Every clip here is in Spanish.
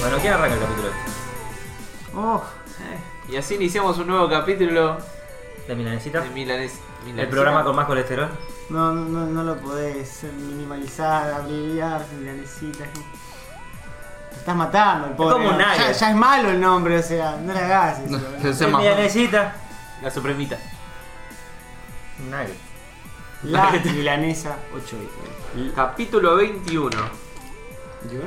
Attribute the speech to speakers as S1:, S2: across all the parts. S1: Bueno, ¿quién arranca el capítulo este?
S2: Oh,
S3: Y así iniciamos un nuevo capítulo
S1: ¿De Milanesita?
S3: de Milanes.
S1: El programa con más colesterol.
S2: no, no, no lo podés minimalizar, abreviar, milanesitas. Te estás matando el pobre.
S1: como un
S2: ¿no? ya,
S1: nugget.
S2: ya es malo el nombre, o sea, no le hagas eso.
S4: No,
S2: ¿no?
S4: que se
S1: El
S4: llama-
S3: eh.
S1: Milanesita.
S3: La Supremita.
S1: Nadie.
S2: La milanesa 8 bits.
S3: Capítulo 21.
S2: ¿Yo?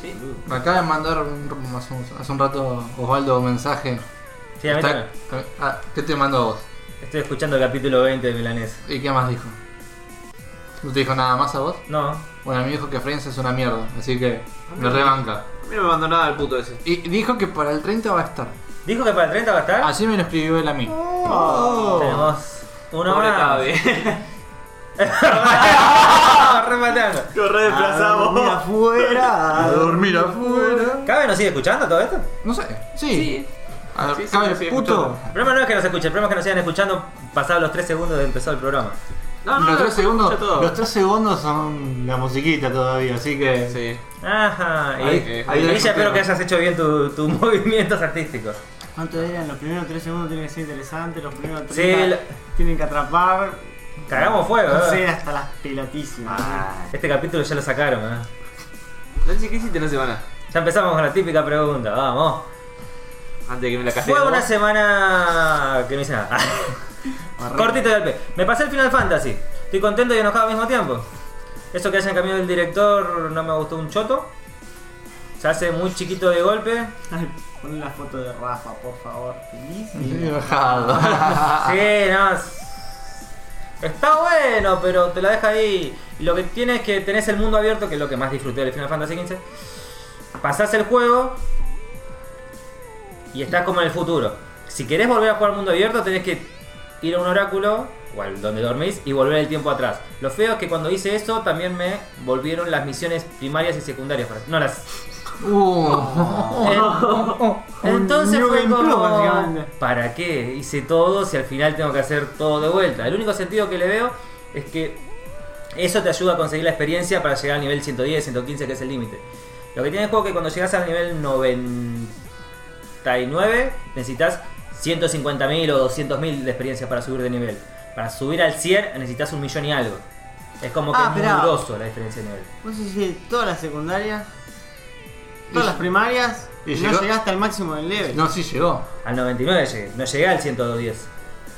S3: Sí.
S4: Me acaba de mandar un- hace, un, hace un rato Osvaldo un mensaje.
S1: Sí, a mí
S4: Está-
S1: también.
S4: ah, ¿Qué te mandó vos?
S1: Estoy escuchando el capítulo 20 de Milanés.
S4: ¿Y qué más dijo? ¿No te dijo nada más a vos?
S1: No,
S4: Bueno, a mí dijo que Friends es una mierda, así que me rebanca.
S3: A mí no me mandó nada el puto ese.
S4: Y dijo que para el 30 va a estar.
S1: dijo que para el 30 va a
S3: Ah.
S1: estar.
S4: Así me lo escribió él a mí.
S1: Tenemos uno
S3: Pobre
S1: más.
S3: Cabe.
S1: Rematando.
S3: Lo
S2: Dormir Ah, afuera.
S4: dormir afuera.
S1: ¿Cabe nos sigue escuchando todo esto?
S4: No sé, sí.
S3: Sí.
S4: A ver,
S3: Sí, sí,
S4: cabe,
S3: sí,
S4: puto.
S1: El problema no es que nos escuchen, el problema es que nos sigan escuchando pasados los 3 segundos de empezar el programa.
S3: Ah, No, no,
S4: los, tres segundos, los
S3: Los
S4: tres segundos son la musiquita todavía, así que.
S3: Sí.
S1: Ajá, y,
S3: Ahí-
S1: y
S3: ahí
S1: Villa,
S4: dejo
S1: espero
S4: que-
S1: que hayas hecho bien tu- tus movimientos artísticos.
S2: ¿Cuántos eran? Los primeros 3 segundos tienen que ser interesantes, los primeros 3
S1: Sí, la-
S2: tienen que atrapar.
S1: Cagamos fuego,
S2: No
S1: ¿eh?
S2: sé, hasta las pelotísimas.
S1: Este capítulo ya lo sacaron, ¿eh?
S3: Ah. Nancy, ¿qué hiciste en la semana?
S1: Ya empezamos con la típica pregunta, vamos.
S3: Antes de que me la casé.
S1: Fue una semana que no hice nada. Cortito y al pie. Me pasé el Final Fantasy. Estoy contento y enojado al mismo tiempo. Eso que hayan cambiado el director no me gustó un choto. Se hace muy chiquito de golpe.
S2: Ay, Pon la foto de Rafa, por favor. Feliz.
S4: Estoy enojado.
S1: Sí, no. es- Está bueno, pero te la deja ahí. Y lo que tiene es que tenés el mundo abierto, que es lo que más disfruté del Final Fantasy XV. Pasás el juego y estás como en el futuro. Si querés volver a jugar al mundo abierto, tenés que ir a un oráculo, o al donde dormís, y volver el tiempo atrás. Lo feo es que cuando hice eso, también me volvieron las misiones primarias y secundarias. para- No las.
S4: Uh.
S1: En- Entonces
S2: Un
S1: fue
S2: Oh. New Game Plus,
S1: como,
S2: básicamente.
S1: ¿para qué? Hice todo si al final tengo que hacer todo de vuelta. El único sentido que le veo es que eso te ayuda a conseguir la experiencia para llegar al nivel 110, 115, que es el límite. Lo que tiene el juego es que cuando llegas al nivel 99 necesitas 150.000 o 200.000 de experiencia para subir de nivel. Para subir al 100 necesitas un millón y algo. Es como que
S2: Ah,
S1: es muy
S2: esperá.
S1: grosso la diferencia de nivel.
S2: Vos hiciste todas las secundarias, todas las primarias,
S4: y
S2: y no
S4: llegó-
S2: llegaste al máximo del level.
S4: No, sí llegó.
S1: Al 99 llegué, no llegué al 110.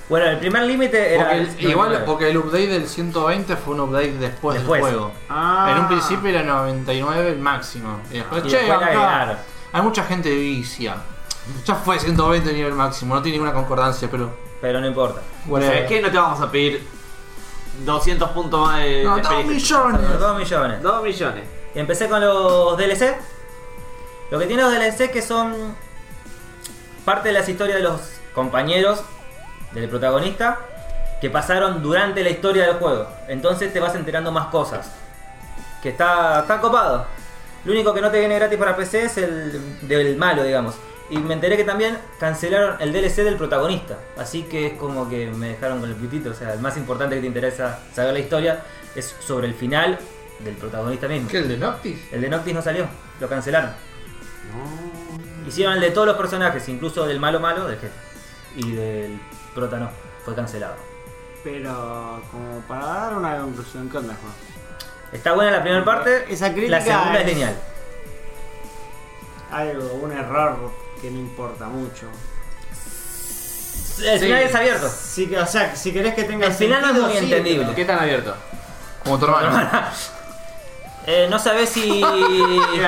S1: Bueno, el primer límite era.
S4: Porque
S1: el
S4: el- igual
S1: 99.
S4: porque el update del 120 fue un update después,
S1: Después.
S4: del juego.
S2: Ah.
S4: En un principio era 99 el máximo. Y después,
S1: Y
S4: che,
S1: después le
S4: acá
S1: agregaron.
S4: hay mucha gente vicia. Ya fue 120 el nivel máximo, no tiene ninguna concordancia, pero.
S1: Pero no importa.
S4: whatever.
S3: ¿Sabes qué? No te vamos a pedir 200 puntos más de.
S4: No,
S3: de
S4: dos
S3: experiencia.
S1: Los
S4: millones.
S1: 2 millones.
S3: Dos millones.
S1: Y empecé con los DLC. Lo que tiene los DLC que son parte de las historias de los compañeros del protagonista que pasaron durante la historia del juego. Entonces te vas enterando más cosas. Que está, está copado. Lo único que no te viene gratis para PC es el del malo, digamos. Y me enteré que también cancelaron el DLC del protagonista. Así que es como que me dejaron con el pitito. O sea, el más importante que te interesa saber la historia es sobre el final del protagonista mismo.
S4: ¿Qué, el de Noctis?
S1: El de Noctis no salió, lo cancelaron. Hicieron el de todos los personajes, incluso del malo malo, del jefe. Y del prota no, fue cancelado.
S2: Pero como para dar una conclusión, ¿qué onda, Juan?
S1: Está buena la primera parte,
S2: Esa crítica
S1: la segunda es
S2: es-
S1: lineal.
S2: Algo, un error que no importa mucho.
S1: El
S4: Sí.
S1: final es abierto.
S2: Sí, que- o sea, que si querés que tenga
S1: El final no es
S2: sentido,
S1: muy
S2: sí,
S1: entendible.
S3: ¿Qué tan abierto?
S4: Como tu hermano.
S1: Eh, no sabés si.
S3: Era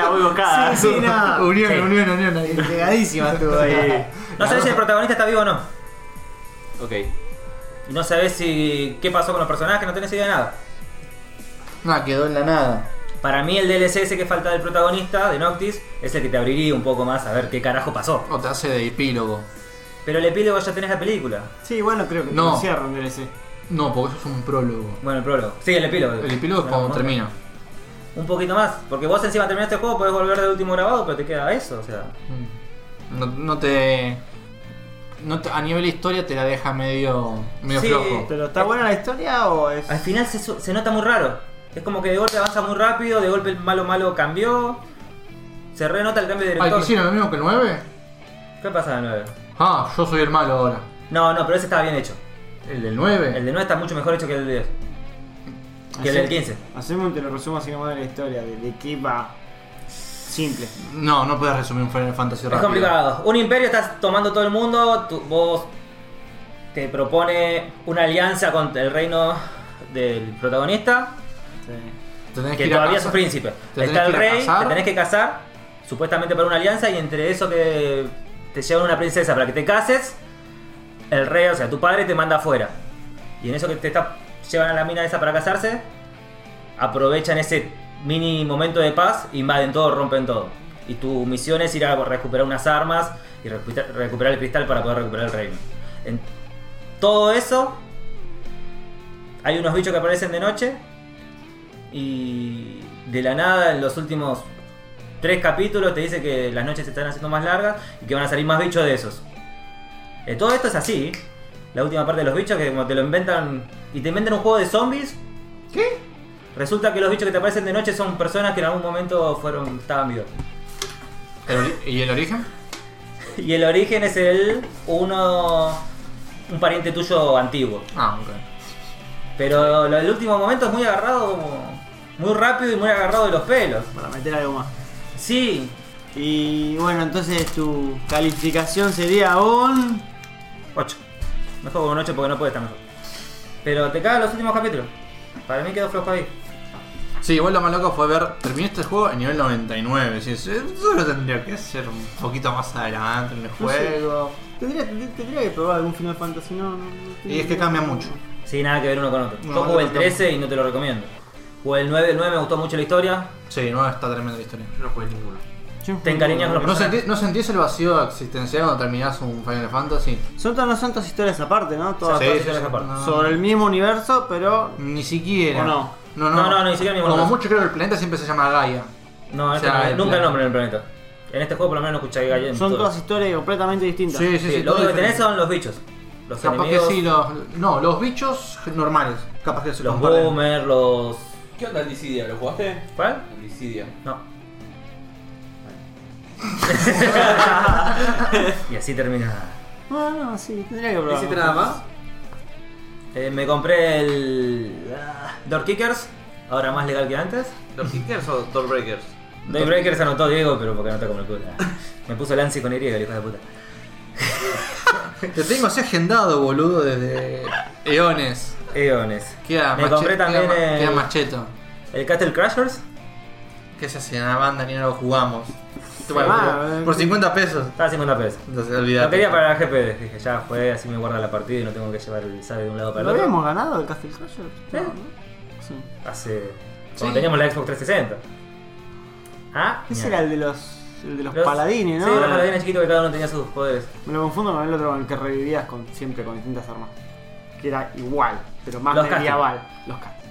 S3: muy
S2: pero-
S3: bocada.
S2: Sí, sí, nada.
S4: Unión,
S1: Ah, Sí.
S4: unión, unión ahí.
S2: Entregadísima estuvo ahí.
S1: no sabés si el protagonista está vivo o no.
S3: Ok.
S1: Y no sabés si. qué pasó con los personajes, no tenés idea de nada.
S4: No, quedó en la nada.
S1: Para mí el DLC ese que falta del protagonista, de Noctis, es el que te abriría un poco más a ver qué carajo pasó.
S4: O te hace de epílogo.
S1: Pero el epílogo ya tenés la película.
S2: Sí, bueno, creo que
S4: No.
S2: no cierran DLC.
S4: No, porque eso es un prólogo.
S1: Bueno, el prólogo. Sí, el epílogo.
S4: El epílogo es
S1: Bueno,
S4: cuando
S1: ¿no?
S4: termina.
S1: Un poquito más. Porque vos encima terminaste el juego, podés volver del último grabado, pero te queda eso. O sea,
S4: No, no te. No te- a nivel historia te la deja medio. medio
S1: Sí.
S4: flojo.
S2: Pero ¿está buena la historia o es.?
S1: al final se, su- se nota muy raro. Es como que de golpe avanza muy rápido, de golpe el malo malo cambió. se renota el cambio de
S4: Ah, ¿que
S1: director.
S4: hicieron lo mismo que el 9?
S1: ¿Qué pasa en el 9?
S4: Ah, yo soy el malo ahora.
S1: No, no, pero ese estaba bien hecho.
S4: ¿El del 9?
S1: El de 9 está mucho mejor hecho que el del 10. Que el del 15.
S2: Hacemos un te lo resumo así nomás de la historia, de, de qué va. Simple.
S4: No, no puedes resumir un Final Fantasy rápido.
S1: Es complicado. Un imperio estás tomando todo el mundo. tú- vos te propone una alianza con el reino del protagonista.
S2: Sí.
S4: Te tenés
S1: Que
S4: ir a
S1: todavía es
S4: casa.
S1: un príncipe.
S4: Te tenés
S1: Está
S4: que
S1: el
S4: ir a
S1: rey,
S4: casar.
S1: te tenés que casar. Supuestamente para una alianza. Y entre eso que te llevan una princesa para que te cases. El rey, o sea, tu padre te manda afuera. Y en eso que te está, llevan a la mina esa para casarse. Aprovechan ese mini momento de paz. Invaden todo, rompen todo. Y tu misión es ir a recuperar unas armas. Y recuperar, recuperar el cristal para poder recuperar el reino. En todo eso. Hay unos bichos que aparecen de noche. Y de la nada, en los últimos tres capítulos, te dice que las noches se están haciendo más largas y que van a salir más bichos de esos. Eh, todo esto es así. La última parte de los bichos, que como te lo inventan y te inventan un juego de zombies.
S4: ¿Qué?
S1: Resulta que los bichos que te aparecen de noche son personas que en algún momento fueron estaban vivos.
S4: ¿El ori- ¿Y el origen?
S1: Y el origen es el uno un pariente tuyo antiguo.
S4: Ah, ok.
S1: Pero lo- el último momento es muy agarrado, como- muy rápido y muy agarrado de los pelos.
S2: Para meter algo más.
S1: Sí,
S2: Y bueno, entonces tu calificación sería un.
S1: 8. No juego con 8 porque no puede estar mejor. Pero te cagan los últimos capítulos. Para mí quedó flojo ahí.
S4: Sí, igual lo más loco fue ver. Terminé este juego en nivel 99. decís, eh, Eso lo tendría que hacer un poquito más adelante en el juego.
S2: Tendría, tendría que probar algún Final Fantasy, no, no, no tengo
S4: Y es que
S2: idea.
S4: cambia mucho.
S1: Sí, nada que ver uno con otro.
S4: No,
S1: Yo
S4: no,
S1: jugué el
S4: no.
S1: 13 y no te lo recomiendo. Jugué el 9, el 9 me gustó mucho la historia.
S4: Sí, no está tremenda la historia.
S3: No jugué ninguno.
S2: Yo-
S1: Te encariñas con los
S4: ¿No,
S1: personajes.
S4: sentí- ¿No sentís el vacío existencial cuando terminás un Final Fantasy?
S2: Son tan, no son todas historias aparte, ¿no? Todas
S1: Sí,
S2: todas
S1: sí,
S2: historias
S1: sí,
S2: aparte.
S4: no.
S2: Sobre el mismo universo, pero.
S4: Ni
S2: ¿O
S4: siquiera.
S2: no?
S4: No,
S1: No, no, ni siquiera ni
S4: Como
S1: volvés.
S4: mucho creo que el planeta siempre se llama Gaia.
S1: No, en
S4: O
S1: este
S4: sea,
S1: no-
S4: el
S1: nunca el
S4: plan-
S1: nombre en el planeta. En este juego por lo menos no escuché gallen.
S2: Son todas historias completamente distintas.
S4: Sí, sí,
S1: Sí,
S4: sí.
S1: lo
S4: todo
S1: único que tenés
S4: diferente.
S1: son los bichos. Los
S4: Capaz
S1: enemigos,
S4: que sí, los. No, los bichos normales. Capaz que se
S1: los
S4: comparten.
S1: boomers, los...
S5: ¿Qué onda el Dissidia? ¿Lo jugaste?
S1: ¿Cuál?
S5: El Dissidia.
S1: No. y así termina.
S2: No, no, sí, tendría que
S5: ¿No
S2: probar.
S5: hiciste nada más?
S1: Eh, me compré el ah, Door Kickers, ahora más legal que antes.
S3: ¿Door Kickers o Door Breakers?
S1: Daybreakers anotó Diego, pero porque anota como el culo. Me puso Lance con Y, el hijo de puta.
S4: Te tengo así agendado, boludo, desde eones.
S1: Eones.
S4: Queda
S1: Me compré también
S4: queda, ma-
S1: el-
S4: queda macheto.
S1: El Castle Crashers.
S4: Que se hace en la banda ni no lo jugamos.
S2: Bueno,
S4: por,
S2: eh,
S4: por 50 pesos.
S1: Estaba a 50 pesos.
S4: Entonces,
S1: Lo
S4: olvidate.
S1: quería para la GP, dije, ya fue, así me guarda la partida y no tengo que llevar el sabe de un lado para el
S2: ¿Lo
S1: otro.
S2: habíamos ganado el Castle Crusher?
S1: ¿Eh?
S2: Sí.
S1: Hace.
S4: Sí.
S1: Cuando teníamos la Xbox 360. Ah,
S2: Ese
S1: mira.
S2: era el de los, el de los, paladines, ¿no?
S1: Sí, los paladines chiquitos que cada uno tenía sus poderes.
S2: Me lo confundo con el otro, con el que revivías con, siempre con distintas armas. Que era igual, pero más
S1: Los
S2: medieval. Los castillos.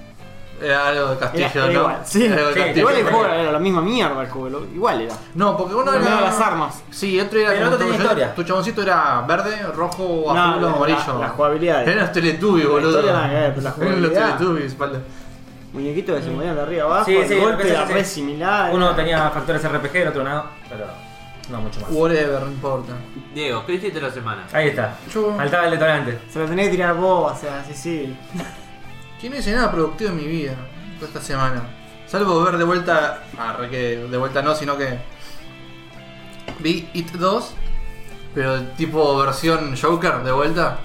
S4: Era Eh, algo de castillo,
S2: Era- era
S4: ¿no?
S2: igual, sí.
S4: Era algo de
S1: Sí,
S4: castillo.
S2: Igual el
S1: sí,
S2: juego
S1: sí.
S2: era la misma mierda el juego, lo- igual era.
S4: No, porque uno
S2: Cambiaban
S4: era.
S2: las armas.
S4: Sí, otro era.
S1: Pero
S4: como
S1: otro tenía
S4: tu-
S1: historia.
S4: Tu chaboncito era verde, rojo,
S2: No,
S4: azul o
S2: la-
S4: amarillo.
S2: la jugabilidad era.
S4: Eran los Teletubbies,
S2: La
S4: boludo.
S2: historia nada que ver, pero la
S4: Eran los
S2: jugabilidad.
S4: Teletubbies, espalda.
S2: Muñequito que se movían de arriba abajo,
S1: Mm. Sí,
S2: el
S1: sí,
S2: golpe
S1: sí,
S2: era
S1: sí.
S2: re similar.
S1: Uno
S2: era-
S1: tenía factores RPG, el otro no, pero no mucho más.
S4: Whatever, no importa.
S3: Diego, ¿qué hiciste la semana?
S1: Ahí está.
S4: Yo-
S1: Faltaba el detonante.
S2: Se lo tenés que tirar vos, o sea, sí, sí.
S4: Yo no hice nada productivo en mi vida toda esta semana. Salvo ver de vuelta. Ah, re que de vuelta no, sino que. Vi It 2, pero tipo versión Joker de vuelta.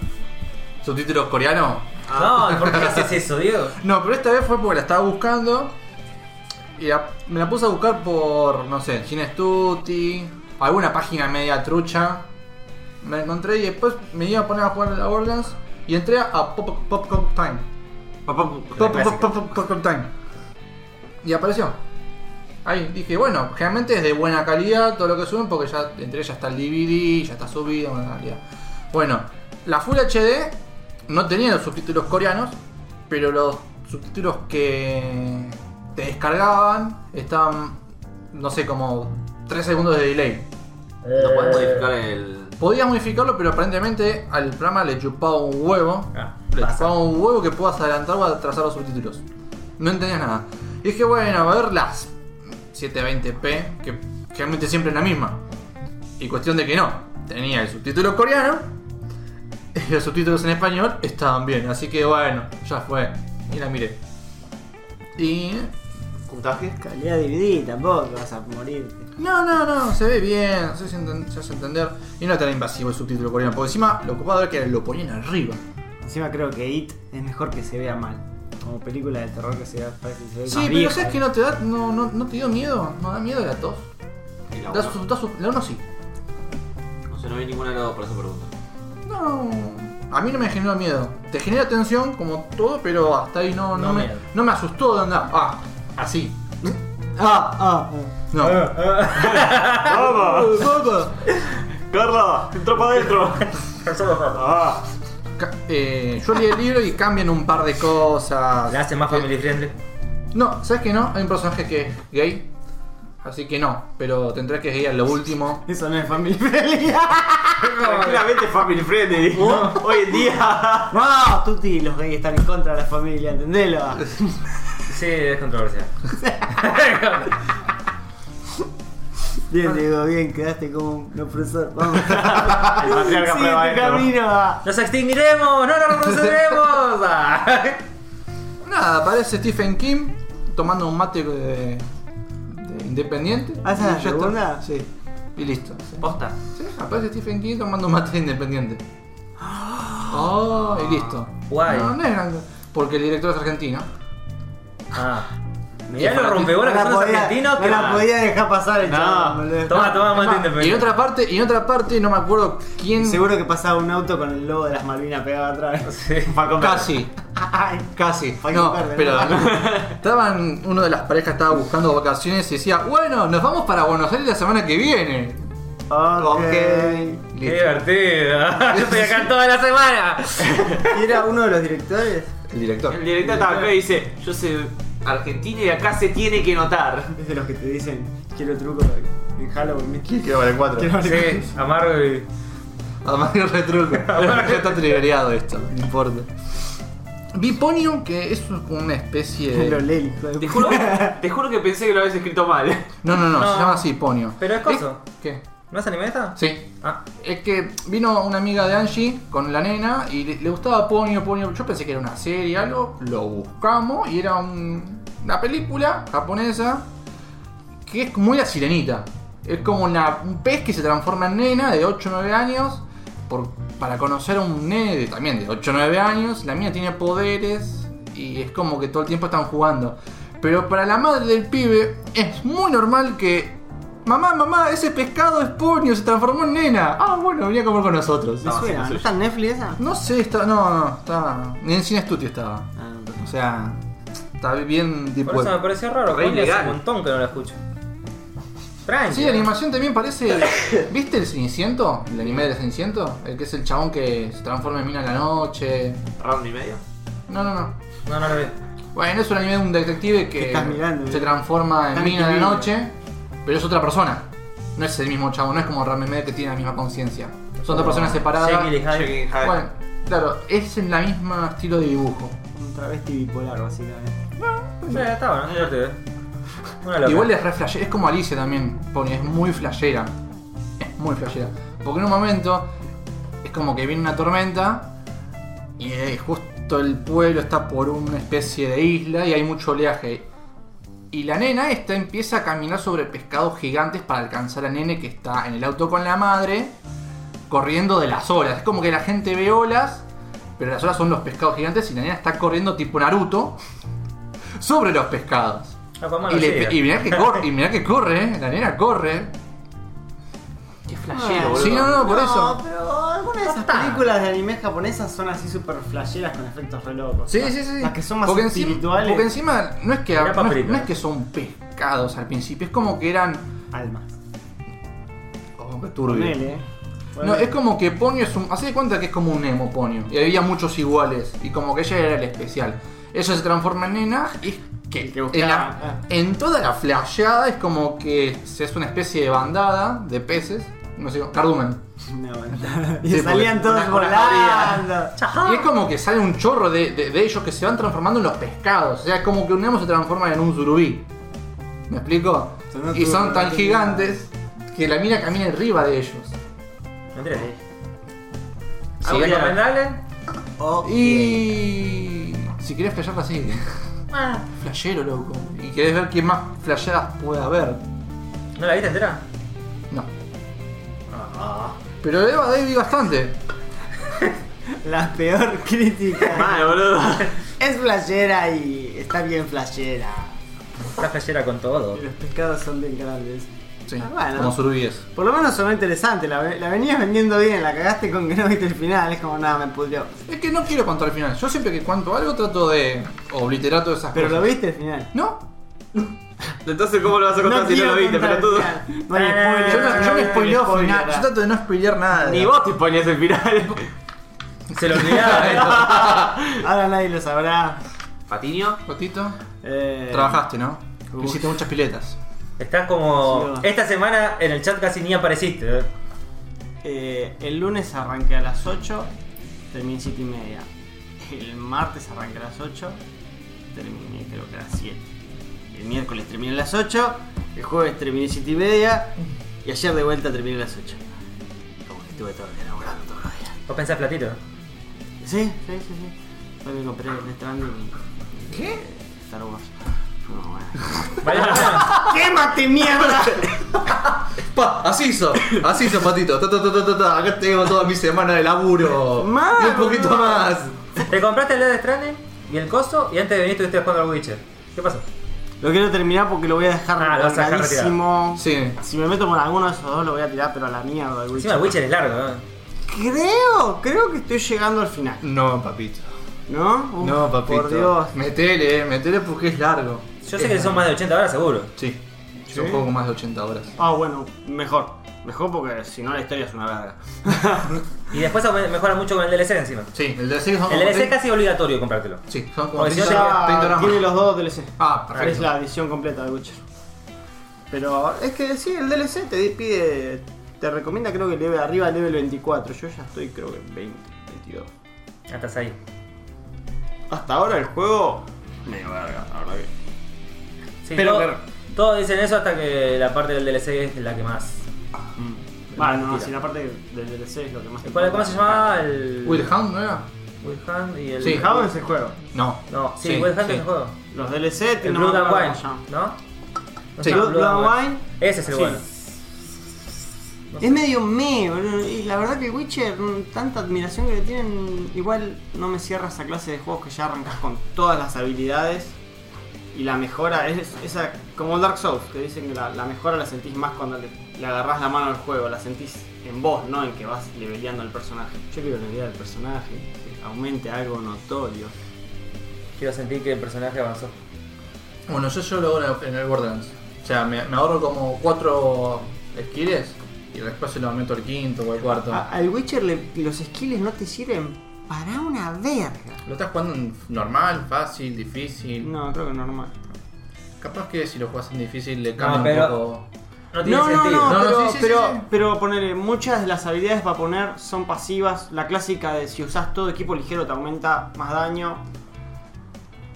S4: Subtítulos coreano.
S2: Ah.
S1: No, ¿por qué haces eso, Diego?
S4: No, pero esta vez fue porque la estaba buscando. Y la- me la puse a buscar por, no sé, Cine Stuti, alguna página media trucha. Me la encontré y después me iba a poner a jugar a la Borderlands. Y entré a Pop- Popcorn Time. Pop, pop, pop, pop, pop, pop, time. Y apareció. Ahí dije, bueno, generalmente es de buena calidad todo lo que suben porque ya entre ellas está el DVD, ya está subido, buena calidad. Bueno, la Full HD no tenía los subtítulos coreanos, pero los subtítulos que te descargaban estaban, no sé, como 3 segundos de delay.
S3: No podés modificar el.
S4: Podías modificarlo, pero aparentemente al programa le chupaba un huevo.
S1: Ah,
S4: le
S1: pasa.
S4: chupaba un huevo que puedas adelantar o atrasar los subtítulos. No entendías nada. Y dije, bueno, a ver las 720p, que, que generalmente siempre es la misma. Y cuestión de que no, tenía el subtítulo coreano y los subtítulos en español estaban bien, así que bueno, ya fue. Y la miré. Y.
S3: ¿Puntaje?
S2: Calidad dividida, tampoco vas a morirte.
S4: No, no, no, se ve bien, se hace, enten- se hace entender. Y no era tan invasivo el subtítulo coreano, porque encima lo ocupado era que lo ponían arriba.
S2: Encima creo que It es mejor que se vea mal. Como película de terror que se vea parece que se ve
S4: Sí,
S2: más
S4: pero
S2: vieja.
S4: ¿sabes que no te da, no, no, no te dio miedo? No da miedo la tos.
S3: Y la
S4: Da
S3: uno.
S4: su- da su- la uno sí.
S3: No sé, no vi ninguna de las dos, por eso pregunto.
S4: No, a mí no me generó miedo. Te genera tensión como todo, pero hasta ahí no, no,
S1: No
S4: me,
S1: miedo.
S4: no me asustó de andar. Ah, así.
S2: Ah, ah,
S4: No.
S3: ¡Vamos!
S4: Papá.
S3: ¡Carla! ¡Entró para adentro! ¡Ah!
S4: Ca- eh, yo leí el libro y cambian un par de cosas.
S1: La hace más
S4: Eh,
S1: family friendly.
S4: No, ¿sabes que no? Hay un personaje que es gay. Así que no, pero tendré que ir a lo último.
S2: Eso no es family friendly.
S3: Tranquilamente family friendly. Hoy en día.
S2: No, Tuti, los gays están en contra de la familia, entendelo.
S1: Sí, es controversial.
S2: Bien, digo, bien, quedaste como un profesor. Vamos.
S3: El patriarca prueba
S2: Siguiente
S3: esto.
S2: camino.
S1: ¡Nos extinguiremos! ¡No nos reproduciremos! Ah.
S4: Nada, aparece Stephen King tomando un mate de, de independiente.
S2: ¿Ah, esa es la
S4: Y ya está.
S2: segunda?
S4: Sí. Y listo. Sí.
S3: Posta.
S4: Sí, aparece Stephen King tomando mate independiente. Oh, y listo.
S1: Guay.
S4: No, no es grande. Porque el director es argentino.
S1: Ah. Mirá
S4: Y
S1: los
S4: para-
S1: rompebolas que son los argentinos
S2: no
S1: que
S2: la
S1: van.
S2: podía dejar pasar el
S3: No.
S2: chabón, boludo.
S1: Toma, toma, mate
S4: Y en
S1: independiente.
S4: otra parte, y en otra parte, no me acuerdo quién.
S2: Seguro que pasaba un auto con el logo de las Malvinas pegado atrás.
S1: Sí.
S3: Falcon Verde.
S4: Casi,
S2: Ay,
S4: casi.
S2: Falcon
S4: No,
S2: Verde,
S4: pero
S2: ¿no?
S4: estaban, uno de las parejas estaba buscando vacaciones y decía, bueno, nos vamos para Buenos Aires la semana que viene.
S2: Ok.
S1: Qué divertido. Yo estoy acá toda la semana.
S2: ¿Y era uno de los directores?
S4: El director.
S3: El director estaba acá y dice: Yo soy argentino y acá se tiene que notar.
S2: Es de los que te dicen, quiero truco en Halloween. ¿viste?
S4: Quiero ver el 4.
S2: Quiero ver-
S1: Sí, amargo y.
S4: Además de retruco. ya está triggereado esto, no importa. Biponium, que es una especie
S2: Lo
S4: de.
S2: lee, hijo de
S3: Te juro,
S2: puta.
S3: te juro que pensé que lo habías escrito mal.
S4: No, no, no,
S1: No.
S4: se llama así, Ponio.
S1: Pero es coso.
S4: ¿Qué?
S1: ¿No es anime esta?
S4: Sí.
S1: Ah,
S4: Es que vino una amiga de Angie con la nena y le, le gustaba Ponio, Ponio. Yo pensé que era una serie, algo. Lo buscamos y era un- una película japonesa que es muy la sirenita. Es como una- un pez que se transforma en nena de 8 o 9 años por- para conocer a un nene de- también de 8 o 9 años. La mina tiene poderes y es como que todo el tiempo están jugando. Pero para la madre del pibe es muy normal que... Mamá, mamá, ese pescado es ponio, se transformó en nena. Ah, bueno, venía a comer con nosotros.
S2: Me suena, ¿no está en Netflix esa?
S4: No sé, está... No, no, está... Ni en Cine Studio estaba.
S2: Ah, no.
S4: O sea, está bien
S1: por eso me
S4: tipo...
S1: pareció raro.
S3: Re
S1: porque Hace
S3: ilegal.
S1: un montón que no la escucho. Tranqui.
S4: Sí, la animación también parece. ¿Viste el Ceniciento? El anime del Ceniciento? El que es el chabón que se transforma en mina en la noche.
S3: Round y medio.
S4: No, no, no.
S1: eh. No, no la vi.
S4: Bueno, es un anime de un detective
S2: ¿Qué
S4: que
S2: estás mirando,
S4: se
S2: eh?
S4: transforma en
S2: Estás
S4: mina en la
S2: escribiendo.
S4: noche, pero es otra persona. No es el mismo chabón, no es como Ramemede que tiene la misma conciencia. Son dos personas separadas.
S1: Jekyll y Hyde.
S3: Jekyll y Hyde.
S4: Bueno, claro, es en la misma estilo de dibujo.
S2: Un travesti bipolar, básicamente.
S1: Sí, está bueno, es divertido. eh. Una loca.
S4: Igual es re flashera, es como Alicia también, Pony, es muy flashera. Es muy flashera. Porque en un momento es como que viene una tormenta y eh, justo el pueblo está por una especie de isla y hay mucho oleaje. Y la nena esta empieza a caminar sobre pescados gigantes para alcanzar al nene que está en el auto con la madre, corriendo de las olas. Es como que la gente ve olas, pero las olas son los pescados gigantes y la nena está corriendo tipo Naruto sobre los pescados.
S1: Aquaman
S4: Y,
S1: lo
S4: le-
S1: sigue.
S4: y mirá que corre, y mirá que corre, eh, la nena corre.
S3: Qué
S2: Ah,
S3: flashero, boludo.
S4: Sí, no, no, por eso.
S2: pero algunas de esas películas de anime japonesas son así super flasheras con efectos re locos.
S4: Sí, sí, sí.
S2: Las que son más
S4: porque encima,
S2: espirituales.
S4: porque encima no es, que,
S1: Mirá
S4: no es-
S1: Paprika.
S4: no es que son pescados al principio, es como que eran.
S2: Almas.
S4: Oh, qué turbio.
S2: Ponele, eh.
S4: No,
S2: Ponele.
S4: es como que Ponio es un. Hacé de cuenta que es como un emo Ponio. Y había muchos iguales. Y como que ella era el especial. Ella se transforma en nena y es que,
S2: El que buscaba,
S4: en, la-
S2: ah.
S4: en toda la flasheada es como que se hace una especie de bandada de peces. No sé, cardumen.
S2: No, no. Y
S4: Sí,
S2: salían
S4: porque
S2: todos
S3: una
S2: volando.
S4: Y es
S2: Ah.
S4: como que sale un chorro de, de- de ellos que se van transformando en los pescados. O sea, es como que un emo se transforma en un surubí. ¿Me explico?
S2: Sonó
S4: Y
S2: todo-
S4: son tan gigantes que la mina camina arriba de ellos.
S1: Mentira, sí.
S4: Sí,
S1: ¿Algo
S4: la cama.
S1: recomendable?
S2: Ok.
S4: Y. Si querés flashearla así.
S1: Ah.
S4: Flashero, loco. Y querés ver quién más flasheadas puede haber.
S1: ¿No la viste entera?
S4: No. Pero de Eva Day vi bastante.
S2: La peor crítica.
S3: Mal, boludo.
S2: es flashera y está bien flashera.
S1: Está flashera con todo.
S2: Los pescados son bien grandes.
S4: Sí.
S2: Ah, bueno.
S4: Como surubíes.
S2: Por lo menos sonó interesante, la, ve- la venías vendiendo bien, la cagaste con que no viste el final, es como nada, me pudrió.
S4: Es que no quiero contar el final. Yo siempre que cuento algo trato de obliterar todas esas
S2: Pero
S4: cosas.
S2: lo viste el final.
S4: No.
S3: Entonces, ¿cómo lo vas a contar si no
S2: quiero
S3: lo viste,
S2: contar el
S3: pelotudo?
S2: final.
S1: No, no, no,
S4: Yo no, yo no spoileo
S2: spoileo
S4: final.
S2: nada.
S4: Yo trato de no spoilear nada.
S3: Ni vos te ponías el final.
S1: Se lo olvidaba esto.
S2: Ahora nadie lo sabrá.
S3: Patiño.
S4: Gotito.
S2: Eh,
S4: Trabajaste, ¿no?
S2: uf.
S4: Hiciste muchas piletas.
S1: Estás como.
S2: Sí, va.
S1: Esta semana en el chat casi ni apareciste. ¿eh?
S2: eh, el lunes arranqué a las 8, terminé 7 y media. El martes arranqué a las 8, terminé creo que a las 7. El miércoles terminé a las 8, el jueves terminé 7 y media y ayer de vuelta terminé a las 8. Como que estuve todo el día laburando todo el día.
S1: Vos pensás platito.
S2: Sí, sí, sí, sí. Hoy me compré el Stranding y. ¿Qué? Star Wars. No, bueno.
S1: ¿Vale la pena?
S2: ¡Quémate, mierda!
S4: Pa, así hizo, así hizo Patito. Ta, ta, ta, ta, ta, ta. Acá tengo toda mi semana de laburo.
S2: Mal,
S4: y un poquito
S2: boludo.
S4: más.
S1: Te compraste el Dead Stranding y el coso y antes de venir estuviste jugando al Witcher. ¿Qué pasó?
S2: Lo quiero terminar porque lo voy a dejar
S1: Ah, lo vas a dejar
S2: recargadísimo.
S4: Sí.
S2: Si me meto con alguno de esos dos lo voy a tirar, pero a la mierda. el
S1: Encima el
S2: Witcher.
S1: Witcher es largo, ¿eh?
S2: Creo, creo que estoy llegando al final.
S4: No, papito.
S2: ¿No? Uf,
S4: No, papito.
S2: Por Dios.
S4: Metele, eh, metele porque es largo.
S1: Yo sé que son más de 80 horas seguro.
S4: Sí.
S2: ¿Sí?
S4: Yo juego con más de 80 horas.
S2: Ah, bueno, mejor. Mejor porque si no la historia es una verga.
S1: Y después aume- mejora mucho con el DLC encima.
S4: Sí, el DLC son
S1: El
S4: como
S1: DLC es
S4: 30
S1: casi obligatorio comprártelo.
S4: Sí, son como
S1: Porque si no
S4: 30,
S1: te-
S4: 30 horas
S2: tiene
S4: más.
S2: los dos DLC.
S4: Ah,
S2: Es
S4: perfecto.
S2: la edición completa de Witcher. Pero es que sí, el DLC te pide. Te recomienda, creo que level, arriba del level 24. Yo ya estoy, creo que 20, 22.
S1: Ah, Estás ahí.
S2: Hasta ahora el juego. Medio verga, la verdad que.
S1: Sí,
S2: Pero-
S1: todo-
S2: pero-
S1: todos dicen eso hasta que la parte del DLC es la que más.
S2: Mm. Bueno, no,
S1: Mentira.
S2: si la parte del DLC es lo que más. te
S1: ¿Cuál- ¿Cómo
S2: importa.
S1: se llamaba? El.
S4: Will Hound, ¿no era?
S1: Wilhelm y el.
S4: Sí.
S2: El Java es el juego.
S4: No.
S1: No, sí,
S4: Sí,
S1: Will Hunt
S4: sí.
S1: es el juego.
S2: Los DLC
S1: El
S2: tienen
S1: Blood and
S2: Wine.
S1: Wine, ¿no? No
S4: Sí.
S1: se llama
S2: Blood and Wine.
S1: Ese es el
S2: Sí.
S1: bueno.
S2: Es medio me, boludo. Y la verdad que Witcher, mm, tanta admiración que le tienen, igual no me cierra esa clase de juegos que ya arrancas con todas las habilidades y la mejora. Es esa, como Dark Souls, que dicen que la, la mejora la sentís más cuando le, le agarrás la mano al juego, la sentís en vos, no en que vas leveleando al personaje. Yo quiero levelear al personaje, que aumente algo notorio.
S1: Quiero sentir que el personaje avanzó.
S4: Bueno, yo, yo lo hago en el Borderlands. O sea, me, me ahorro como 4 skills y después se lo meto al quinto o al cuarto.
S2: A- al Witcher le- los skills no te sirven para una verga.
S4: ¿Lo estás jugando en normal, fácil, difícil?
S2: No, creo que normal.
S4: Capaz que si lo juegas en difícil le cambia
S1: pero-
S4: un poco.
S1: No tiene
S2: No, no,
S1: sentido.
S2: no,
S4: No, no,
S2: pero,
S4: sí, sí,
S2: pero,
S4: sí, sí.
S2: pero ponele, muchas de las habilidades para poner son pasivas. La clásica de si usas todo equipo ligero te aumenta más daño.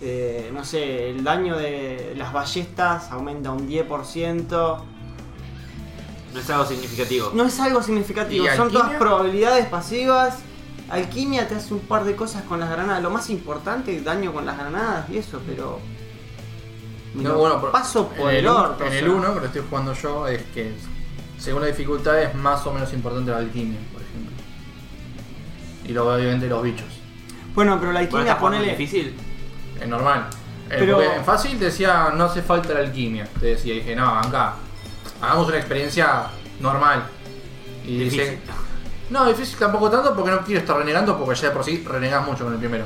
S2: Eh, no sé, el daño de las ballestas aumenta un 10%.
S3: No es algo significativo.
S2: No es algo significativo,
S4: ¿Y
S2: son todas
S4: alquimia?
S2: probabilidades pasivas. Alquimia te hace un par de cosas con las granadas. Lo más importante, daño con las granadas y eso, pero. me
S4: No,
S2: lo
S4: bueno, pero
S2: paso por
S4: en
S2: el,
S4: uno-
S2: orto.
S4: En
S2: o
S4: el
S2: sea.
S4: 1, que lo estoy jugando yo, es que según la dificultad es más o menos importante la alquimia, por ejemplo. Y luego obviamente los bichos.
S2: Bueno, pero la
S3: Bueno,
S2: alquimia,
S3: está jugando
S2: ponele.
S3: difícil.
S4: Es normal. Eh,
S2: Pero-
S4: porque en fácil decía, no hace falta la alquimia. Te decía, y dije, no, acá, hagamos una experiencia normal. Y
S3: Difícil.
S4: dice, no, difícil tampoco tanto porque no quiero estar renegando porque ya de por sí renegás mucho con el primero.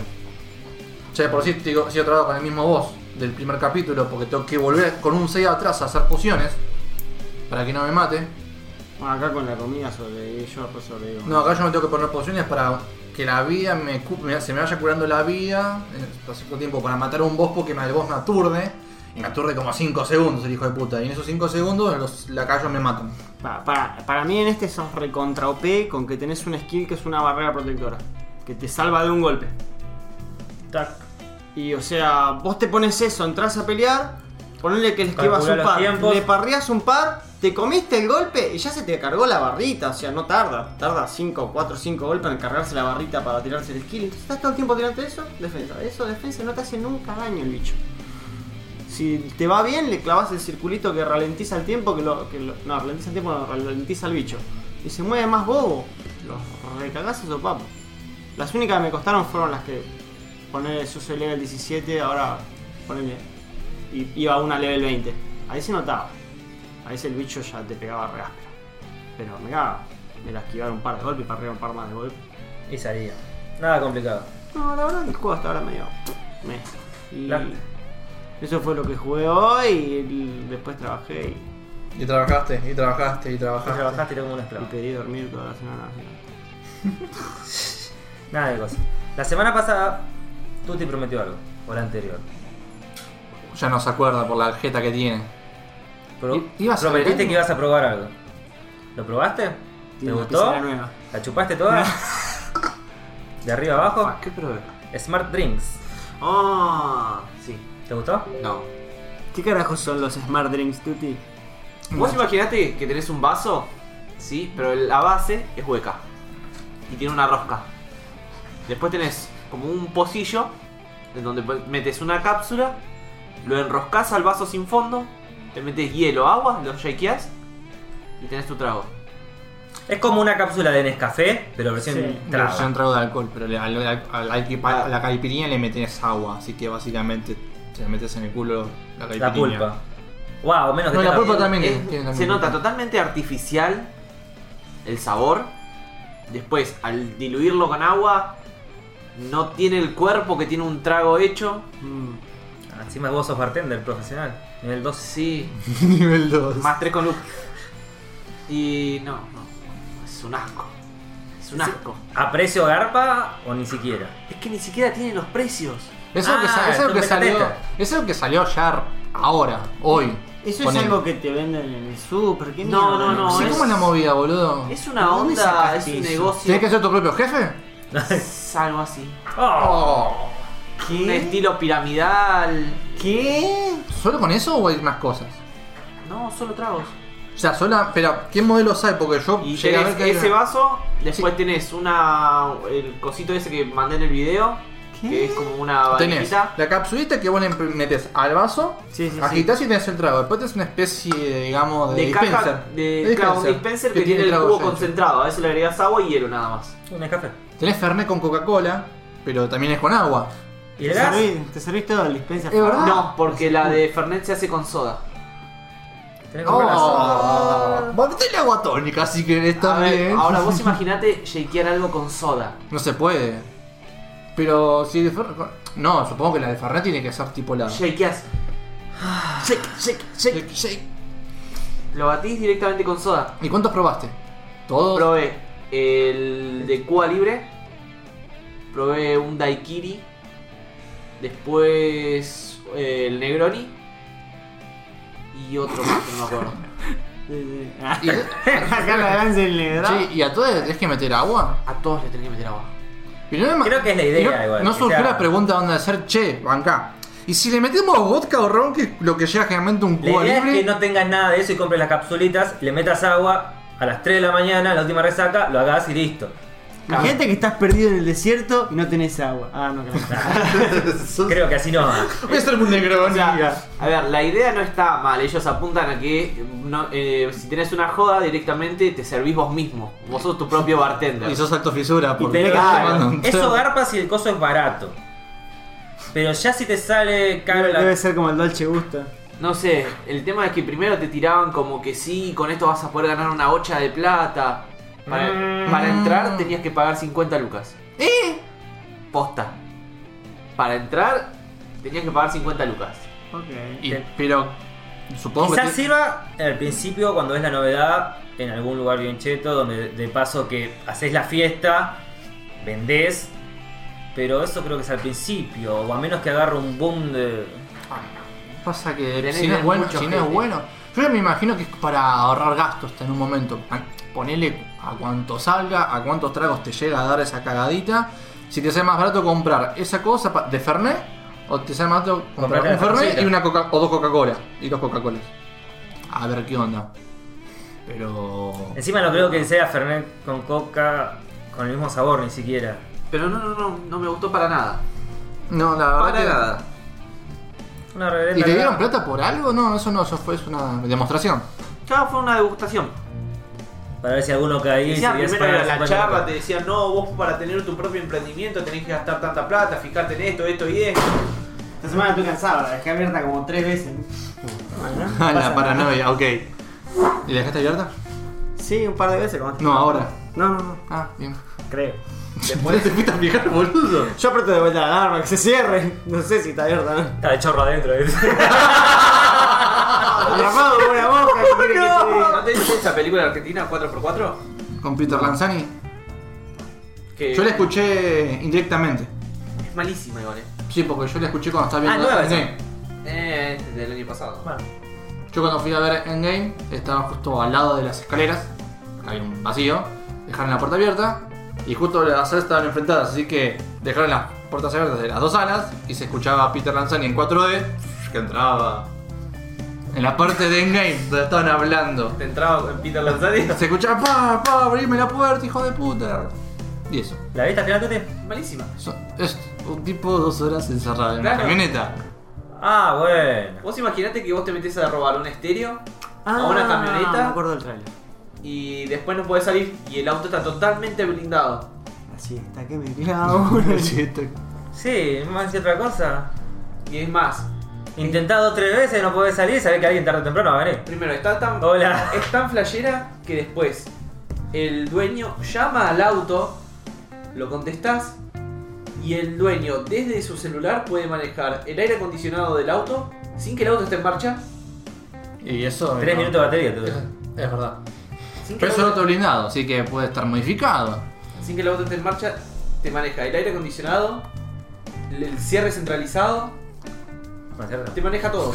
S4: Ya de por sí te digo, sigo trabado con el mismo boss del primer capítulo porque tengo que volver con un 6 atrás a hacer pociones para que no me mate.
S2: Bueno, acá con la comida sobreviví, yo después sobrevivo.
S4: No, acá yo me tengo que poner pociones para que la vida me, cu- me- se me vaya curando la vida en el- a cierto tiempo para matar a un boss porque me- el boss me aturde. Y me aturde como 5 segundos el hijo de puta. Y en esos 5 segundos los lacayos me matan.
S2: Pa- Para, para mí en este sos recontra OP con que tenés un skill que es una barrera protectora. Que te salva de un golpe.
S1: Tac.
S2: Y o sea, vos te pones eso, entras a pelear, Ponele que le esquivas
S1: Calculá
S2: un
S1: los
S2: par,
S1: tiempos.
S2: le parrías un par, te comiste el golpe y ya se te cargó la barrita. O sea, no tarda. Tarda 5, 4, 5 golpes en cargarse la barrita para tirarse el skill. Entonces, estás todo el tiempo tirando eso, defensa. Eso, defensa, no te hace nunca daño el bicho. Si te va bien, le clavas el circulito que ralentiza el tiempo, que lo. Que lo- no, ralentiza el tiempo, no, ralentiza el bicho. Y se mueve más bobo. Los recagás esos papos. Las únicas que me costaron fueron las que. Ponerle, yo soy level 17, ahora. Ponerle. Y iba a una level 20. Ahí se notaba. A veces el bicho ya te pegaba re áspero. Pero me cagaba. Me la esquivaba un par de golpes, parreaba un par más de golpes.
S1: Y salía. Nada complicado.
S2: No, la verdad que el juego hasta ahora medio. Me. Y
S1: La-
S2: Eso fue lo que jugué hoy y después trabajé y,
S4: Y trabajaste, y trabajaste, y trabajaste.
S1: Trabajaste como un esclavo.
S2: y pedí dormir toda la semana. así que-
S1: Nada de cosas. La semana pasada, Tuti prometió algo. O la anterior.
S4: Ya no se acuerda por la tarjeta que tiene.
S1: Pro-
S4: I- ibas a
S1: prometiste
S4: hablar.
S1: que ibas a probar algo. ¿Lo probaste? ¿Te
S2: Tiene una
S1: gustó?
S2: pizarra nueva.
S1: ¿La chupaste toda? ¿De arriba abajo?
S3: Ah, ¿Qué probé?
S1: Smart Drinks.
S3: Ah, sí.
S1: ¿Te gustó?
S3: No.
S2: ¿Qué carajos son los Smart Drinks, Tuti?
S3: Vos imaginate que tenés un vaso, sí, pero la base es hueca. Y tiene una rosca. Después tenés como un pocillo en donde pues metes una cápsula, lo enroscas al vaso sin fondo, te metes hielo, agua, lo shakeás y tenés tu trago.
S1: Es como una cápsula de Nescafé, pero versión
S2: Sí.
S1: traba.
S4: Yo un trago de alcohol, pero le- al- al- al- al-
S3: Ah.
S4: a la caipirinha le metes agua, así que básicamente te metes en el culo la caipirinha.
S1: La pulpa. Wow, menos que
S4: No, la
S1: tenga-
S4: pulpa también
S3: Es-
S4: tiene- tiene también
S3: se nota
S4: pulpa.
S3: totalmente artificial el sabor. Después, al diluirlo con agua, no tiene el cuerpo que tiene un trago hecho.
S2: Mm.
S1: Ah, Encima vos sos bartender profesional. Nivel 12.
S3: Sí,
S4: Nivel 2.
S3: Más 3 con Luke. Y no, no. Es un asco. Es un asco.
S1: ¿A precio garpa o ni siquiera?
S3: Es que ni siquiera tienen los precios.
S4: Es algo que,
S1: Ah,
S4: sa- es algo
S1: es
S4: que
S1: un
S4: salió.
S1: beta
S4: Es algo que salió ya ahora, hoy.
S2: Eso
S4: Ponele.
S2: es algo que te venden en el super. ¿qué
S3: No,
S2: mierda?
S3: no, no,
S4: Sí,
S3: es-
S4: ¿Cómo es la movida, boludo?
S3: Es una
S2: ¿Dónde
S3: onda, es
S2: sacaste
S3: un
S2: eso?
S3: negocio.
S4: ¿Tienes que ser tu propio jefe?
S3: Es algo así.
S1: Oh,
S4: Oh.
S3: Un
S2: ¿Qué?
S3: estilo piramidal.
S2: ¿Qué?
S4: ¿Solo con eso o hay más cosas?
S3: No, solo tragos.
S4: O sea, sola. Pero, ¿qué modelos hay? Porque yo
S3: Y
S4: llegué a ver
S3: tenés
S4: que.
S3: ese
S4: era-
S3: vaso, después tenés una. el cosito ese que mandé en el video. Que
S2: ¿Qué?
S3: es como una
S4: Tenés
S3: valijita.
S4: la capsulita que vos le metes al vaso,
S2: Sí, sí, sí.
S4: agitás y tenés el trago. Después tenés una especie, de, digamos, de,
S3: De
S4: dispenser.
S3: caja de,
S4: De
S3: claro, un dispenser que, tiene el
S4: trago
S3: cubo
S4: ya hecho.
S3: concentrado. A eso le agregás agua y hielo nada más.
S1: un Nescafé.
S4: Tenés Fernet con Coca-Cola, pero también es con agua.
S1: ¿Y
S2: ¿Te
S1: el gas?
S2: servís, te servís todo el dispensa?
S4: Es verdad.
S3: No, porque la de Fernet se hace con soda.
S1: Tenés que comprar la
S4: Oh, Metele agua tónica si querés
S3: A ver,
S4: también.
S3: ahora vos imaginate shakear algo con soda.
S4: No se puede. Pero si de Fernet. No, supongo que la de Fernet tiene que ser tipo la.
S3: Shakeás,
S2: Shake, shake, shake.
S4: Shake, shake.
S3: lo batís directamente con soda.
S4: ¿Y cuántos probaste? Todos.
S3: Probé el de Cuba Libre, probé un Daikiri, después eh, el Negroni y otro más que no me acuerdo.
S2: Sí, sí. Ah,
S4: Y-
S2: Acá la danza en el drama.
S4: Che, ¿y a todos le tenés que meter agua?
S3: A todos les tenés que meter agua.
S4: Pero no me-
S1: Creo que es la idea
S4: no,
S1: igual,
S4: No
S1: que
S4: surgió
S1: sea-
S4: la pregunta donde hacer, che, banca. Y si le metemos vodka o ron, que es lo que llega generalmente un
S1: La
S4: cubo
S1: idea es
S4: libre.
S1: que no tengas nada de eso y compres las capsulitas, le metas agua a las 3 de la mañana, la última resaca, lo hagas y listo.
S2: Imagínate que estás perdido en el desierto y no tenés agua. Ah, no, claro.
S1: Creo que así no va.
S4: Voy a hacer un negrón.
S3: O sea, a ver, la idea no está mal, ellos apuntan a que no- eh, si tenés una joda directamente te servís vos mismo. Vos sos tu propio bartender.
S4: Y sos alto fisura. porque
S2: tenés que-
S4: estás
S2: Claro,
S4: tomando un
S1: Eso
S4: trago.
S1: garpa si el coso es barato. Pero ya si te sale caro la-
S2: Debe ser como el Dolce Gusto.
S3: No sé, el tema es que primero te tiraban como que sí, con esto vas a poder ganar una hocha de plata. Para,
S1: Mm.
S3: para entrar tenías que pagar 50 lucas. ¿Eh? Posta. Para entrar tenías que pagar 50 lucas.
S2: Ok.
S4: Y- pero supongo que.
S1: Quizás
S4: te-
S1: sirva al principio cuando es la novedad en algún lugar bien cheto, donde de paso que haces la fiesta, vendés, pero eso creo que es al principio, o a menos que agarre un boom de...
S4: Pasa que
S3: Tenés
S4: si no es
S3: bien
S4: bueno,
S3: mucho
S4: si no es
S3: gente.
S4: bueno. Yo ya me imagino que es para ahorrar gastos en un momento. Ah, Ponele a cuánto salga, a cuántos tragos te llega a dar esa cagadita. Si te sale más barato comprar esa cosa pa- de Fernet O te sale más barato comprar
S1: Comprate
S4: un
S1: la
S4: Fernet
S1: cervecita.
S4: y una coca o dos Coca-Cola. Y dos Coca-Colas. A ver qué onda. Pero.
S1: Encima no creo que sea Fernet con coca con el mismo sabor, ni siquiera.
S3: Pero no, no, no, no me gustó para nada.
S4: No, la verdad.
S3: Para
S4: que-
S3: nada.
S1: Una
S4: ¿Y
S1: reverenda
S4: le dieron
S1: cagada.
S4: plata por algo? No, eso no, eso fue es una demostración.
S3: Ya fue una degustación.
S1: Para ver si alguno caía y
S3: Decían
S1: seguías
S3: primero era
S1: pagando
S3: la
S1: 50
S3: charla, te
S1: lucas.
S3: decían, no, vos para tener tu propio emprendimiento tenés que gastar tanta plata, fijarte en esto, esto y esto.
S2: Esta semana estoy cansado, la dejé abierta como tres veces. Bueno, no pasa
S4: la
S2: nada.
S4: paranoia, ok. ¿Y la dejaste abierta?
S2: Sí, un par de veces. como-
S4: No, ahora.
S2: No, no, no.
S4: Ah, bien.
S2: Creo.
S4: Después te fuiste a fijar, boludo.
S2: Yo aprieto de vuelta la alarma, que se cierre. No sé si está abierta o no.
S1: Está de chorro adentro. ¿eh?
S2: Ah, Atrapado por una boca. ¿qué quiere que te diga?
S3: ¿No te viste esa película argentina 4x4?
S4: Con Peter Lanzani.
S3: Que
S4: Yo la escuché indirectamente.
S3: es malísima igual, eh.
S4: Sí, porque yo la escuché cuando estaba
S1: Ah,
S4: viendo
S1: nueva
S4: Endgame.
S3: Eh, es del año pasado.
S1: Bueno,
S4: Yo cuando fui a ver Endgame, estaba justo al lado de las escaleras. Había un vacío. Dejaron la puerta abierta. Y justo las salas estaban enfrentadas, así que dejaron las puertas abiertas de las dos salas. Y se escuchaba a Peter Lanzani en 4D. Que entraba. En la parte de Endgame, donde estaban hablando.
S3: Te entraba en Peter Lanzani.
S4: Se escuchaba, pa, pa, abrime la puerta, hijo de puta. Y eso.
S1: ¿La viste al final, Tete?
S3: malísima.
S4: Eso- es un tipo dos horas encerrado en
S3: Claro.
S4: una camioneta.
S1: Ah, bueno.
S3: Vos imaginate que vos te metés a robar un estéreo a
S2: Ah,
S3: una camioneta
S2: Me acuerdo del trailer.
S3: y después no podés salir y el auto está totalmente blindado.
S2: Así está, que me
S1: Ah,
S2: clavo.
S4: Sí, te-
S1: Sí, no más que otra cosa.
S3: Y es más,
S1: Intentado tres veces, no podés salir, sabés que alguien tarde o temprano va a venir.
S3: primero, está tan,
S1: Hola.
S3: es tan flashera que después el dueño llama al auto, lo contestás y el dueño desde su celular puede manejar el aire acondicionado del auto sin que el auto esté en marcha.
S4: Y eso.
S1: Tres
S4: no.
S1: minutos de batería, tú.
S4: Es verdad.
S3: Sin que, el
S4: Pero es un
S3: auto,
S4: auto blindado, así que puede estar modificado.
S3: sin que el auto esté en marcha, te maneja el aire acondicionado, el- el cierre centralizado,
S1: No es cierto.
S3: te maneja todo.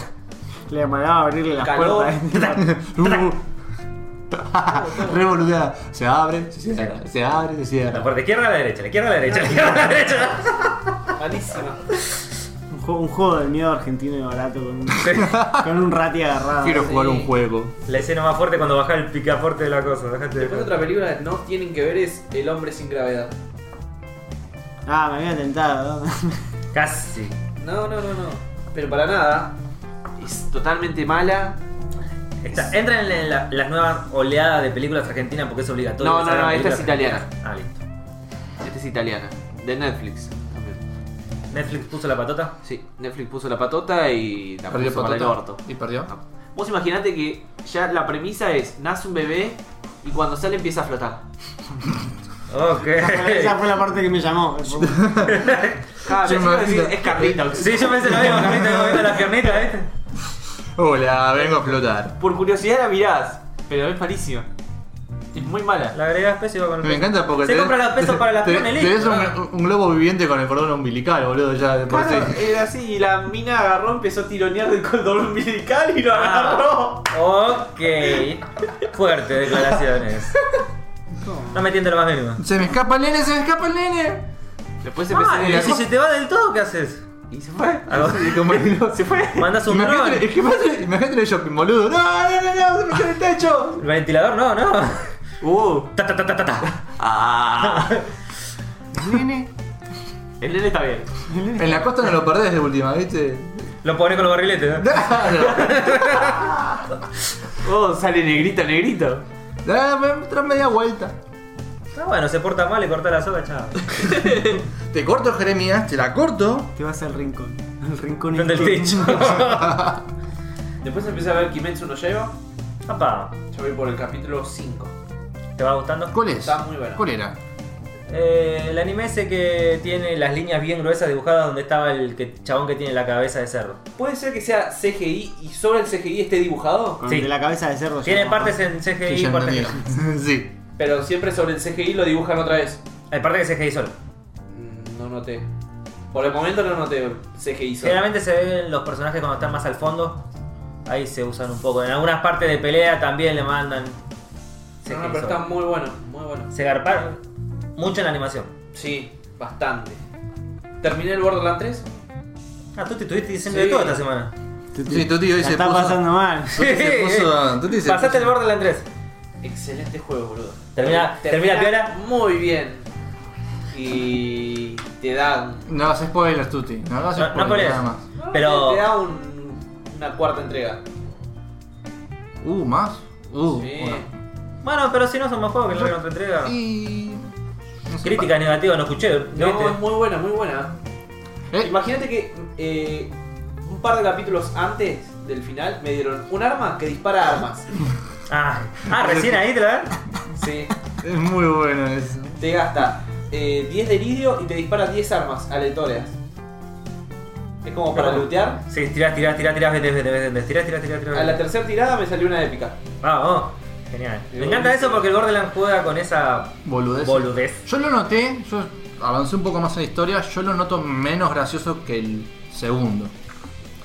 S2: Le mandaba a abrirle las
S3: Calor.
S2: puertas.
S4: Revolucionada. Se abre, se cierra, se abre, se
S1: La
S4: cierra.
S1: puerta izquierda a la derecha, la izquierda a la derecha, la izquierda a la derecha.
S3: Malísima.
S2: un, juego, un juego de miedo argentino y barato con un, con un rati agarrado.
S4: Quiero jugar
S3: Sí.
S4: un juego.
S1: La escena más fuerte cuando baja el picaporte de la cosa. Dejate de
S3: Después otra película que no tienen que ver es El hombre sin gravedad.
S2: Ah, me había tentado. ¿no?
S1: Casi.
S3: No, no, no, no. Pero para nada. Es totalmente mala.
S1: Está- entran en la- las nuevas oleadas de películas argentinas porque es obligatorio.
S3: No,
S1: que
S3: no,
S1: salgan
S3: no, esta es
S1: películas argentinas. Ah, listo.
S3: Esta Este es italiana. De Netflix. También.
S1: Netflix puso la patota.
S3: Sí, Netflix puso la patota y la
S4: Perdió
S3: puso para el
S4: patota.
S3: orto.
S4: Y perdió.
S3: No. Vos imaginate que ya la premisa es, nace un bebé y cuando sale empieza a flotar.
S1: Ok.
S2: Esa fue la parte que me llamó.
S3: Ah, pensé que
S4: Yo me
S3: iba a decir,
S4: imagino-
S3: es Carlitos.
S1: sí, yo pensé lo mismo, Carlita, como viendo las piernitas, ¿viste?
S4: Hola, vengo a explotar.
S3: Por curiosidad la mirás, pero es malísima. Es muy mala.
S1: La agregás peso y va con el
S4: Me
S1: peso.
S4: encanta porque
S1: Se
S4: te-
S1: compra los pesos para la
S4: te-
S1: pierna y
S4: Te ves
S1: listo.
S4: un, un globo viviente con el cordón umbilical, boludo, ya de por
S3: Claro,
S4: sí.
S3: era así, y la mina agarró, empezó a tironear del cordón umbilical y lo agarró.
S1: Ok. Fuerte declaraciones. No me entiendo lo más mínimo.
S4: Se me escapa el nene, se me escapa el nene.
S3: Después
S1: Ah,
S3: empezó
S1: y
S3: a
S1: si se te va del todo, ¿qué haces?
S3: Y se fue.
S1: Ah,
S4: Y como-
S3: Se fue.
S1: Mandas un dron.
S4: Imagínate, imagínate, imagínate en el shopping, boludo. No, no, no, no, se me quedó el techo.
S1: El ventilador no, no.
S3: Uh.
S1: Ta, ta, ta, ta, ta, ta.
S2: Ah.
S3: Ah.
S2: Nene.
S3: El nene está bien.
S4: En la costa no lo perdés de última, ¿viste?
S1: Lo pones con los barriletes. ¿no?
S4: Claro.
S3: Oh, sale negrito, negrito.
S4: Dame otra media vuelta.
S1: Está Ah, bueno, se porta mal y corta la soga, chao.
S4: Te corto, Jeremías, te la corto.
S2: Te vas al rincón. El rincón
S1: Prende el techo.
S2: interno.
S3: Después empecé a ver Kimetsu no Yaiba.
S1: Papá,
S3: Yo voy por el capítulo 5.
S1: ¿te va gustando?
S4: ¿Cuál es?
S3: Está muy buena.
S4: ¿Cuál era?
S1: Eh, el anime ese que tiene las líneas bien gruesas dibujadas donde estaba el que, chabón que tiene la cabeza de cerdo.
S3: ¿Puede ser que sea CGI y sobre el CGI esté dibujado?
S2: Con
S1: Sí.
S2: el de la cabeza de cerdo.
S1: Tiene
S2: yo-
S1: partes en CGI
S4: Sí, ya
S1: y partes que
S4: entendí.
S1: no.
S4: sí.
S3: Pero siempre sobre el CGI lo dibujan otra vez.
S1: Hay partes que CGI solo.
S3: Mm, No noté. Por el momento no noté CGI solo.
S1: Generalmente se ven los personajes cuando están más al fondo. Ahí se usan un poco. En algunas partes de pelea también le mandan
S3: No, no,
S1: CGI
S3: Ah, pero está
S1: solo.
S3: muy bueno, muy bueno.
S1: Se garparon mucho en la animación.
S3: Sí, bastante. Terminé el Borderlands 3.
S1: Ah, tú te estuviste diciendo de
S5: Sí.
S1: todo esta semana.
S4: Sí, tu tío
S2: La
S4: dice.
S2: está pasando mal.
S4: Tuti se puso- Tuti se
S1: Pasaste el
S4: puso-
S1: borde del Andrés.
S3: Excelente juego, boludo.
S1: Termina- termina piola.
S3: Muy bien. Y te dan.
S4: No hagas spoilers, Tuti. No hagas
S1: No,
S4: spoilers.
S1: no pelees.
S4: nada más.
S1: Pero.
S3: Te da un- una cuarta entrega.
S4: Uh, más. Uh,
S3: Sí.
S4: bueno.
S1: Bueno, pero si no son más juegos que la otra entrega.
S4: Y. no sé,
S1: Críticas negativas no escuché.
S3: No,
S1: ¿viste?
S3: es muy buena, muy buena.
S4: pa- Eh,
S3: Imagínate que eh, un par de capítulos antes del final me dieron un arma que dispara armas.
S1: Ah, ah, recién ahí te la dan.
S3: Sí.
S4: Es muy bueno eso.
S3: Te gasta eh, 10 de iridio y te dispara 10 armas aleatorias. Es como para
S1: No.
S3: lootear.
S1: Sí, tirás, tirás, tirás, tirás, vete, vete, vete, vete, tirás, tirás, tirás, tirás.
S3: A la
S1: vete.
S3: tercera tirada me salió una épica.
S1: Ah, Vamos, genial. Me
S3: Digo,
S1: encanta
S3: sí.
S1: eso porque el Borderlands juega con esa
S4: Boludez.
S1: boludez.
S4: Yo lo noté, yo avancé un poco más en la historia, yo lo noto menos gracioso que el segundo.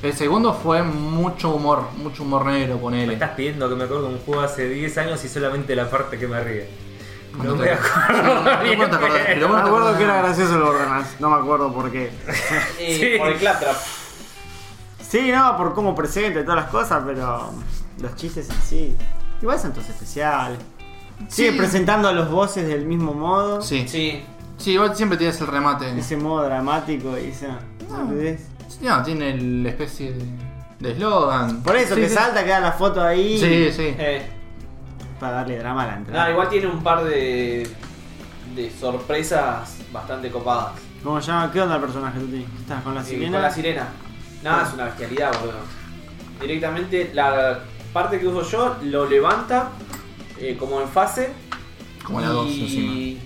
S4: El segundo fue mucho humor, mucho humor negro,
S1: Me
S4: ponele.
S1: estás pidiendo que me acuerdo de un juego hace 10 años y solamente la parte que me ríe. No
S4: No te-
S1: me acuerdo.
S4: no te
S1: bien.
S4: acordás,
S2: No
S4: pero vos
S2: me
S4: no
S2: acuerdo
S4: te acordás.
S2: que era gracioso el Borderlands, no me acuerdo por qué.
S3: Eh,
S1: Sí.
S3: Por el claptrap.
S2: Sí, no, por cómo presenta y todas las cosas, pero los chistes en sí. Igual son todos especiales. Sigue
S4: Sí.
S2: presentando a los voces del mismo modo.
S4: Sí. sí,
S3: Sí.
S4: igual siempre tienes el remate.
S2: Ese modo dramático y esa.
S4: No.
S2: ¿entendés?
S4: No, tiene la especie de de eslogan.
S2: Por eso
S4: Sí,
S2: te
S4: sí.
S2: salta, queda la foto ahí.
S4: Sí, sí.
S3: Eh,
S2: Para darle drama a la entrada.
S3: nada, igual tiene un par de, de sorpresas bastante copadas.
S2: ¿Cómo se llama? ¿Qué onda el personaje tú tienes? ¿Estás con la
S3: Sí,
S2: sirena?
S3: Con la sirena. Nada, es una bestialidad, boludo. Directamente la parte que uso yo lo levanta eh, como en fase.
S4: Como la 2
S3: y-
S4: encima.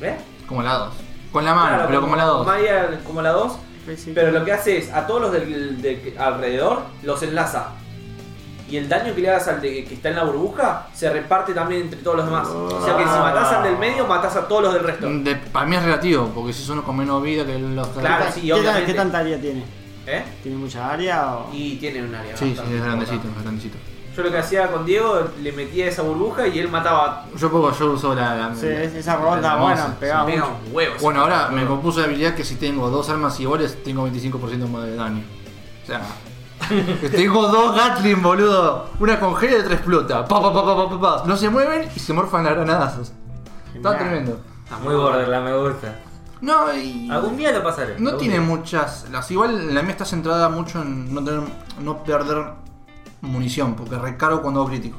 S3: ¿Ves?
S4: Como la 2. Con la mano,
S3: Claro,
S4: pero como la 2.
S3: Maya como la 2.
S2: Sí, sí.
S3: Pero lo que hace es a todos los del, de alrededor los enlaza. Y el daño que le hagas al de, que está en la burbuja se reparte también entre todos los demás. O sea que si matás al del medio, matás a todos los del resto.
S4: De- para mí es relativo, porque si uno con menos vida que los
S2: ¿Qué,
S3: Claro,
S2: tan-
S3: sí,
S2: ¿qué, tan-
S3: obviamente.
S2: qué tanta área tiene?
S3: ¿Eh?
S2: ¿Tiene mucha área o.?
S3: Y tiene un área.
S4: Sí, sí,
S3: bastante
S4: es grandecito,
S3: importante.
S4: es grandecito.
S3: Yo lo que hacía con Diego, le metía esa burbuja y él mataba.
S4: Yo poco, yo uso la. la-
S2: Sí,
S4: la-
S2: esa
S4: la
S2: ronda, bueno,
S4: hermosa,
S2: pegaba
S3: Pega
S2: mucho.
S3: un huevo. ese
S4: Bueno, ahora me compuso la habilidad que si tengo dos armas iguales, tengo 25% más de daño. O sea, tengo dos Gatling, boludo. Una congela y otra explota. Pa, pa, pa, pa, pa, pa, pa. No se mueven y se morfan a granadazos. Está
S2: Genial.
S4: tremendo.
S3: Está
S1: Muy Borderlands, me gusta.
S4: No, y.
S1: Algún día lo pasaré.
S4: No
S1: algún
S4: tiene
S1: día.
S4: muchas. Las igual la mía está centrada mucho en no tener, no perder munición, porque recargo cuando hago crítico.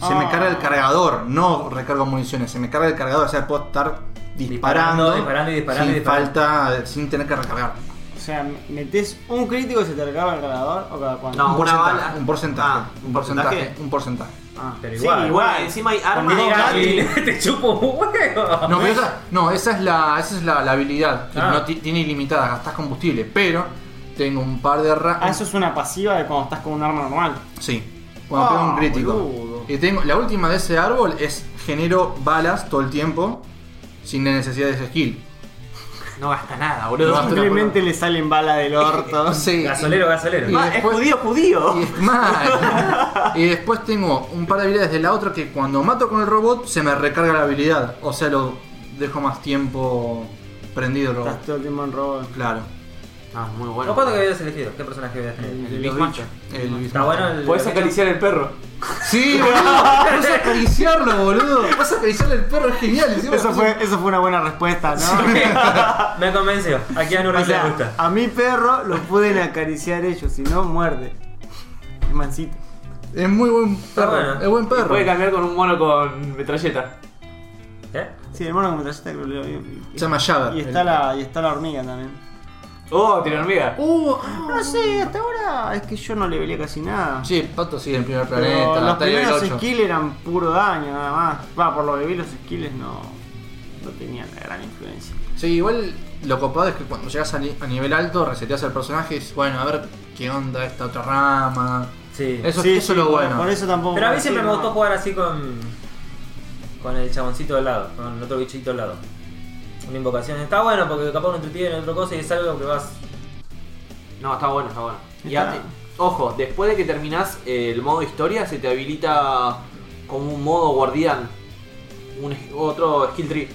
S4: Se me
S2: Ah.
S4: carga el cargador, no recargo municiones, se me carga el cargador, o sea, puedo estar disparando,
S1: Disparando, disparando y disparando y
S4: sin
S1: disparando.
S4: falta, sin tener que recargar.
S2: O sea, metes un crítico y se te recarga el cargador o cada cuánto.
S3: No.
S4: un,
S3: una
S4: porcentaje,
S3: bala.
S4: un porcentaje,
S3: Ah,
S4: un porcentaje,
S3: ¿porcentaje?
S4: un porcentaje.
S2: Ah.
S1: Pero
S2: Sí,
S1: igual.
S3: Igual, encima hay armas.
S2: Con
S1: Mira,
S2: Gatti.
S1: y te chupo un huevo.
S4: No, pero esa, no, esa es la, esa es la, la habilidad, que
S1: pues. Ah.
S4: no ti- tiene ilimitada, gastas combustible, pero tengo un par de ra-
S2: Ah, eso es una pasiva de cuando estás con un arma normal.
S4: Sí. Cuando pego
S2: Ah,
S4: un crítico.
S2: boludo.
S4: Y tengo, la última de ese árbol es genero balas todo el tiempo sin la necesidad de ese skill.
S3: No gasta nada,
S4: No
S3: boludo.
S4: gasta
S2: Simplemente le salen balas del orto.
S4: Sí.
S1: Gasolero,
S4: Y
S1: gasolero.
S2: Ah,
S4: después-
S2: es judío, judío.
S4: Y, es- mal. y después tengo un par de habilidades de la otra que cuando mato con el robot se me recarga la habilidad. O sea, lo dejo más tiempo prendido el
S2: Estás
S4: robot.
S2: todo el tiempo en robot.
S4: Claro.
S3: Ah, muy
S1: ¿Vos cuánto que habías elegido? ¿Qué personaje habías tenido?
S2: El Big
S3: Los
S2: Mac.
S3: bichos.
S4: El-
S1: Está bueno el.
S3: Podés
S1: lo que-
S3: acariciar el perro.
S4: Sí, boludo. Vas a acariciarlo, boludo. Vas a acariciarle el perro, es genial. encima-
S2: Eso fue, eso fue una buena respuesta, ¿no?
S1: Me convenció. Aquí a
S2: O
S1: Nurri le
S2: sea,
S1: gusta.
S2: a mi perro lo pueden acariciar ellos, si no muerde. Es mansito.
S4: Es muy buen perro.
S1: bueno.
S4: Es buen perro.
S3: Puede cambiar con un mono con metralleta.
S1: ¿Eh?
S2: Sí, el mono como trayecta creo que lo vi.
S4: Se llama Jagger.
S2: Y está la, y está la hormiga también.
S3: Oh, tiene hormiga.
S2: Uh, no sé, hasta ahora es que yo no le veía casi nada.
S4: Sí, el pato sigue en primer
S2: Pero
S4: planeta,
S2: los
S4: hasta nivel
S2: primeros
S4: 8.
S2: skills eran puro daño nada más. Va, por lo que vi los skills no, no tenían la gran influencia.
S4: Sí, igual lo copado es que cuando llegas a, ni- a nivel alto, reseteas al personaje y dices, bueno, a ver qué onda esta otra rama.
S1: Sí.
S4: Eso, eso es lo
S2: por-
S4: bueno.
S2: Por eso tampoco.
S1: Pero a mí
S2: sí,
S1: siempre me
S2: no.
S1: gustó jugar así con. con el chaboncito al lado, con el otro bichito al lado. Una invocación. Está bueno porque capaz uno te tiene otra cosa y es algo que vas.
S3: No, está bueno, está bueno. Y
S2: Está-
S3: ate- ojo, después de que terminás eh, el modo historia, se te habilita como un modo guardián. Un, es- otro skill tree.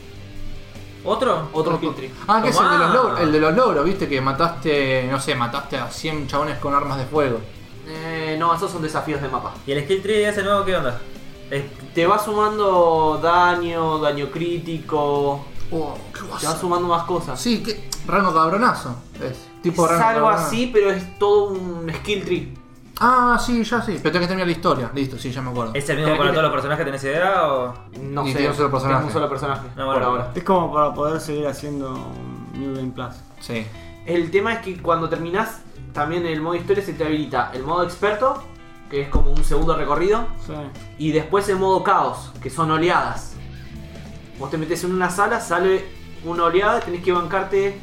S1: ¿Otro?
S3: Otro
S4: Otro.
S3: Piltry.
S4: Ah, que es el de, los
S1: Tomá.
S4: logros, el de los logros, viste, que mataste, no sé, mataste a 100 chabones con armas de fuego.
S3: Eh, no, esos son desafíos de mapa. Eh,
S1: ¿Y el skill tree ese nuevo qué onda? Es-
S3: Te va sumando daño, daño crítico.
S4: Oh, qué
S3: Te va
S4: guaso.
S3: sumando más cosas.
S4: Sí, que rango cabronazo. Es tipo
S3: es
S4: rango
S3: algo
S4: cabronazo.
S3: así, pero es todo un skill tree.
S4: Ah, sí, ya sí. Pero tengo que terminar la historia. Listo, sí, ya me acuerdo.
S1: ¿Es el mismo para todos los personajes que tenés idea o.?
S3: No
S4: Ni
S3: sé.
S4: tiene un solo personaje.
S3: tengo un solo personaje,
S1: No,
S3: por
S1: bueno.
S3: ahora.
S2: Es como para poder seguir haciendo un New Game Plus.
S4: Sí.
S3: El tema es que cuando terminás, también el modo historia se te habilita el modo experto, que es como un segundo recorrido,
S2: Sí.
S3: y después el modo caos, que son oleadas. Vos te metes en una sala, sale una oleada, tenés que bancarte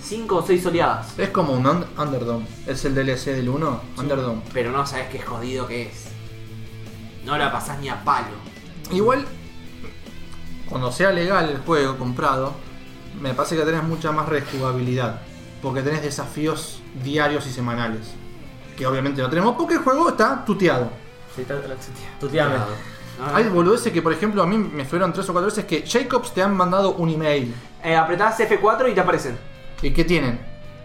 S3: 5 o 6 oleadas.
S4: Es como un und- Underdome. Es el DLC del 1. Underdome.
S3: Pero no sabes qué jodido que es. No la pasás ni a palo.
S4: Igual, cuando sea legal el juego comprado, me parece que tenés mucha más rejugabilidad. Porque tenés desafíos diarios y semanales. Que obviamente no tenemos porque el juego está tuteado.
S1: Sí, está Tuteame.
S3: No, no.
S4: Hay boludeces que, por ejemplo, a mí me fueron tres o cuatro veces que Jacobs te han mandado un email.
S3: Eh, apretás F4 y te aparecen.
S4: ¿Y qué tienen?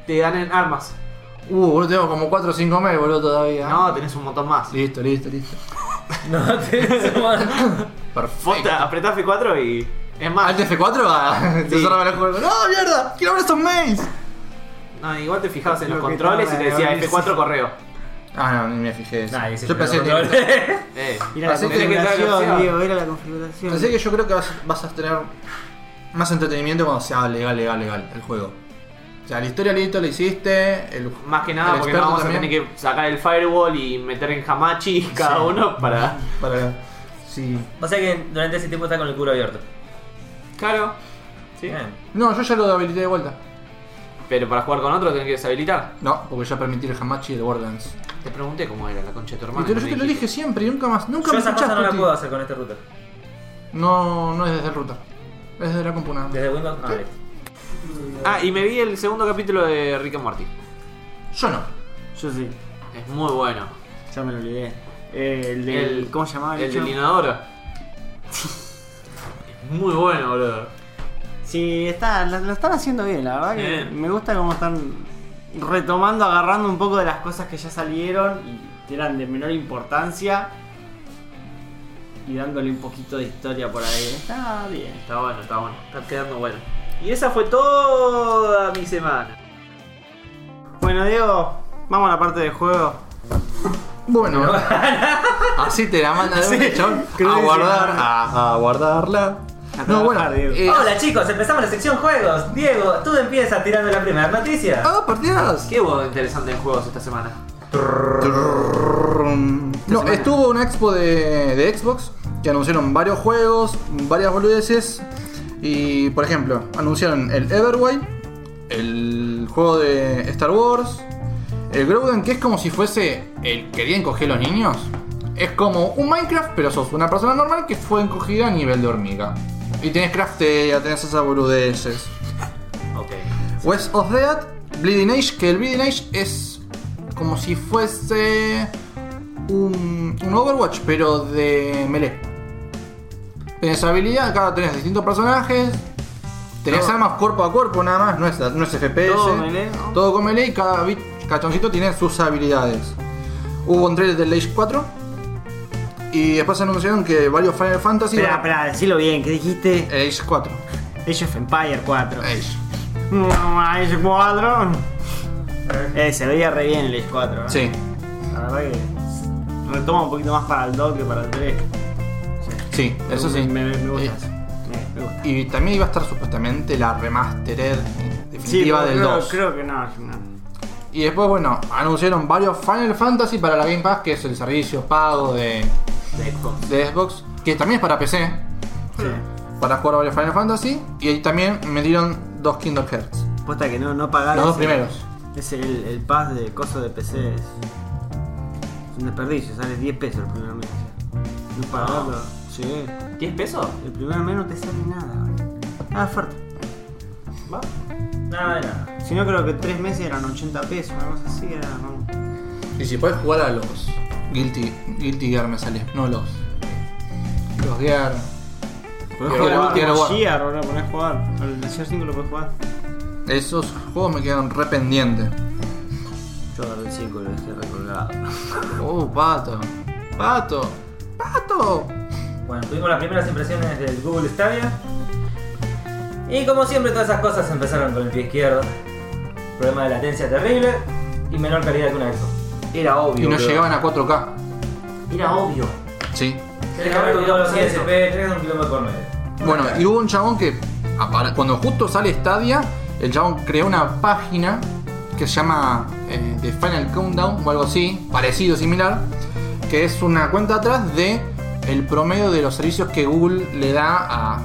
S3: Te dan en armas.
S4: Uh, boludo, tengo como cuatro o cinco mails, boludo, todavía.
S3: No, tenés un montón más.
S4: Ah. Listo, listo, listo.
S1: No, te suman.
S3: Vos te
S4: Perfecto.
S3: apretás F4 y. Es más.
S4: ¿Al TF4? Ah, te
S3: Sí.
S4: cerraba el juego. ¡No, mierda! ¡Quiero ver estos mails!
S3: No, igual te fijabas en los
S2: Lo que
S3: controles y
S2: tarda
S3: te
S2: de
S3: decía
S2: abrirse.
S3: F4 correo.
S4: Ah, no, ni me fijé. eso.
S1: Nah, ese
S4: Yo pensé
S1: control.
S4: que.
S3: Eh.
S2: Era la
S4: Así que tenés que
S3: entrar en
S2: configuración,
S3: opción.
S2: Diego, era la configuración.
S4: Así que yo creo que vas, vas a tener más entretenimiento cuando sea legal, legal, legal el juego. O sea, la historia listo, la hiciste. El,
S3: Más que nada
S4: el
S3: porque no
S4: experto
S3: vamos a
S4: también,
S3: tener que sacar el firewall y meter en hamachi cada
S4: Sí.
S3: uno para.
S4: Para, sí.
S1: O sea que durante ese tiempo está con el culo abierto.
S3: Claro. Sí.
S1: Bien.
S4: No, yo ya lo habilité de vuelta.
S3: Pero para jugar con otro tenés que deshabilitar.
S4: No, porque ya permití el Hamachi de Borderlands.
S3: Te pregunté cómo era la concha de tu
S4: Y
S3: hermano.
S4: te, yo te lo dije siempre y nunca más. Nunca
S1: Yo
S4: me
S1: esa cosa
S4: escuchaste,
S1: no la
S4: Tuti.
S1: puedo hacer con este router.
S4: No, no es desde el router. Es desde la compu nada más.
S1: Desde Windows. Ah, listo.
S3: Ah, y me vi el segundo capítulo de Rick and Morty.
S4: Yo no.
S2: Yo sí,
S3: Es muy bueno.
S2: ya me lo olvidé. Eh, el del.
S3: El-
S2: ¿Cómo se llamaba?
S3: El
S2: bicho?
S3: del inodoro. Es muy bueno, boludo.
S2: Sí, está, lo, lo están haciendo bien, la verdad que
S3: Bien.
S2: me gusta cómo están retomando, agarrando un poco de las cosas que ya salieron y que eran de menor importancia y dándole un poquito de historia por ahí. Está bien.
S3: Está bueno, está bueno. Está quedando bueno. Y esa fue toda mi semana.
S2: Bueno, Diego, vamos a la parte del juego.
S4: Bueno, así te la manda de un lechón
S2: creo
S4: a
S2: que
S4: guardar,
S2: sí.
S4: a, a guardarla.
S2: A
S4: No,
S2: trabajar,
S4: bueno,
S2: Diego.
S4: eh,
S1: Hola chicos, empezamos la sección juegos. Diego, tú empiezas tirando la primera noticia.
S4: ah, partidas.
S3: ¿Qué hubo de interesante en juegos esta semana?
S4: No, estuvo una expo de, de Xbox que anunciaron varios juegos, varias boludeces. Y por ejemplo, anunciaron el Everway, el juego de Star Wars, el Groudon, que es como si fuese el que querían coger los niños. Es como un Minecraft, pero sos una persona normal que fue encogida a nivel de hormiga. Y tenés craftea, tenés esas boludeces.
S1: Ok.
S4: West of Dead, Bleeding Age, que el Bleeding Age es como si fuese un, un Overwatch, pero de melee. Tenés habilidad, acá tenés distintos personajes, tenés
S2: Todo-
S4: armas cuerpo a cuerpo nada más, no es, no es FPS.
S2: Todo melee, ¿no?
S4: Todo con melee y cada bit- cachoncito tiene sus habilidades. Hubo un trailer del Age 4 y después anunciaron que varios Final Fantasy...
S2: Espera, espera, decilo bien, ¿qué dijiste?
S4: El Age 4.
S3: Eh.
S2: Age of Empire 4.
S4: Age.
S2: Mm, Age 4. Eh, se veía re bien el Age ¿eh? 4. ¿no?
S4: Sí,
S2: La verdad que retoma un poquito más para el 2 que para el 3.
S4: sí, eso sí.
S2: Me, me- me gusta.
S4: Eh,
S2: eso. Me- me gusta.
S4: Y también iba a estar supuestamente la remastered definitiva
S2: pero
S4: del
S2: creo,
S4: 2.
S2: creo que no. no.
S4: Y después, bueno, anunciaron varios Final Fantasy para la Game Pass, que es el servicio pago de,
S3: De Xbox.
S4: de Xbox, que también es para PC,
S2: Sí.
S4: para jugar varios Final Fantasy. Y ahí también me dieron dos Kingdom Hearts,
S2: Posta que no, no pagar.
S4: los dos
S2: ese-
S4: primeros.
S2: ese- el, el pass de coso de PC es, es un desperdicio, sale 10 pesos el primer mes. No pagarlo.
S4: Ah.
S2: Sí.
S3: ¿10 pesos?
S2: El primer mes no te sale nada, boludo. Nada fuerte.
S3: ¿Va?
S1: Nada de nada.
S2: Si no, creo que 3 meses eran 80 pesos, una cosa así. Era, no.
S4: Y si puedes jugar a los Guilty, Guilty Gear me sale, no los. Los Gear.
S2: Podés jugar
S3: Gear of
S2: al
S3: War,
S2: último
S3: Gear of War.
S2: Gear, ahora podés jugar. Al Gear 5 lo podés jugar.
S4: Esos juegos me quedan re pendientes.
S2: Yo agarré el 5 y lo dejé recolgado.
S4: Oh, pato. Pato. Pato.
S1: Bueno, tuvimos las primeras impresiones del Google Stadia. Y como siempre, todas esas cosas empezaron con el pie izquierdo. Problema de latencia terrible y menor calidad que una Xbox.
S3: Era obvio.
S4: Y no
S3: boludo.
S4: llegaban a 4K.
S3: Era obvio.
S4: Sí.
S1: Tenés que haber tocado los 100 CP, tenés un kilómetro por medio.
S4: Bueno, y hubo un chabón que, apare- cuando justo sale Stadia, el chabón creó una página que se llama eh, The Final Countdown o algo así, parecido, similar, que es una cuenta atrás de el promedio de los servicios que Google le da a,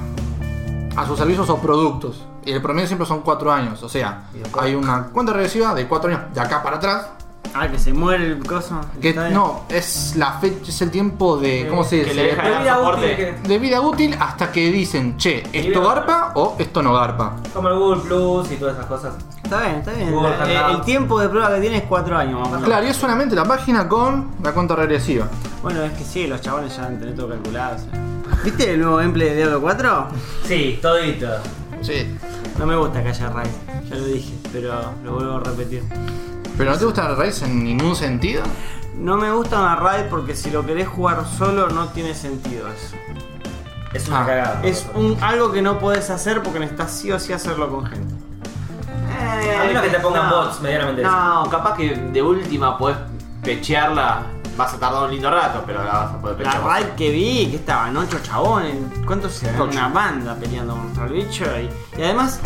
S4: a sus servicios o productos. Y el promedio siempre son 4 años, o sea, hay una cuenta regresiva de 4 años de acá para atrás.
S2: Ah, que se muere el coso.
S4: Que
S2: Está bien.
S4: no, es la fecha, es el tiempo de. ¿Cómo se
S3: que
S4: dice?
S3: le deja
S1: La
S3: Gran
S1: vida útil
S3: soporte.
S1: que-
S4: de vida útil hasta que dicen, che,
S1: vida
S4: esto garpa o esto no garpa.
S1: Como el Google Plus y todas esas cosas.
S2: Está bien, está bien.
S1: Google
S2: Eh,
S1: Hangout.
S2: el tiempo de prueba que tiene es 4 años más o menos.
S4: Claro, y es solamente la página con la cuenta regresiva.
S2: Bueno, es que sí, los chabones ya han tenido todo calculado. o sea. ¿Viste el nuevo gameplay de Diablo 4?
S1: Sí, todito.
S4: Sí.
S2: No me gusta que haya raid, ya lo dije, pero lo vuelvo a repetir.
S4: ¿Pero no te gusta la raíz en ningún sentido?
S2: No me gusta una raid porque si lo querés jugar solo no tiene sentido eso.
S1: Es una
S4: Ah,
S1: cagada.
S2: Es un, algo que no podés hacer porque necesitas sí o sí hacerlo con gente.
S1: A menos que te pongan
S3: Eh, no.
S1: bots medianamente.
S3: No, capaz que de última podés pechearla. Vas a tardar un lindo rato, pero la vas a poder
S2: La
S3: pechear. vos.
S2: raid que vi, que estaban ocho chabones, ¿cuántos se Una banda peleando contra el bicho. Y, y además,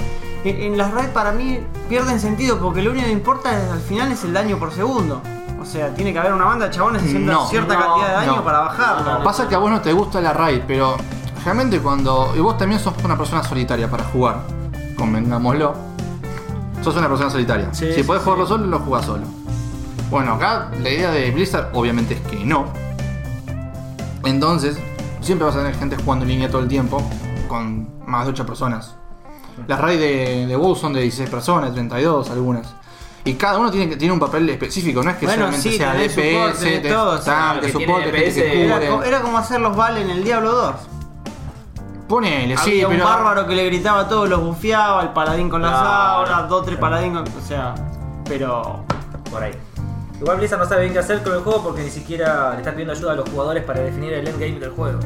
S2: en, en las raids para mí pierden sentido porque lo único que importa es- al final es el daño por segundo. O sea, tiene que haber una banda de chabones haciendo
S4: No,
S2: cierta
S3: no,
S2: cantidad de daño
S4: no.
S2: para bajarlo.
S4: Pasa que a vos no te gusta la raíz, pero realmente cuando. Y vos también sos una persona solitaria para jugar, convengámoslo. Sos una persona solitaria.
S2: Sí,
S4: si
S2: sí,
S4: podés jugarlo solo, lo jugás solo. Bueno, acá la idea de Blizzard obviamente es que no. Entonces, siempre vas a tener gente jugando en línea todo el tiempo, con más de 8 personas. Las raids de, de WoW son de 16 personas, 32 algunas. Y cada uno tiene, que- tiene un papel específico, no es que
S2: Bueno,
S4: solamente
S2: sí,
S4: sea
S2: tenés
S4: DPS,
S2: soporte, tenés
S4: tenés
S2: todo, sí,
S4: tanque,
S3: lo que tiene
S4: soporte, gente que
S3: DPS,
S2: Era,
S4: cubre.
S2: co- era como hacer los vales en el Diablo 2.
S4: Ponele, sí,
S2: Había un
S4: pero.
S2: bárbaro que le gritaba a todos, los bufeaba, el paladín con las
S3: Claro.
S2: auras, dos, tres paladín con. O sea, pero.
S1: Por ahí. Igual Blizzard no sabe bien qué hacer con el juego porque ni siquiera le está pidiendo ayuda a los jugadores para definir el endgame del juego.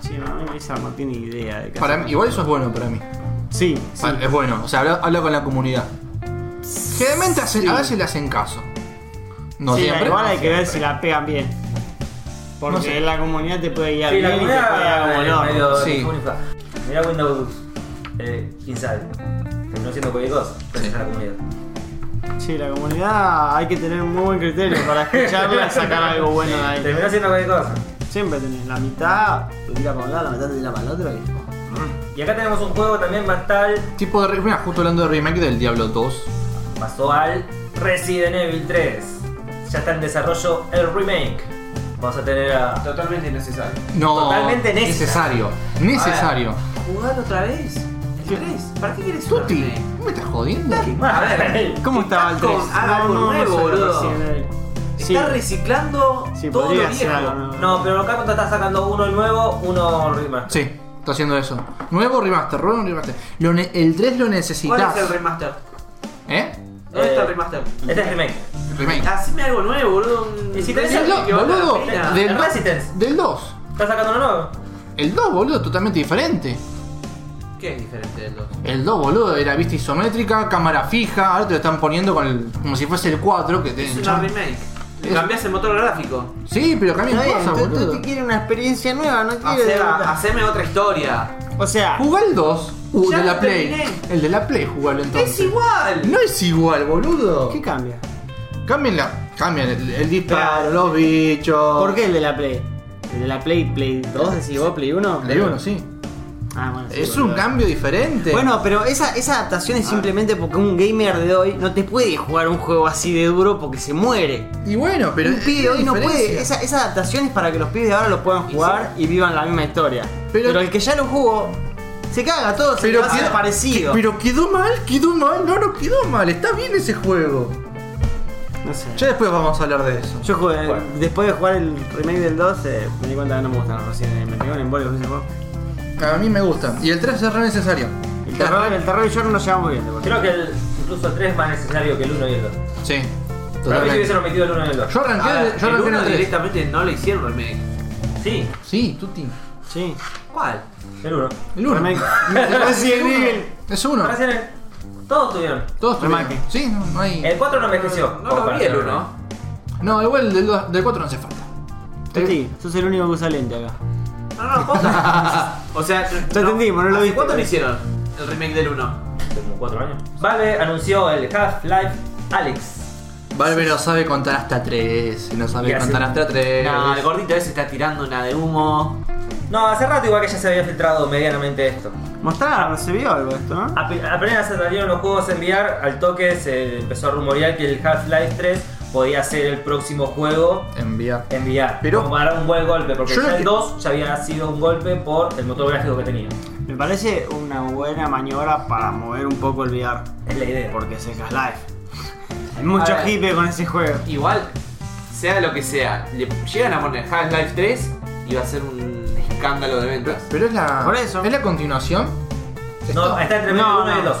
S2: Sí, no, a mí Blizzard no tiene idea de qué
S4: Para
S2: hacer.
S4: mí- igual eso es bueno para mí.
S2: Sí, sí.
S4: Vale, Es bueno, o sea, habla, habla con la comunidad. Generalmente hacen- a veces le hacen caso. No
S2: sí,
S4: siempre.
S2: Igual hay que ver si la pegan bien. Porque
S4: No sé.
S2: la comunidad te puede guiar
S1: Sí, la
S2: bien y te puede guiar como el
S1: comunidad
S2: orto.
S1: es medio
S4: Sí.
S1: disfunfa. Mirá Windows eh, Inside. Terminó siendo cualquier cosa. Pero
S4: Sí.
S1: es la comunidad.
S2: Sí, la comunidad hay que tener un muy buen criterio para escucharla y sacar algo bueno de ahí.
S1: Terminó siendo cualquier cosa.
S2: Siempre tenés la mitad, te tira para un lado, la mitad te tira para el otro y.
S1: Y acá tenemos un juego también bastal,
S4: Tipo de. re- Mira, justo hablando de remake del Diablo 2.
S1: pasó al Resident Evil 3. Ya está en desarrollo el remake. Vamos a tener a
S5: Totalmente innecesario.
S4: No.
S1: Totalmente
S4: necesario. Necesario.
S3: ¿Jugar otra vez? ¿El 3? ¿Para qué quieres jugar?
S4: Tuti, ¿no me estás jodiendo?
S3: A ver,
S2: ¿Cómo estaba el 3?
S3: Capcom haga algo nuevo,
S2: sé,
S3: boludo.
S2: recién ahí. Sí,
S3: está reciclando
S2: sí,
S3: todo lo
S2: podría ser
S3: viejo.
S2: algo nuevo.
S1: No, pero acá está sacando uno nuevo, uno remaster.
S4: Sí, está haciendo eso. Nuevo remaster, nuevo remaster. Lo ne- el 3 lo
S3: ¿Cuál es el
S4: necesitas.
S3: remaster?
S4: ¿Eh?
S3: ¿Dónde está el remaster? Ah,
S1: Este es remake.
S4: Remake.
S3: Haceme algo nuevo, boludo. un-
S1: Y si tenés
S3: algo
S4: el-
S3: que valga la
S4: boludo,
S3: pena.
S4: de-
S1: El Resistance.
S4: Del 2.
S1: Está sacando uno nuevo.
S4: El 2, boludo, totalmente diferente.
S3: ¿Qué es diferente del 2?
S4: El 2, boludo, era vista isométrica, cámara fija, ahora te lo están poniendo con el, como si fuese el 4 que te
S3: Es una remake. Le
S4: Es-
S3: cambiás el motor gráfico.
S4: Sí, pero cambian
S2: Está bien,
S4: cosas,
S2: tú- tú
S4: boludo.
S2: te quieres una experiencia nueva, no
S3: Hacer-
S2: quieres.
S3: Haceme otra historia.
S2: O sea,
S4: Jugá el 2, uh,
S3: Ya
S4: de la
S3: lo
S4: Play.
S3: terminé.
S4: El de la Play jugalo entonces.
S3: Es igual.
S4: No es igual, boludo.
S2: ¿qué cambia?
S4: Cambian la, cambian el, el disparo,
S3: Claro.
S4: los bichos.
S2: ¿Por qué el de la Play? ¿El de la Play, Play 2 decís vos, Play 1?
S4: Play 1, sí.
S2: Ah, bueno, sí,
S4: es un
S2: boludo.
S4: cambio diferente.
S2: Bueno, pero esa, esa adaptación es
S4: Ah.
S2: simplemente porque un gamer de hoy no te puede jugar un juego así de duro porque se muere.
S4: y bueno, pero
S2: un
S4: es
S2: pibe
S4: la
S2: hoy no puede.
S4: diferencia.
S2: Esa, esa adaptación es para que los pibes de ahora lo puedan jugar y, vivan la misma historia.
S4: Pero-
S2: Pero, el que ya lo jugó, se caga todo, se
S4: Pero
S2: le va a hacer
S4: queda-
S2: parecido.
S4: Pero quedó mal, quedó mal, no, no quedó mal, está bien ese juego.
S2: no sé.
S4: Ya después vamos a hablar de eso.
S2: Yo jugué,
S1: Bueno.
S2: después de jugar el remake del 2, eh, me di cuenta que no me gustan los recién. Me pegó en embole con ese juego.
S4: A mí me gusta. Y el 3 es re necesario.
S2: El terror, el terror y yo no nos llevamos bien. de acuerdo.
S1: Creo que el- incluso el 3 es más necesario que el 1 y el 2.
S4: Sí.
S1: Para mí se
S4: Totalmente.
S1: hubiesen omitido el 1 y el 2.
S4: Yo arranqué,
S3: Ahora,
S4: yo
S3: el
S4: arranqué en
S3: uno
S4: el 3.
S3: directamente no le hicieron remake.
S1: Sí,
S4: Sí, Tuti.
S2: Sí.
S3: ¿Cuál?
S1: el 1.
S4: El 1.
S2: Remake. Resident Evil.
S4: Es 1.
S1: Recién el- Todos tuvieron.
S4: Todos
S2: Remake.
S4: tuvieron. Sí, no, no hay.
S1: El 4 no envejeció.
S3: No lo vi el
S1: comparación.
S3: 1.
S4: No, igual del, dos- del 4 no hace falta.
S2: Tuti, sos el único que usa lente acá.
S3: No, no, posta. O sea,
S2: Te entendimos, no lo
S3: ¿Hace
S2: viste.
S3: ¿Cuánto lo hicieron? El remake del 1.
S1: Como 4 años. Valve anunció el Half-Life Alex.
S4: Valve no sabe contar hasta 3. No
S1: ¿Qué
S4: sabe
S1: hace?
S4: contar hasta 3.
S3: No, Eh, el gordito ese está tirando una de humo.
S1: No, hace rato igual que ya se había filtrado medianamente esto.
S2: Mostrar, se vio algo de esto, ¿no?
S1: Ape- Apenas se salieron los juegos en VR, al toque se empezó a rumorear que el Half-Life 3 podía ser el próximo juego
S4: Envía.
S1: en VR.
S4: Pero-
S1: como para un buen golpe, porque
S4: Yo
S1: ya
S4: no
S1: el
S4: que-
S1: 2 ya había sido un golpe por el motor gráfico que tenía.
S2: Me parece una buena maniobra para mover un poco el VR.
S1: Es la idea.
S2: Porque es el Half-Life. Hay mucho
S3: A ver.
S2: hipe con ese juego.
S3: Igual, sea lo que sea, le llegan a poner Half-Life 3 y va a ser un escándalo de ventas.
S4: Pero es la.
S2: Por eso.
S4: ¿Es la continuación?
S1: No,
S4: Está-
S1: está entre el
S2: No,
S1: 1 y el
S2: no.
S1: 2.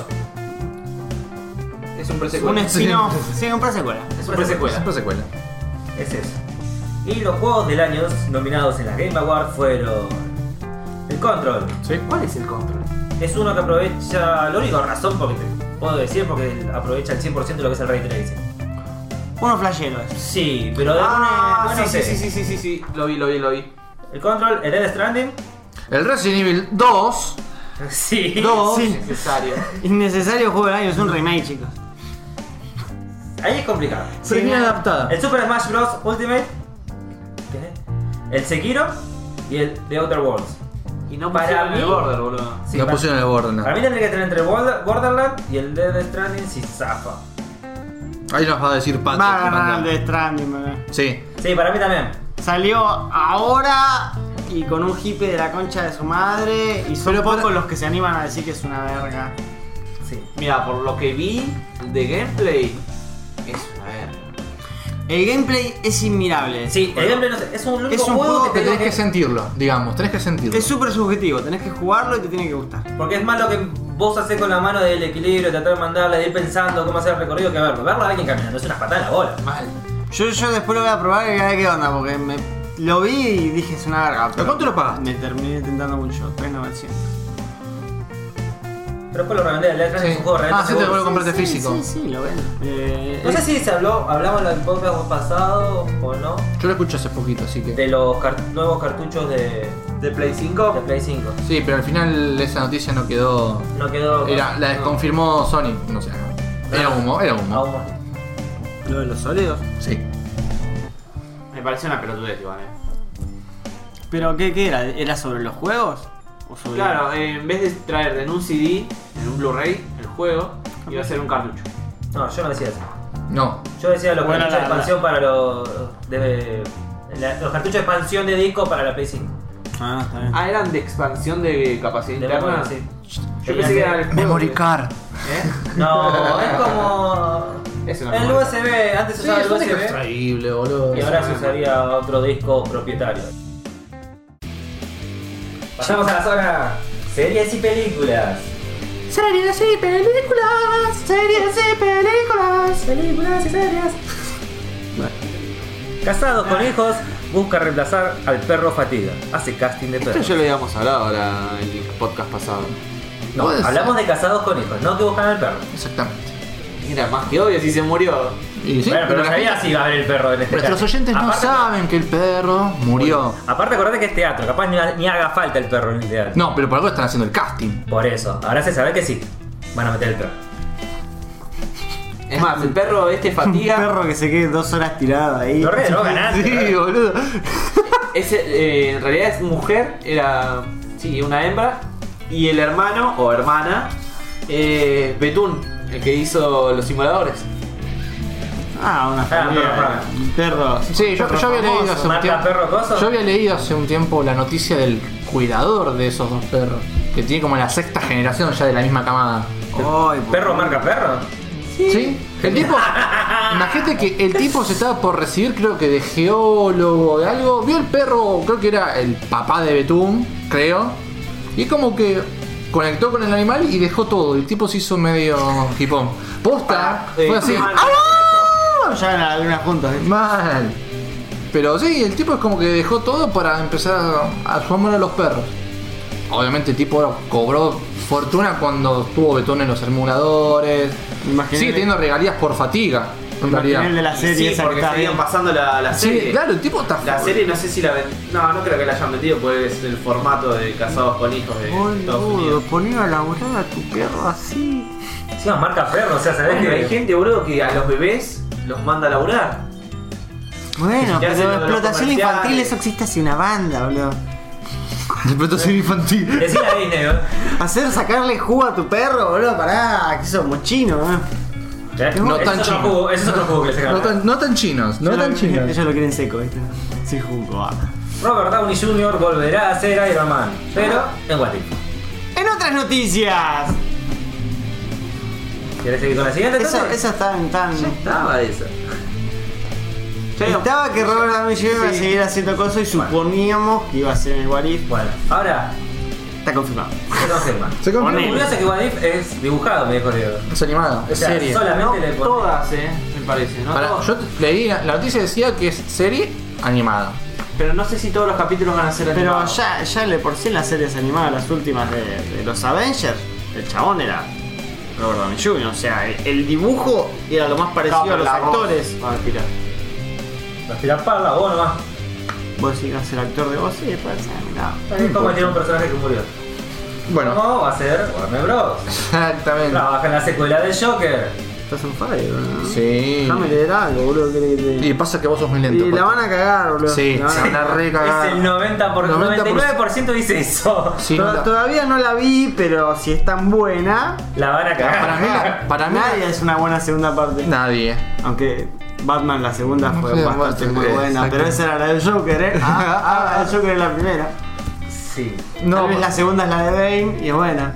S3: Es un presecuela.
S2: Un
S4: Sí.
S2: spin-off. Sí, un secuela.
S3: Es
S1: una
S3: un
S4: Es
S3: presecuela.
S4: una secuela.
S1: Es eso. Y los juegos del año nominados en las Game Awards fueron. El Control.
S4: Sí.
S3: ¿Cuál es el control?
S1: Es uno que aprovecha. La única razón porque te puedo decir, porque aprovecha el 100% de lo que es el Ray Tracing.
S2: Uno flashero es.
S1: Sí, pero de
S3: Ah,
S1: una-
S3: sí,
S1: bueno, sé.
S3: sí, sí, sí, sí, sí, sí. Lo vi, lo vi, lo vi.
S1: El Control, el Dead Stranding.
S4: El Resident Evil 2.
S1: Sí.
S4: 2.
S2: Sí.
S3: Necesario.
S2: Innecesario juego del año, es un remake, chicos.
S1: Ahí es complicado.
S2: Sí,
S4: Premia
S2: no.
S4: adaptada.
S1: El Super Smash Bros. Ultimate. ¿Qué? El Sekiro y el The Outer Worlds.
S3: Y no
S1: Para
S3: para el
S1: mí-
S3: border, boludo.
S1: Sí,
S4: no
S1: para-
S4: pusieron el borde, no.
S1: Para mí tendría que tener entre Border- Borderlands y el Dead Stranding si zafa.
S4: Ahí nos va a decir Pato.
S2: Va a agarrar el de Stranding, bebé.
S4: Sí.
S1: Sí, para mí también.
S2: Salió ahora y con un hipe de la concha de su madre. Y son
S4: Pero
S2: pocos
S4: para-
S2: los que se animan a decir que es una verga.
S1: Sí.
S3: Mira, por lo que vi de gameplay, es una verga.
S2: El gameplay es inmirable.
S1: Sí, el gameplay no sé, es un,
S2: Es un juego
S1: juego
S4: Te
S1: que
S4: tenés
S1: tenés
S4: que sentirlo, digamos, tenés que sentirlo.
S2: Es súper subjetivo, tenés que jugarlo y te tiene que gustar.
S1: Porque es más lo que vos hacés con la mano del equilibrio, tratar de mandarla, de ir pensando cómo hacer el recorrido que verlo. Verlo a alguien caminando es una patada en la bola.
S3: Mal.
S2: Yo, yo después lo voy a probar y a ver qué onda, porque me, lo vi y dije es una verga. pero
S4: cuánto lo pagaste?
S2: Me terminé tentando mucho, 3.900.
S1: Pero después lo revendés, el Death
S4: Sí.
S1: es un juego
S4: Ah, sí, te
S1: realmente
S4: lo
S1: seguro.
S4: vuelvo a comprarte
S2: Sí,
S4: físico.
S2: Sí, sí, lo vendo. Eh,
S1: No sé
S2: es-
S1: si se habló, hablamos en el podcast pasado o no,
S4: Yo lo escuché hace poquito, así que.
S1: de los car- nuevos cartuchos de,
S3: ¿De Play 5?
S1: de Play 5.
S4: Sí, pero al final esa noticia no quedó.
S1: No quedó.
S4: Era, la desconfirmó Sony, no sé. Era humo, era humo.
S1: Aún más.
S2: Lo de los sólidos.
S1: Ah.
S4: Sí.
S3: Me parece una pelotudez, igual, eh.
S2: ¿Pero qué, qué era? ¿Era sobre los juegos? ¿O sobre
S3: Claro, eh, en vez de traer en un CD, en un Blu-ray, el juego, iba a ser un cartucho.
S1: No, yo no decía eso.
S4: No.
S1: Yo decía los
S2: Bueno,
S1: cartuchos
S2: la-
S1: de expansión para los. de- la- los cartuchos de expansión de disco para la Play 5.
S2: Ah, está bien.
S3: Ah, eran de expansión de capacidad
S1: De
S3: interna.
S1: memoria, sí.
S3: Yo pensé que era el juego.
S4: Memory card.
S3: ¿Eh?
S1: No, es como.
S3: Es una
S1: el
S3: memoria.
S1: USB, antes se
S4: Sí,
S1: usaba
S4: es
S1: el
S4: un disco
S1: USB
S4: extraíble, boludo.
S1: y ahora se usaría otro disco propietario. Pasamos a la zona series y películas.
S4: Series y películas, series y películas.
S1: Películas y series. Casados con hijos, busca reemplazar al perro fatiga. Hace casting de
S4: Este
S1: perro.
S3: Esto ya lo habíamos hablado ahora en el podcast pasado.
S1: No,
S4: Puede
S1: hablamos de casados con hijos, no que buscan al perro.
S4: Exactamente.
S3: Era más que obvio si se murió.
S4: Y sí,
S1: bueno, pero
S4: pero
S1: en
S4: la
S1: realidad
S4: gente-
S1: sí va a haber el perro en este
S4: nuestros
S1: caso.
S4: oyentes no
S1: Aparte-
S4: saben que el perro murió.
S1: Aparte, acordate que es teatro, capaz ni, ni haga falta el perro en el teatro.
S4: No, pero por algo están haciendo el casting.
S1: Por eso, ahora se sabe que sí. Van a meter el perro.
S3: Es más, el perro este
S2: Un
S3: fatiga.
S2: perro que se quede dos horas tirado ahí.
S1: Lo re, no ganaste.
S4: Sí, boludo.
S3: ese, eh, en realidad es mujer, era. Sí, una hembra. Y el hermano o hermana, eh, Betún, el que hizo los simuladores.
S2: Ah, una
S1: perro raro.
S2: familia. Un perro.
S4: Sí, yo, yo había leído hace un
S1: Mata
S4: tiempo.
S1: perro coso.
S4: Yo había leído hace un tiempo la noticia del cuidador de esos dos perros. Que tiene como la sexta generación ya de la misma camada.
S2: Ay, por
S1: ¿Perro
S2: favor.
S1: marca perro?
S4: ¿Sí? El tipo. Imagínate que el tipo se estaba por recibir, creo que de geólogo de algo. Vio el perro, creo que era el papá de Betún, creo. Y es como que conectó con el animal y dejó todo. El tipo se hizo medio hipón. Posta, fue así. ¡Ah!
S2: Ya en la luna juntos, ¿eh?
S4: Mal. Pero sí, el tipo es como que dejó todo para empezar a, a su amor a los perros. Obviamente el tipo ahora cobró fortuna cuando estuvo Betón en los emuladores.
S2: Me imaginé-
S4: Sigue teniendo regalías por fatiga, en realidad.
S2: El de la
S3: Y
S2: serie
S3: sí,
S2: esa que
S3: porque
S2: está
S3: seguían
S2: bien.
S3: pasando la, la
S4: Sí,
S3: serie.
S4: claro, el tipo está
S3: La serie no sé si la ven- No, no creo que la hayan metido porque es el formato de casados con hijos de Estados
S2: Boludo,
S3: Unidos.
S2: poner a laburar a tu perro así.
S1: Encima marca perro, o sea, sabés
S3: Bueno,
S1: que.
S3: hay gente, boludo, que a los bebés los manda a laburar.
S2: Bueno,
S3: Ya
S2: pero
S3: hacen lo de los
S2: explotación infantil,
S3: comerciales.
S2: eso existe hace una banda, boludo.
S4: De explotación infantil.
S1: Decile a Disney, ¿no?
S2: Hacer sacarle jugo a tu perro, boludo, pará, que somos chinos, ¿eh?
S4: No
S1: ¿Eh? Ese
S4: tan
S1: es otro
S4: chino.
S1: jugo, ese es otro jugo que le sacan.
S4: No tan, no tan chinos, no
S2: Ellos
S4: tan
S2: lo-
S4: chinos.
S2: Ellos lo quieren seco, ¿viste? Sin jugo, ah.
S1: Robert Downey Jr. volverá a ser Iron Man, pero en What If.
S2: En otras noticias.
S1: ¿Querés seguir con la siguiente?
S2: Eso,
S1: entonces?
S2: eso está en tan.
S3: Ya estaba eso. Ya había-
S2: Estaba que Robert Downey Jr. iba a
S3: Sí.
S2: seguir haciendo cosas y suponíamos que iba a ser en el What If.
S1: Bueno, ahora
S2: Está confirmado.
S1: se confirma.
S4: Se confirma.
S1: Lo curioso es que What If es dibujado, me dijo Diego.
S4: Es animado,
S1: O
S4: es
S1: sea,
S4: serie.
S3: No
S1: solamente le ponen-
S3: todas, eh, me parece. No
S4: Pará,
S3: todas.
S4: yo te- leí, la noticia decía que es serie animada.
S3: Pero no sé si todos los capítulos van a ser
S2: Pero
S3: animados.
S2: ya, ya le por sí en las series animadas, las últimas de, de los Avengers, el chabón era Robert Downey Jr. O sea, el, el dibujo era lo más parecido
S3: Estaba
S2: a los
S3: la voz.
S2: actores.
S3: Ah, tira.
S1: Las tirás parla, vos nomás.
S2: Vos sigas el actor de vos y después ah, mirá.
S4: Mm,
S1: Es como tiene un personaje que murió.
S4: Bueno,
S1: ¿Cómo va a ser Warner Bros?
S4: exactamente.
S1: Trabaja en la secuela de Joker.
S2: Estás en fire, boludo.
S4: Sí.
S2: Déjame leer algo, boludo. que-
S4: Y
S2: que-
S4: pasa que vos sos muy
S2: Y,
S4: lento. pues.
S2: la
S4: Pato.
S2: van a cagar, boludo.
S4: Sí,
S2: La van a-
S4: se van a recagar.
S1: Es el 90%, por...
S4: 90%.
S1: 99% dice eso.
S4: Sí,
S2: Toda-
S4: la-
S2: Todavía no la vi, pero si es tan buena,
S1: La van a
S4: para mí,
S1: cagar.
S4: la- para mí
S2: nadie es una buena segunda parte.
S4: nadie.
S2: Aunque Batman la segunda
S4: No
S2: fue
S4: sé,
S2: bastante
S4: Batman,
S2: muy
S4: eh,
S2: buena,
S4: exacto.
S2: pero esa era la del Joker, ¿eh? Ah, ah, ah, el Joker es la primera.
S1: Sí.
S2: No,
S4: No, pues.
S2: Tal vez la segunda es la de Bane y es buena.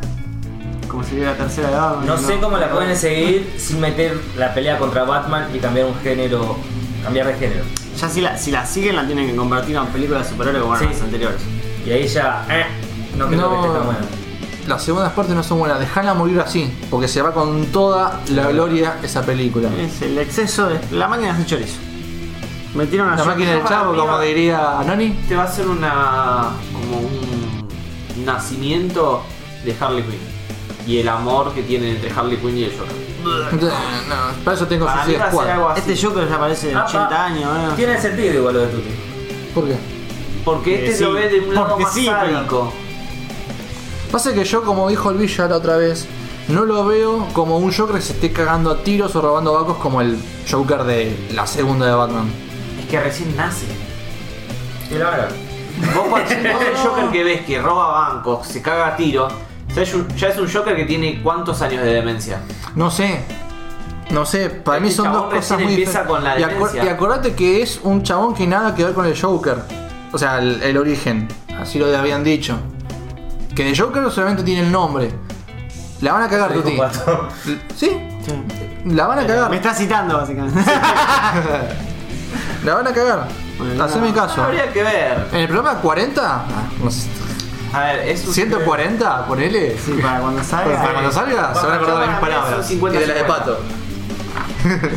S2: Como sería la tercera de Batman.
S1: No sé cómo la pueden seguir sin meter la pelea contra Batman y cambiar un género. cambiar de género.
S2: Ya si la, si la siguen la tienen que convertir en película de superhéroes como
S1: Sí.
S2: las anteriores.
S1: Y ahí ya. eh, no creo que esté tan bueno.
S4: las segundas partes no son buenas. Dejala morir así, porque se va con toda la gloria esa película.
S2: Es el exceso de. La máquina de chorizo. Metieron a
S4: La
S2: Joker- Este
S4: máquina del chavo, como diría Nani.
S3: Este va a ser una. como un nacimiento de Harley Quinn. Y el amor que tienen entre Harley Quinn y el Joker.
S4: No, para eso tengo
S3: Para mí va a
S4: Suicide
S3: ser algo
S4: Squad.
S3: así.
S2: Este Joker ya aparece de
S1: Apa.
S2: 80 años, ¿eh?
S1: Tiene sentido igual lo de Tuti.
S4: ¿Por qué?
S3: Porque
S2: Eh,
S3: este
S2: sí.
S3: lo ve de un lado
S2: Porque
S3: más
S2: sí, pero-
S3: sádico.
S4: Pasa que yo, como dijo el Villa la otra vez, no lo veo como un Joker que se esté cagando a tiros o robando bancos como el Joker de la segunda de Batman.
S3: Es que recién nace.
S1: Y la van a cagar.
S3: Vos cuando vos el Joker que ves que roba bancos, se caga a tiro, ya es, un, ya es un Joker que tiene cuántos años de demencia.
S4: No sé. No sé, para
S3: Este
S4: mí son dos
S3: chabón
S4: cosas
S3: recién
S4: muy
S3: empieza
S4: diferentes.
S3: con la
S4: y, acu-
S3: demencia.
S4: y acordate que es un chabón que nada que ver con el Joker. O sea, el, el origen. Así lo habían dicho. Que de Joker solamente tiene el nombre. La van a cagar,
S1: Lo
S4: Tuti.
S1: dijo Pato.
S4: ¿Sí?
S2: Sí.
S4: La van a
S2: Me
S4: cagar.
S2: está citando, básicamente.
S4: La van a cagar.
S2: Bueno,
S4: Haceme
S2: no.
S4: caso.
S3: Habría que ver.
S4: En el programa 40, ah, no sé,
S3: A ver, es un.
S4: 140, ponele.
S2: Sí, para cuando salga.
S4: Para cuando salga, se van a acordar de
S3: Para
S4: mis
S3: mí son
S4: palabras.
S3: 50,
S4: y de las de
S3: 50.
S4: pato.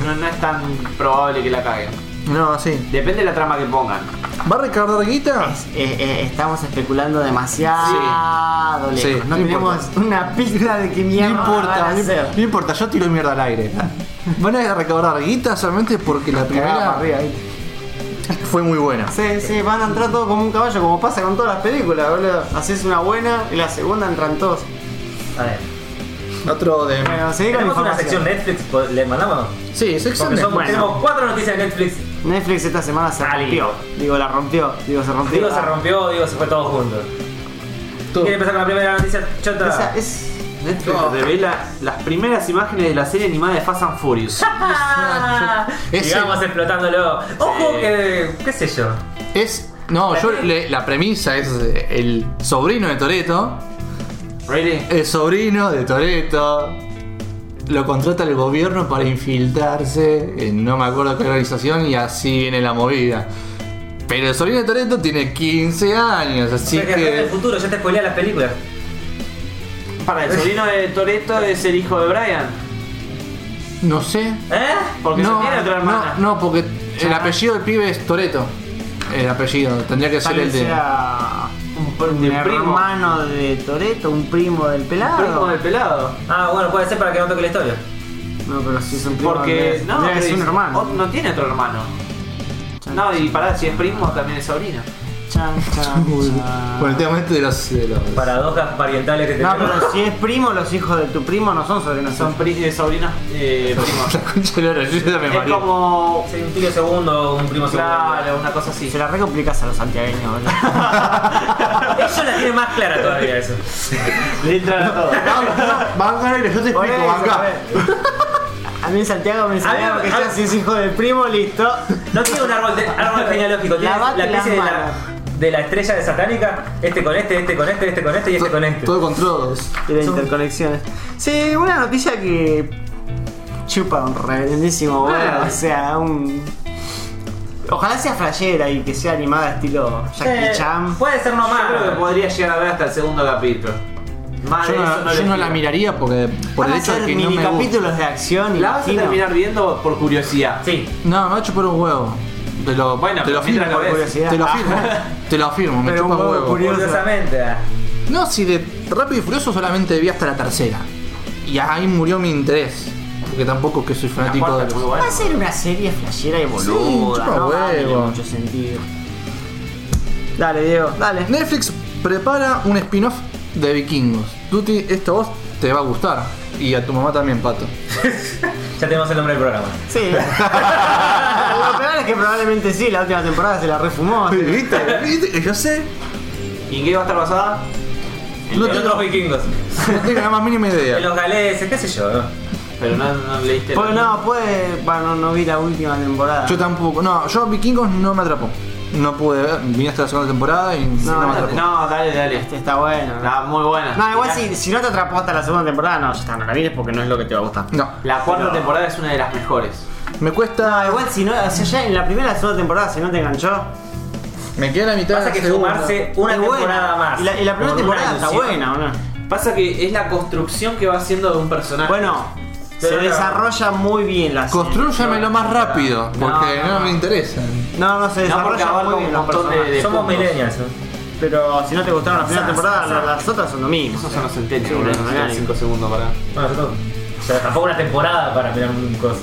S3: No, no es tan probable que la caguen.
S4: No, sí.
S3: Depende de la trama que pongan.
S4: ¿Va a recargar guita?
S2: Es- eh, eh, estamos especulando demasiado
S4: Sí.
S2: lejos.
S4: Sí,
S2: no
S4: no
S2: tenemos una pizca de que
S4: No
S2: mierda van
S4: importa,
S2: a
S4: no,
S2: hacer.
S4: no importa, yo tiro mierda al aire. Van a recaudar guita solamente porque la
S2: Cagada para arriba
S4: primera
S2: ahí.
S4: fue muy buena.
S2: Sí, sí, van a entrar todos como un caballo, como pasa con todas las películas, boludo. Haces una buena y la segunda entran todos.
S1: A ver.
S4: Otro de.
S2: Bueno, seguí con la
S1: Tenemos una sección
S2: información.
S1: Netflix, po- ¿le mandamos?
S4: Sí, sección
S1: Porque
S4: de-
S1: son-
S2: Bueno.
S1: tenemos cuatro noticias de Netflix.
S2: Netflix esta semana se
S1: Salió.
S2: rompió. Digo, la rompió. Digo, se rompió. Ah,
S1: Digo, se rompió, digo, se fue todo junto.
S4: Todo.
S1: ¿Quiere empezar con la primera noticia? Chota.
S3: Ah,
S2: Esa es.
S3: Netflix revela las primeras imágenes de la serie animada de Fast and Furious.
S1: Ah,
S4: Es
S1: Sigamos explotándolo. Ojo
S3: Sí.
S1: que. qué sé yo.
S4: Es. No, yo le- la premisa es eh, el sobrino de Toreto.
S3: ¿Really?
S4: El sobrino de Toreto. Lo contrata el gobierno para infiltrarse en no me acuerdo qué organización y así viene la movida. Pero el sobrino de Toreto tiene 15 años,
S1: O
S4: así
S1: sea que en el
S4: que.
S1: futuro ya te spoilea las películas.
S3: Para, el sobrino de Toreto es el hijo de Brian.
S4: No sé.
S1: ¿Eh?
S3: Porque
S4: no,
S3: se tiene otra hermana.
S4: No, no, porque el apellido del pibe es Toreto. El apellido, tendría que
S2: Tal
S4: ser el
S2: vez
S4: de.
S2: sea un, pr-
S3: de
S2: un
S3: primo.
S2: hermano de Toreto, un primo del pelado.
S3: Primo del pelado.
S1: Ah, bueno, puede ser para que no toque la historia.
S2: No, pero si es un primo.
S3: Porque.
S2: tendría-
S3: No,
S2: tendría que
S3: pero
S2: ser un
S3: es-
S2: hermano.
S3: o- No tiene otro hermano. No, y pará, si es primo también es sobrino.
S2: Chan, chan, chan.
S4: Con el tema este de los. De los
S1: Paradojas parientales que te
S2: No, pero si es primo, los hijos de tu primo no son sobrinos.
S3: Son pri- eh, sobrinos eh, primos.
S4: La concha de la hora, yo ya me
S3: es
S4: mareé.
S3: como.
S1: Sí, un tío segundo, un primo segundo.
S3: Claro, una cosa así.
S2: Se la recomplicas a los santiagueños, boludo.
S1: Ellos la tienen más clara todavía eso.
S3: Le entran a todo.
S4: Banca, negro, yo te
S2: Por
S4: explico,
S2: eso,
S4: banca.
S2: A mí en Santiago me enseñaron
S1: A mí-
S2: que
S1: a-
S2: ya si es hijo de primo, listo.
S1: No tiene un árbol, de- árbol genealógico, tiene la,
S2: Lavate
S1: clase de
S2: las
S1: la, de la estrella de satánica, este con este, este con este, este con este y este con este.
S4: Todo con todos.
S2: Y las interconexiones. Sí, una noticia que chupa un reverendísimo boludo.
S3: Ah.
S2: O sea, un. Ojalá sea flashera y que sea animada estilo Jackie
S1: Eh,
S2: Chan.
S1: Puede ser
S3: Yo creo que
S1: nomás.
S3: podría llegar a ver hasta el segundo capítulo.
S1: Ah,
S3: Más
S4: Yo
S3: de eso
S4: no, yo
S3: le
S4: no la
S3: pido.
S4: miraría porque por
S2: Van
S4: el
S2: a
S4: hecho de
S2: ser
S4: que no
S2: mini
S4: me gusta.
S2: capítulos de acción.
S3: La vas a
S2: imagino.
S3: terminar viendo por curiosidad.
S1: Sí.
S4: No, me va a chupar un huevo. Te lo,
S3: Bueno,
S4: te
S3: pero
S4: lo
S3: mientras
S4: firmo.
S3: lo ves.
S2: Curiosidad.
S4: Te lo firmo. te lo firmo, me
S2: Pero
S4: chupa
S2: un
S4: un
S2: huevo
S4: huevo.
S2: curioso.
S1: Curiosamente.
S4: No, si de Rápido y Furioso solamente vi hasta la tercera. Y ahí murió mi interés. Porque tampoco es que soy
S3: La
S4: fanático
S3: cuarta
S4: de
S3: es muy
S4: los.
S2: Va
S3: buena.
S2: a ser una serie flashera y boluda.
S4: chupa
S2: no va a tener
S4: huevo.
S2: mucho sentido. Dale, Diego, dale.
S4: Netflix prepara un spin-off de vikingos. Duty, esto a vos te va a gustar. Y a tu mamá también, pato.
S1: Ya tenemos el nombre del programa.
S2: Sí. Lo peor es que probablemente sí, la última temporada se la refumó. así.
S4: ¿Viste? ¿Viste? Yo sé.
S3: ¿Y en qué va a estar basada?
S1: En
S4: No
S1: los
S4: tengo-
S1: otros vikingos.
S4: No tengo la más mínima idea.
S1: En los galeses, qué sé yo. ¿no?
S3: Pero no, no leíste.
S2: Pues no, puede. Bueno, no vi la última temporada.
S4: Yo tampoco. No, yo Vikingos no me atrapó. No pude ver. Vine hasta la segunda temporada y no, me atrapó.
S3: No, dale, dale.
S2: Este está bueno.
S3: Está Ah, muy buena.
S2: No, igual
S3: La-
S2: si, si no te atrapó hasta la segunda temporada, no, ya está, no la mires porque no es lo que te va a gustar.
S4: No.
S3: La cuarta
S2: Pero-
S3: temporada es una de las mejores.
S4: Me
S2: No,
S4: cuesta.
S2: igual si no, o sea, ya en la primera y la segunda temporada, si no te enganchó,
S4: Me queda la mitad
S1: Pasa
S4: de la
S1: que
S4: segunda.
S1: sumarse una
S2: es buena.
S1: temporada más.
S2: Y la, y la primera
S1: con una
S2: temporada está
S1: ilusión.
S2: buena, ¿o no?
S3: Pasa que es la construcción que va haciendo de un personaje.
S2: Bueno, se
S1: Pero no.
S2: desarrolla muy bien la serie.
S4: Construyamelo más rápido, porque no,
S2: no, no.
S4: me interesa.
S2: No, no, se
S3: No, porque
S2: desarrolla
S3: abarca
S2: muy
S3: un
S2: bien los
S3: montón de-
S2: personajes.
S3: de-
S1: Somos
S3: puntos.
S1: millennials. ¿no?
S2: Pero si no te gustaron la primera
S1: Sa,
S2: temporada,
S1: sa,
S2: la-
S1: sa.
S2: las otras son lo mismo.
S3: Eso no se entiende,
S2: Sí,
S3: boludo.
S2: no,
S3: Necesitan
S2: no.
S3: cinco segundos para.
S1: Bueno, yo tengo- o sea, tampoco una temporada para mirar un coso.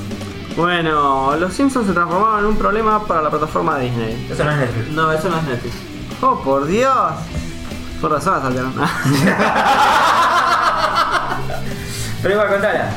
S2: Bueno, los Simpsons se transformaron en un problema para la plataforma Disney.
S1: Eso no es Netflix.
S3: No, eso no es Netflix.
S2: Oh, por Dios. Por razón la saltaron.
S1: Pero igual, contala.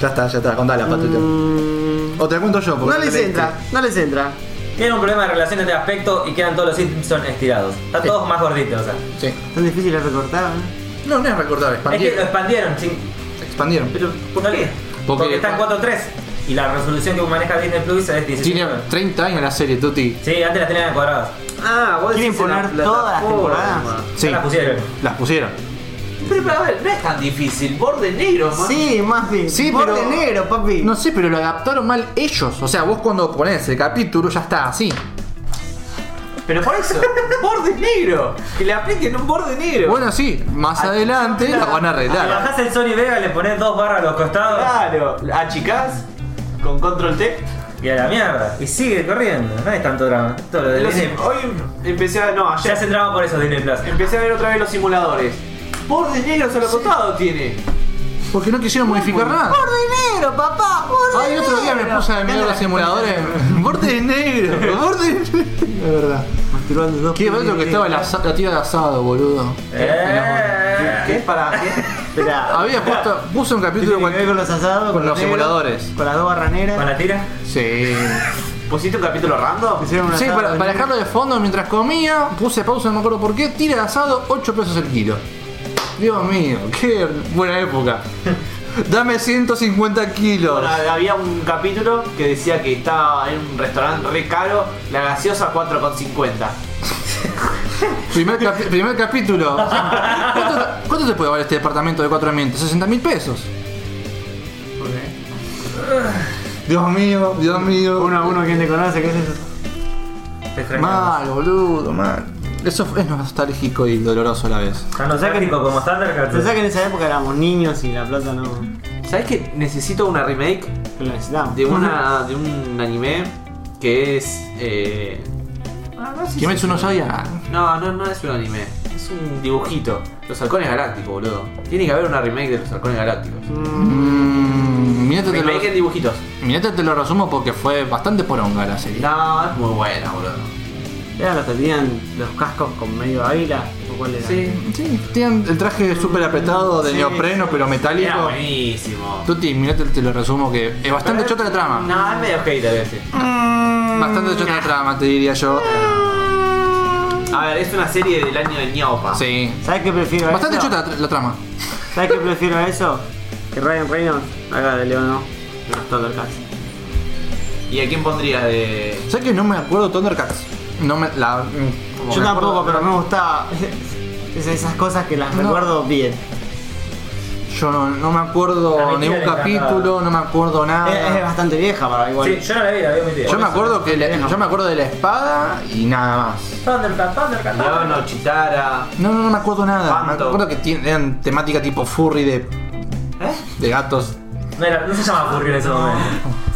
S4: Ya está, ya está, contala, patito.
S2: Mm,
S4: O te la cuento yo, porque
S2: no les
S4: tenés-
S2: entra, no les entra.
S1: Tienen un problema de relaciones de aspecto y quedan todos los Simpsons estirados. Están todos más gorditos, o sea.
S4: Sí.
S2: Son difíciles de recortar. ¿eh?
S4: No, no es recortar,
S1: Es que lo
S4: expandieron.
S1: expandieron, ching.
S4: Expandieron.
S1: Pero, ¿por qué? Porque,
S4: Porque-
S1: está en 4.3 y la resolución que maneja Disney Plus es 16.
S4: Tiene 30 años la serie, Tuti.
S1: Sí, antes las tenían en cuadradas.
S3: Ah, vos
S2: Quieren poner todas las temporadas.
S1: Ya las pusieron.
S4: Las pusieron.
S3: Pero, pero, a ver, no es tan difícil. Borde negro, man.
S2: Sí, más bien.
S4: Sí,
S2: Borde
S4: pero-
S2: negro, papi.
S4: No sé, pero lo adaptaron mal ellos. O sea, vos cuando ponés el capítulo ya está así.
S3: Pero por eso, borde negro. Que le apliquen un borde negro.
S4: Bueno, sí, más adelante la van a
S1: Si
S4: arreglar.
S1: bajás el Sony Vega, le pones dos barras a los costados
S3: Claro, achicás con control T.
S1: y a la mierda. Y sigue corriendo, no hay tanto drama. Todo lo de
S3: Lo
S1: Disney.
S3: sé, hoy empecé a. No,
S1: Ya
S3: ayer
S1: se drama por eso Disney Plus.
S3: empecé a ver otra vez los simuladores. Bordes negros a los costados tiene.
S4: Porque no quisieron modificar nada.
S2: Borde negro, papá. Borde
S4: Ay, otro día me
S2: negro.
S4: puse de miedo los simuladores. Borde negro, borde negro. De verdad.
S2: Masturbando dos
S4: Qué
S2: pibes
S4: bello que estaba
S2: negros.
S4: la, asa- la tira de asado, boludo.
S1: Eh.
S3: ¿Qué es para qué?
S2: Esperá.
S4: Había puesto, puse un capítulo
S2: Tiene que ver
S4: cuando...
S2: con los asados,
S4: con
S2: negros,
S4: los simuladores.
S2: Con las dos barras negras.
S1: ¿Con la tira?
S4: Sí.
S3: ¿Pusiste un capítulo random?
S2: Hicieron un
S4: Sí,
S2: asado
S4: para, para
S2: negro.
S4: dejarlo de fondo mientras comía, puse pausa, no me acuerdo por qué, tira de asado, 8 pesos el kilo. Dios mío, qué buena época. Dame 150 kilos.
S3: Bueno, Ah, había un capítulo que decía que estaba en un restaurante re caro, la gaseosa 4,50.
S4: Primer, capi- primer capítulo. ¿Cuánto, cuánto te puede valer este departamento de 4 ambientes? 60 mil pesos. Dios mío, Dios mío.
S2: Uno a uno, quien te conoce, ¿qué es eso?
S1: Te extrañamos.
S4: Mal, boludo, mal. Eso es nostálgico y doloroso a la vez.
S1: Tan nostálgico como Thundercats.
S2: Pensá que en esa época éramos niños y la plata no, no
S3: ¿Sabes que necesito una remake
S2: la necesitábamos.
S3: de una de un anime que es eh... ah, no sé si-
S4: Kimetsu no Yaiba.
S3: No, no, no es un anime, es un dibujito. Los halcones galácticos, boludo. Tiene que haber una remake de los halcones galácticos.
S4: Mm, mirate te
S3: Remake en
S4: lo-
S3: dibujitos.
S4: mirate te lo resumo porque fue bastante poronga la serie.
S3: No, es muy buena, boludo.
S2: Era lo que tenían los cascos con medio águila, o cuál era.
S3: Sí.
S4: Sí, tienen el traje súper apretado de
S2: Sí.
S4: neopreno
S3: Era
S4: pero metálico.
S3: buenísimo.
S4: Tuti, mirate te lo resumo que es bastante chota la trama.
S3: No, es medio hater eh, a veces.
S4: Bastante chota la trama, te diría yo.
S3: A ver, es una serie del año del ñaupa.
S4: Sí.
S2: ¿Sabes qué prefiero a
S4: Bastante
S2: eso?
S4: chota la, la trama.
S2: ¿Sabes qué prefiero a eso? Que Ryan Reynolds haga de León, no. De los Thundercats.
S3: ¿Y a quién pondrías de.?
S4: Sé que no me acuerdo de Thundercats. No me la mm,
S3: como
S2: Yo
S3: me
S2: tampoco,
S3: acuerdo-
S2: pero me gustaba. Es esas cosas que las
S4: No.
S2: recuerdo bien.
S4: yo no, no me
S1: La
S4: acuerdo
S1: mentira
S4: ningún
S1: le encantaba.
S4: capítulo, no me acuerdo
S2: Es, es
S4: nada.
S2: bastante vieja para igual.
S1: Sí, yo no la vi, la vi omitida.
S4: Yo me acuerdo que le- yo me acuerdo de la espada y nada más.
S1: Thundercats, Thundercats.
S3: Leono, Chitara.
S4: No, no, no me acuerdo nada.
S3: Phantom.
S4: Me acuerdo que tienen- eran temática tipo furry de,
S3: ¿Eh?
S4: de gatos.
S1: No, era- no se llama Furry en ese momento.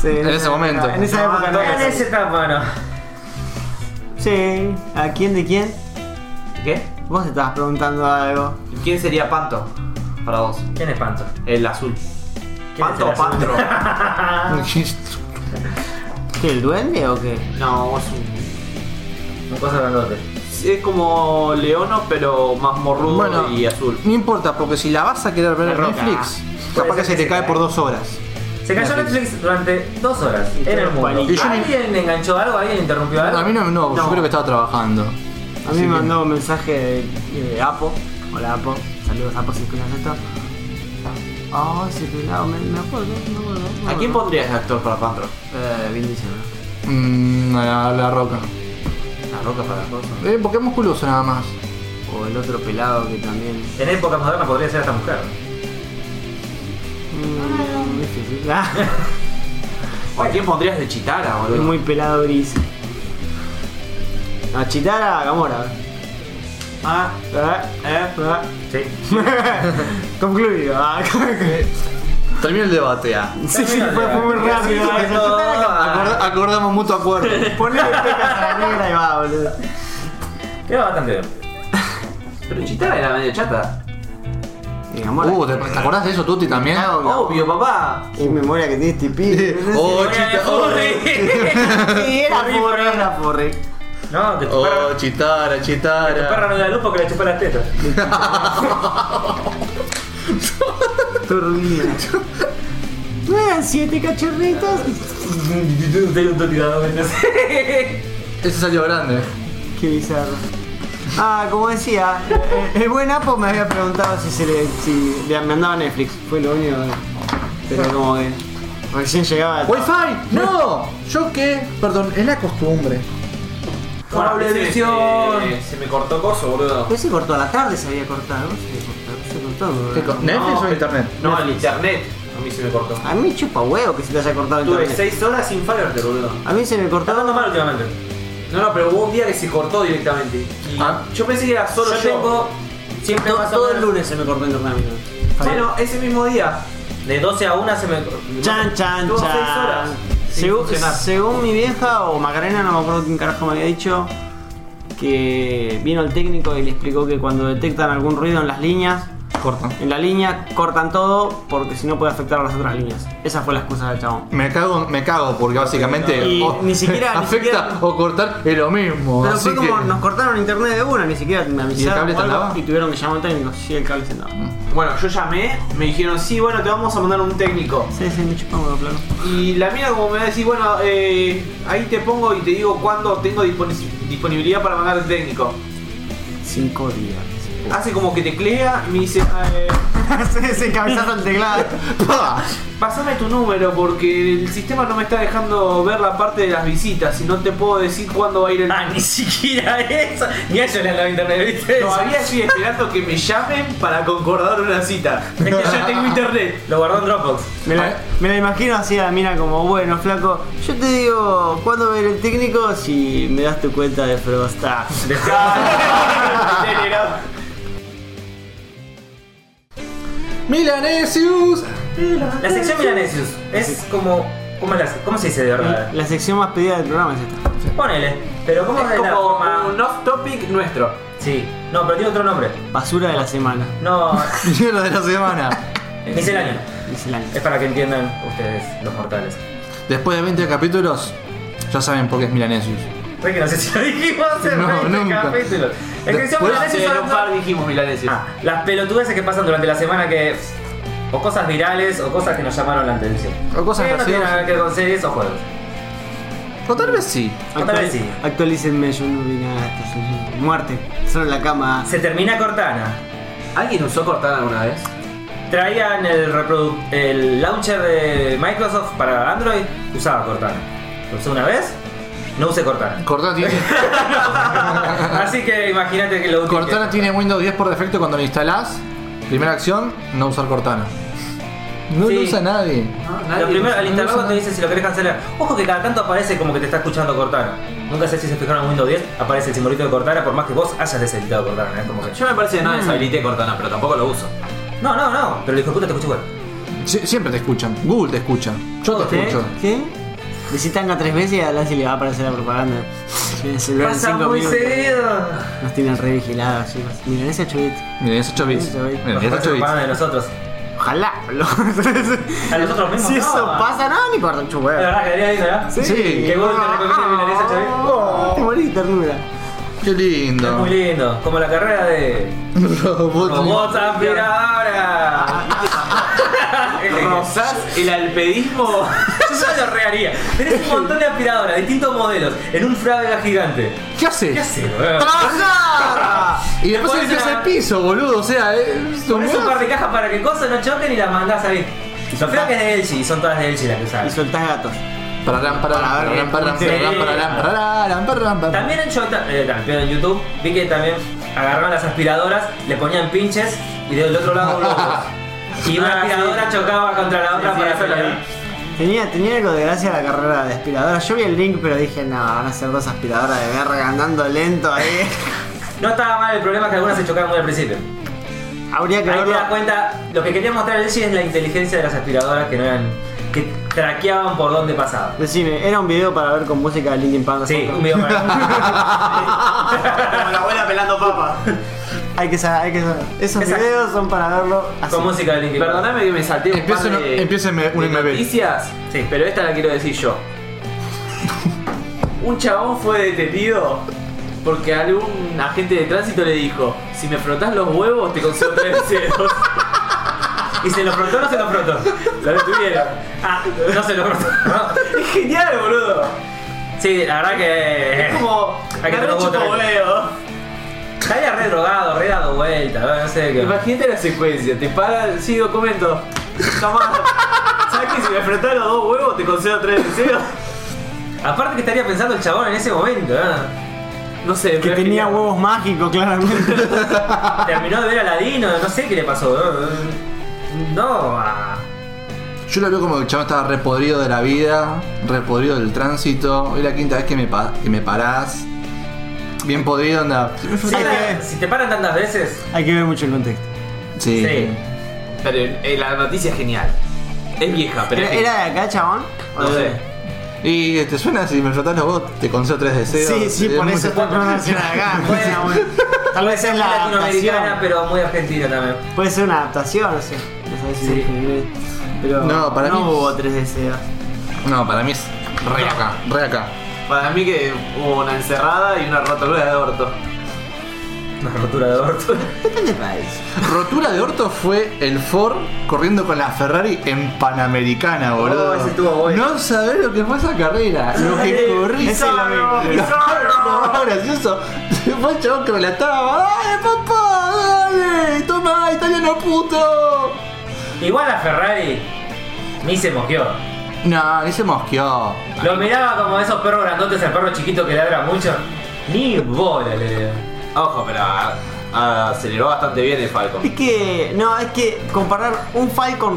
S2: Sí,
S4: En ese
S2: época-
S4: momento.
S2: En
S3: Ah,
S2: esa época no.
S1: En
S2: era así.
S1: ese etapa no.
S2: Sí. ¿A quién de quién?
S3: ¿Qué?
S2: Vos te estabas preguntando algo.
S3: ¿Quién sería Panto? Para vos.
S1: ¿Quién es Panto?
S3: El azul.
S1: ¿Quién es
S3: Panto o
S1: el azul?
S3: Pantro.
S2: ¿Qué, el duende o qué?
S3: no, es un.
S1: Un cosa grandote.
S3: Es como Leono, pero más morrudo
S4: bueno,
S3: y azul.
S4: no importa, porque si la vas a querer ver en
S2: La roca.
S4: Netflix, capaz
S1: ser
S4: que se
S1: que
S4: te
S1: se
S4: cae
S1: caiga.
S4: por dos horas.
S1: Se cayó Netflix durante dos horas
S2: Y
S1: en el
S2: todos
S1: mundo.
S2: pánico.
S4: Y yo ni-
S1: ¿Alguien enganchó algo? ¿Alguien interrumpió algo?
S4: A mí no, no, yo creo que estaba trabajando.
S2: A mí me mandó un mensaje de, de Apo. Hola Apo. Saludos Apo si escuchas esto. Oh, ese pelado, me, me acuerdo, me acuerdo. me
S3: ¿A quién
S2: acuerdo.
S3: pondrías de actor para Pantro?
S2: Eh, Vin Diesel. ¿no?
S4: Mm, a la roca.
S3: La roca para la cosa.
S4: Eh, porque es musculoso nada más.
S2: O el otro pelado que también.
S1: En épocas modernas podría ser esta mujer.
S2: Mm, difícil. Ah,
S3: ¿O a quién pondrías de Chitara,
S2: es
S3: boludo?
S2: muy pelado gris. A Chitara, a Gamora. Ah, eh, eh, eh.
S1: Sí.
S2: Concluido. Ah,
S4: Termina el debate ya.
S2: sí, sí, fue, fue muy rápido.
S1: Sí,
S2: eso.
S1: no.
S2: Chitara, Gamora.
S4: Acorda- acordamos mutuo acuerdo.
S2: Ponle pecas a la negra y va, boludo.
S1: Quedó bastante bien.
S3: Pero Chitara era medio chata.
S2: Y Gamora.
S4: Uh, ¿te, te acordás de eso, Tuti, también?
S2: Ah, Gamora.
S3: Obvio, papá.
S2: Qué memoria que tiene este pibe.
S4: Oh,
S1: Era
S4: chita-
S1: Furry.
S2: Sí, era
S1: Furry,
S2: porre,
S1: pero-
S2: era porre.
S1: No, que tu,
S4: Oh,
S1: perra,
S4: chitara,
S1: tu perra
S4: chitara.
S1: no da luz porque le chupa las tetas.
S2: Turbina. Eran siete cachorritos.
S1: Tengo un totirador, no sé.
S4: Ese Este salió grande.
S2: Qué bizarro. Ah, como decía, eh, el buen Apo me había preguntado si se le, si le me andaba Netflix. Fue lo único. que- Pero como que recién llegaba. el-
S4: ¡Wi-Fi! ¡No! ¿Yo qué? Perdón, es la costumbre.
S5: Cablevisión.
S3: se, se me cortó coso, boludo.
S2: Pero se cortó a la tarde, se había cortado. ¿no? Se cortó, se
S4: ¿Qué
S2: cortó.
S4: co- ¿Netflix o
S3: pero-
S4: internet?
S3: No, el internet. A mí se me cortó.
S2: A mí chupa huevo que se te haya cortado el
S3: Tuve
S2: internet.
S3: 6 horas sin Fiverr, boludo.
S2: A mí se me
S1: Está
S2: cortó.
S1: dando mal últimamente.
S3: No, no, pero hubo un día que se cortó directamente. Y
S4: Ah.
S3: Yo pensé que era solo yo.
S1: yo tengo siempre
S2: Todo,
S1: más o
S2: todo el
S1: menos-
S2: lunes se me cortó el internet. a mí.
S3: Bueno, ese mismo día.
S1: De 12 a 1 se me.
S2: Chan, chan, uh,
S3: Tuvo seis
S2: chan.
S3: horas sin
S2: Según,
S3: funcionar.
S2: según mi vieja o Macarena, no me acuerdo quién carajo me había dicho, que vino el técnico y le explicó que cuando detectan algún ruido en las líneas,
S4: Corta.
S2: en la línea cortan todo porque si no puede afectar a las otras líneas. Esa fue la excusa del chabón.
S4: Me cago, me cago porque básicamente
S2: Y ni siquiera- ni
S4: afecta
S2: siquiera-
S4: o cortar es lo mismo.
S2: Pero
S4: así
S2: fue como
S4: que
S2: nos cortaron internet de una, ni siquiera me avisaron
S4: cable
S2: o algo,
S4: andaba?
S2: y tuvieron que llamar al técnico. Sí, el cable se andaba.
S3: Bueno, yo llamé, me dijeron, sí, bueno, te vamos a mandar un técnico.
S2: Sí, sí, me chupan huevo, claro.
S3: Y la mía como me va a decir, bueno, eh, ahí te pongo y te digo cuándo tengo disponi- disponibilidad para mandar el técnico.
S2: Cinco días.
S3: Hace como que teclea y me dice, eh,
S2: Se ese cabezazo al teclado. ¡Pah!
S3: pasame tu número porque el sistema no me está dejando ver la parte de las visitas y no te puedo decir cuándo va a ir el...
S1: Ah, ni siquiera eso. Ni a ellos le han dado internet, ¿viste?
S3: Todavía estoy esperando que me llamen para concordar una cita. Es que yo tengo internet.
S1: Lo guardó en Dropbox.
S2: Me la, me la imagino así a la mina como, bueno, flaco, yo te digo, ¿cuándo va a ir el técnico? Si me das tu cuenta de Frosta.
S3: Ah.
S4: Milanesius.
S1: La sección Milanesius es como. ¿Cómo, la- cómo se dice de verdad?
S2: La sección más pedida del programa es esta.
S1: Ponele. Pero ¿cómo
S3: Es
S1: la
S3: como
S1: forma-
S3: un off-topic nuestro.
S1: Sí. No, pero tiene otro nombre.
S2: Basura de la semana.
S1: No.
S4: Milanesius de la semana.
S1: Misceláneo.
S2: Miscelánea.
S1: Es para que entiendan ustedes, los mortales.
S4: Después de 20 capítulos, ya saben por qué es Milanesius.
S1: Re que no sé si lo dijimos en
S4: No,
S1: 20
S4: nunca.
S1: capítulos. Es que
S4: Después
S1: siempre
S3: Hace
S1: Milanesius
S3: un par dijimos milaneses.
S1: Ah, las pelotudeces que pasan durante la semana que. O cosas virales o cosas que nos llamaron la atención.
S4: O cosas
S1: que no tienen
S4: graciosas.
S1: nada que ver con series o juegos.
S4: O tal vez sí.
S1: Otra vez sí.
S2: Actualícenme, yo no vi nada de esto, soy- Muerte. Solo en la cama.
S1: Se termina Cortana.
S3: ¿Alguien usó Cortana alguna vez?
S1: Traían el, reprodu- el launcher de Microsoft para Android, usaba Cortana. Lo usé una vez, no usé Cortana.
S4: Cortana tiene,
S1: Así que imagínate que lo útil
S4: Cortana tiene Windows 10 por defecto cuando lo instalás. Primera acción, no usar Cortana. No lo
S1: Sí.
S4: usa nadie.
S1: que- Lo primero, al
S4: no
S1: instalarlo
S4: usa
S1: te
S4: nada.
S1: dice si lo querés cancelar. Ojo que cada tanto aparece como que te está escuchando Cortana. Nunca sé si se fijaron en Windows 10, aparece el simbolito de Cortana por más que vos hayas deshabilitado Cortana. ¿eh? Como que-
S3: Yo me parece que no deshabilité Cortana, pero tampoco lo uso.
S1: No, no, no, pero el hijo de puta te escucha igual.
S4: Sie- siempre te escuchan. Google te escucha. Yo te
S1: ¿Sí?
S4: escucho.
S2: ¿Qué? Decí tanga tres veces y a Lancy le va a aparecer la propaganda. En el celular en cinco minutos.
S1: seguido.
S2: Nos tienen re vigilados, chicos. Miren ese chubito.
S4: Milanesius 8 bits.
S2: Ocho bits.
S1: Nos
S4: Milanesius 8 bits.
S1: de nosotros.
S2: Ojalá. boludo.
S1: A nosotros mismos.
S2: si
S1: no.
S2: eso pasa, no, ni importa,
S1: La
S2: chubeo.
S1: verdad que ¿eh? debería ir, ¿verdad?
S4: Sí.
S1: Que vos te recomiendas Milanesa, Chavi.
S2: Ah, Te morís de Oh, ternura.
S4: Qué
S1: Es
S4: lindo.
S1: muy lindo, como la carrera de
S4: Robot.
S1: robots aspiradora.
S3: ¿Rosás el alpedismo?
S1: Yo lo rearía. Tenés un montón de aspiradoras, distintos modelos, en un frávega gigante.
S4: ¿Qué haces?
S1: ¿Qué haces, weón?
S4: ¡Trabajar! Y después
S1: Ponés
S4: se empieza
S1: una-
S4: el piso, boludo. O sea, es un
S1: Ponés un par de cajas para que cosas no choquen y las mandás ahí. Lo feo que es de Elchi, y son todas de Elchi las que
S2: Y
S1: usas.
S2: soltás gatos.
S4: Para ram, para
S2: Para ver este,
S4: ram,
S2: qué-
S4: para ram, para ram, para ram, para ram, para ram, para ram.
S1: También en, Showta- eh, también en YouTube vi que también agarraban las aspiradoras, le ponían pinches y del otro lado locos. Y una aspiradora chocaba contra la otra
S3: Ah, sí,
S1: para
S3: eso
S1: hacerla.
S3: lo vi.
S2: Tenía, tenía algo de gracia la carrera de aspiradoras. Yo vi el link, pero dije, no, van a ser dos aspiradoras de verga andando lento ahí.
S1: No estaba mal el problema es que algunas se chocaban muy al principio.
S2: Habría que
S1: Ahí te
S2: verlo.
S1: das cuenta, lo que quería mostrar Elsie es la inteligencia de las aspiradoras que no eran. que traqueaban por dónde pasaba.
S2: Decime, era un video para ver con música de Linkin Park.
S1: Sí, un video para.
S3: Como la abuela pelando papa.
S2: Hay que saber, hay que saber. Esos
S1: Exacto.
S2: videos son para verlo así.
S1: con música de Linkin Park.
S3: Perdóname que me salté un
S4: Empieza
S3: par
S4: una-
S3: de,
S4: empieza un
S3: de
S4: MB.
S3: noticias,
S1: Sí.
S3: pero esta la quiero decir yo. Un chabón fue detenido porque algún agente de tránsito le dijo, si me frotás los huevos te concedo tres deseos.
S1: ¿Y se lo frotó o no se lo frotó?
S3: Lo detuvieron.
S1: Ah, no se lo frotó.
S3: Es genial, boludo.
S1: Sí, la verdad que.
S3: Es como...
S1: Hay que
S3: me re
S1: tomar
S3: chupa
S1: otra vez.
S3: huevo.
S1: Estaría re drogado, re dado vuelta, no no sé qué.
S3: Imagínate la secuencia, te paran, sí, documento. Jamás. ¿Sabes que si me frotás los dos huevos te concedo tres deseos?
S1: Aparte que estaría pensando el chabón en ese momento, ¿no?
S3: No sé,
S2: Que
S3: pero es
S2: tenía
S3: genial.
S2: huevos mágicos, claramente.
S1: Terminó de ver a Ladino, no sé qué le pasó, ¿no? No, ah.
S4: Yo lo veo como que el chabón estaba repodrido de la vida, repodrido del tránsito. Es la quinta vez que me, pa- que me parás. Bien podrido, anda.
S1: Si,
S2: Sí,
S1: te-
S2: que-
S1: si te paran tantas veces,
S2: hay que ver mucho el contexto.
S4: Sí.
S1: sí.
S3: Pero eh, la noticia es genial. Es vieja, pero.
S2: ¿Era,
S3: es genial.
S2: era de acá, chabón? ¿O
S3: No
S2: de-
S3: sé.
S4: Y te suena si me frotás los bots, te concedo tres deseos.
S2: Sí, sí,
S4: Es
S2: por
S4: muy-
S2: eso está pronunciada acá. Puede ser una- Tal vez es
S1: Es
S2: la
S1: latinoamericana,
S2: adaptación.
S1: pero muy argentina también.
S2: Puede ser una adaptación, no sé. No sabes si
S1: Sí.
S2: dije en inglés. Pero
S4: No, para mí-
S2: hubo tres E deseos.
S4: No, para mí es re acá, re acá.
S3: Para mí que hubo una encerrada y una rotadura de orto.
S1: Una rotura de orto.
S2: ¿Qué tal te parece?
S4: Rotura de orto fue el Ford corriendo con la Ferrari en Panamericana, boludo.
S1: Oh, ese estuvo bueno.
S4: No sabés lo que fue esa carrera, lo que
S1: Sí,
S4: corrí.
S2: ese la vi.
S4: Lo- lo más gracioso. Fue el chabón que me la estaba. ¡Dale, papá! ¡Dale! ¡Toma, italiano puto!
S1: Igual a Ferrari ni se mosqueó.
S4: No, ese mosqueó.
S1: Lo miraba como esos perros grandotes, el perro chiquito que ladra mucho. Ni bola le dio.
S3: Ojo, pero ah, ah, aceleró bastante bien el
S2: Es
S3: Falcon.
S2: que, no, es que comparar un Falcon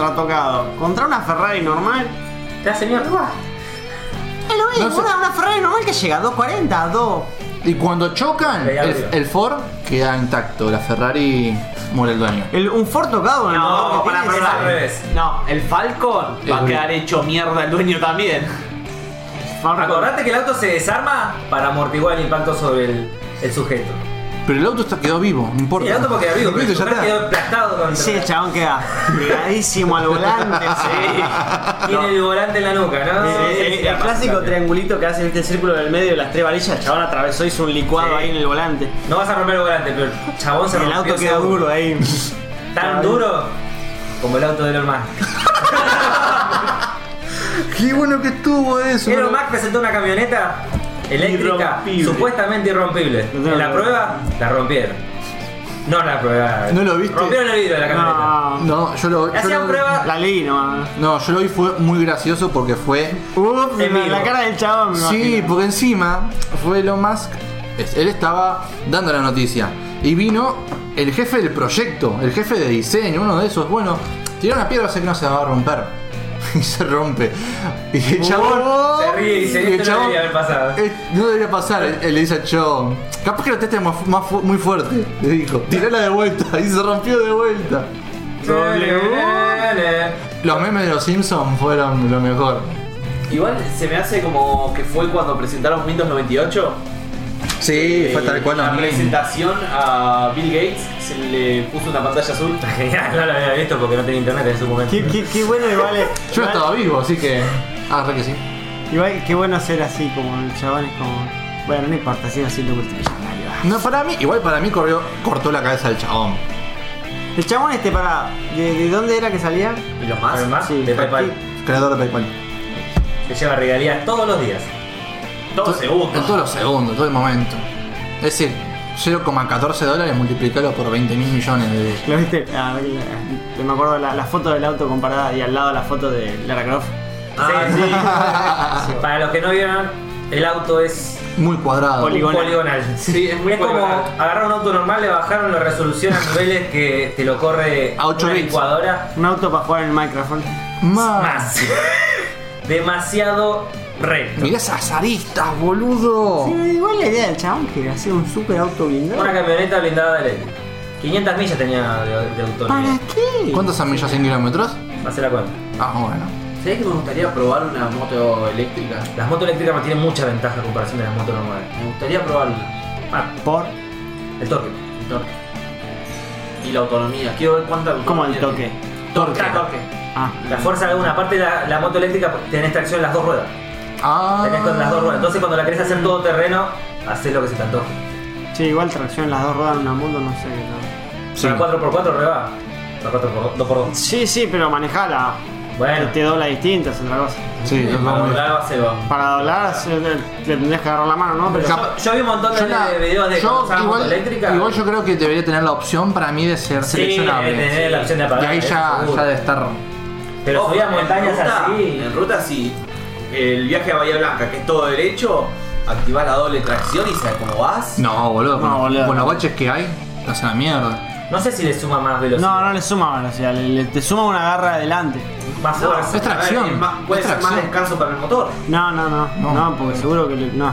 S2: recontratocado contra una Ferrari normal.
S1: La señora, ¡buah!
S2: Es lo mismo,
S4: No sé.
S2: una, una Ferrari normal que llega a 240, 2.
S4: Y cuando chocan,
S1: Ahí
S4: el,
S1: arriba.
S4: el Ford queda intacto. La Ferrari muere el dueño.
S2: El, un Ford tocado con el motor que
S3: pará,
S2: tiene,
S1: es
S3: pará.
S1: al revés.
S3: No, el Falcon va a
S4: El-
S3: quedar hecho mierda el dueño también.
S2: es Falcon.
S1: Acordate que el auto se desarma para amortiguar el impacto sobre el, el sujeto.
S4: Pero el auto está- quedó vivo, no importa.
S1: Y el auto porque era vivo, pero
S4: Listo,
S1: el
S4: ya
S1: sujeto
S4: está.
S1: quedó aplastado contra.
S2: Sí, el chabón queda pegadísimo al volante, sí.
S1: Tiene el volante en la nuca, ¿no?
S2: Eh,
S1: Sí,
S2: eh,
S1: sí,
S2: el
S1: la
S2: clásico
S1: pasa.
S2: triangulito que hace este círculo del medio de las tres varillas, el chabón atravesó, hizo un licuado
S1: Sí.
S2: ahí en el volante.
S1: No vas a romper el volante, pero el chabón se
S2: el
S1: rompió
S2: auto
S1: ese
S2: quedó duro ahí.
S1: Tan duro como el auto de Elon Musk.
S4: Qué bueno que estuvo eso.
S1: Elon
S4: ¿no?
S1: Musk presentó una camioneta eléctrica
S2: Irrompible.
S1: supuestamente irrompible.
S2: No tengo
S1: En la
S2: idea.
S1: prueba la rompieron. No la prueba.
S4: ¿No lo viste?
S1: Rompieron el vidrio de la camioneta.
S2: No,
S4: No, yo lo. yo
S1: Hacían
S4: lo-
S1: prueba-
S2: la ley nomás.
S4: No, yo lo vi fue muy gracioso porque fue.
S2: Uf,
S1: En
S2: la,
S1: vivo.
S2: la cara del chabón, me
S4: Sí,
S2: imagino.
S4: porque encima fue Elon Musk. es- Él estaba dando la noticia. Y vino el jefe del proyecto, el jefe de diseño, uno de esos. Bueno, tiró una piedra, sé que no se va a romper. Y se rompe. Y el chabón.
S1: Oh, Se ríe y
S4: y
S1: dice,
S4: el
S1: esto no
S4: chabón-
S1: debería haber pasado.
S4: Eh, no debería pasar, él, él le dice a Cho. Capaz que lo teste más, más fu- muy fuerte, le dijo. Tirala de vuelta y se rompió de vuelta. Los memes de los Simpsons fueron lo mejor.
S3: Igual se me hace como que fue cuando presentaron Windows 98.
S4: Sí,
S3: Eh, La presentación a Bill Gates se le puso una pantalla azul.
S1: Genial, no lo había visto porque no tenía internet en su momento.
S2: Qué, qué- qué bueno igual es-
S4: Yo no
S2: igual-
S4: estaba vivo, así que. Ah, re que sí.
S2: Igual qué bueno ser así, como el chabón es como. Bueno, no importa, sigue haciendo multimillonario.
S4: No, para mí, igual para mí corrió, cortó la cabeza del chabón.
S2: El chabón este para. ¿De, de dónde era que salía?
S3: ¿Y los más?
S1: Elon Musk
S2: Sí,
S1: de PayPal
S4: Creador de PayPal.
S1: que lleva regalías todos los días.
S3: Todo
S4: En
S3: segundo.
S4: todos los segundos, todo el momento. Es decir, 0,14 dólares multiplicarlo por 20 mil millones de.
S2: ¿Lo viste? Ah, la- me acuerdo la, la foto del auto comparada y al lado la foto de Lara Croft.
S1: Ah,
S2: Sí,
S1: sí. Para los que no vieron, el auto es
S4: Muy cuadrado.
S2: Poli- Poligonal.
S1: poligonal.
S3: Sí, es muy
S1: es como
S3: poligonal.
S1: agarrar un auto normal, le bajaron la resolución a niveles que te lo corre
S4: A ocho
S1: una
S4: bits.
S1: licuadora.
S2: Un auto para jugar en el Minecraft.
S4: Más.
S1: Más. Demasiado recto.
S4: Mirá esas aristas, boludo.
S2: Sí, igual la idea del chabón que era hacer un super auto blindado.
S1: Una camioneta blindada de eléctrica. 500 millas tenía de, de
S2: ¿Para
S1: autonomía.
S2: qué?
S4: ¿Cuántas son millas en kilómetros?
S1: Hace la cuenta.
S4: Ah, bueno.
S3: ¿Sabés que me gustaría probar una moto eléctrica?
S1: Las motos eléctricas tienen mucha ventaja en comparación de las motos normales.
S3: Me gustaría probar una.
S1: Ah,
S2: Por.
S1: el torque.
S3: el torque. Y la autonomía. Quiero ver cuánta.
S2: Como el
S3: autonomía
S2: toque.
S3: tiene.
S1: Torque.
S3: Ah, torque.
S2: Ah.
S1: La fuerza de una parte, la, la moto eléctrica pues, tenés tracción en las dos ruedas.
S4: Ah.
S1: Tenés con las dos ruedas. Entonces cuando la querés hacer todo terreno, haces lo que se te antoje.
S2: Che, igual tracción en las dos ruedas en una moto, no sé qué tal.
S4: Sí.
S1: La 4x4 reba. La 4x2 2x2.
S2: Sí, sí, pero manejala.
S1: Bueno.
S2: Te dobla distinto, es otra cosa.
S4: Sí,
S3: Para
S4: es lo mismo.
S3: doblar se va.
S2: Para doblar se- le le tendrías que agarrar la mano, ¿no? Pero
S4: Cap-
S1: Yo, yo vi un montón de,
S4: Yo la-
S1: de videos de
S4: yo
S1: cómo usar moto
S4: igual,
S1: eléctrica.
S4: igual yo creo que debería tener la opción para mí de ser
S1: sí,
S4: seleccionable.
S1: de tener la opción de apagar.
S4: y ahí
S1: eso
S4: ya,
S1: seguro.
S4: ya de estar.
S1: Pero
S3: Ojo,
S1: subía
S3: en
S1: montañas
S3: ruta-
S1: así.
S3: En ruta sí. El viaje a Bahía Blanca, que es todo derecho, activás la doble tracción y sabes cómo vas.
S4: No, boludo.
S2: No,
S4: con,
S2: boludo.
S4: con los baches que hay, te hace la mierda.
S1: No sé si le suma más velocidad.
S2: No, no le suma velocidad, le, le- te suma una garra adelante.
S1: Más
S3: No,
S1: fuerza.
S4: es tracción,
S3: a ver, es más- puede
S4: es
S3: ser más
S4: tracción.
S3: descanso para el motor,
S2: No, no, no,
S4: No.
S2: no, porque seguro que le, no, no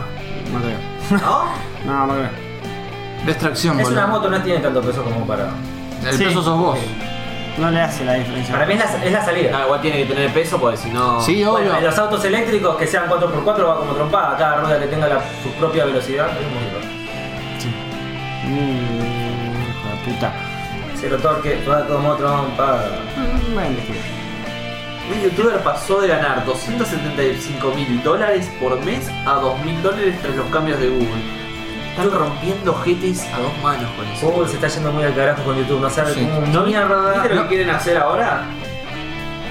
S2: creo.
S3: ¿no?
S2: No, no creo.
S4: Distracción,
S1: Es
S4: boludo.
S1: una moto, no tiene tanto peso como para.
S4: El
S2: Sí.
S4: peso sos vos.
S2: No le hace la diferencia.
S1: Para mí es la, es la salida.
S3: No, igual tiene que tener peso porque si no.
S4: Sí, obvio.
S1: Bueno, en los autos eléctricos que sean 4x4 va como trompada, cada rueda que tenga la- su propia velocidad es muy bueno.
S2: Mm, hijo de puta.
S1: Cero torque, va como trompada.
S2: Mm, Voy a investigar.
S3: Un youtuber pasó de ganar 275 mil dólares por mes a 2 mil dólares tras los cambios de Google. Están rompiendo jetes a dos manos con eso.
S1: Google se está yendo muy al carajo con YouTube, no sabe
S4: Sí.
S1: cómo mierda.
S3: ¿Viste lo que quieren hacer ahora?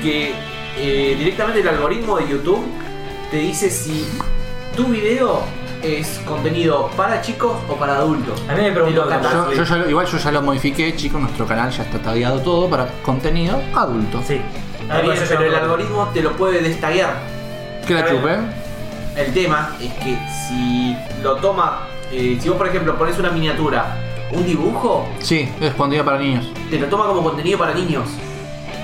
S3: Que eh, directamente el algoritmo de YouTube te dice si tu video es contenido para chicos o para adultos.
S1: A mí me
S3: Te lo
S1: preguntó.
S3: cataloga.
S4: Yo, yo ya lo- igual yo ya lo modifiqué, chicos. Nuestro canal ya está tagueado todo para contenido adulto.
S1: Sí.
S3: Está bien, pero el algoritmo te lo puede destaguear.
S4: Que la chupé.
S3: El tema es que si lo toma, eh, si vos por ejemplo pones una miniatura, un dibujo,
S4: Sí, es contenido para niños.
S3: te lo toma como contenido para niños.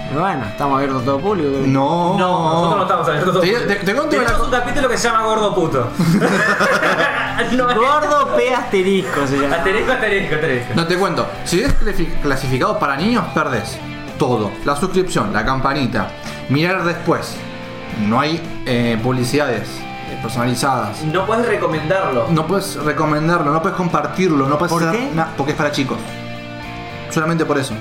S2: Pero bueno, estamos abiertos a todo público. creo.
S4: No,
S1: No, nosotros no estamos abiertos.
S4: Te, te- te cuento que la-
S1: Tenemos un capítulo que se llama Gordo Puto. no, es-
S2: Gordo P asterisco se llama.
S1: Asterisco, asterisco, asterisco.
S4: No te cuento, si es clasi- clasificado para niños, perdés todo. La suscripción, la campanita, mirar después. No hay eh, publicidades eh, personalizadas.
S3: No puedes recomendarlo.
S4: No puedes recomendarlo, no puedes compartirlo, no puedes
S2: ¿Por
S4: hacer
S2: qué?
S4: na- porque es para chicos. Solamente por eso.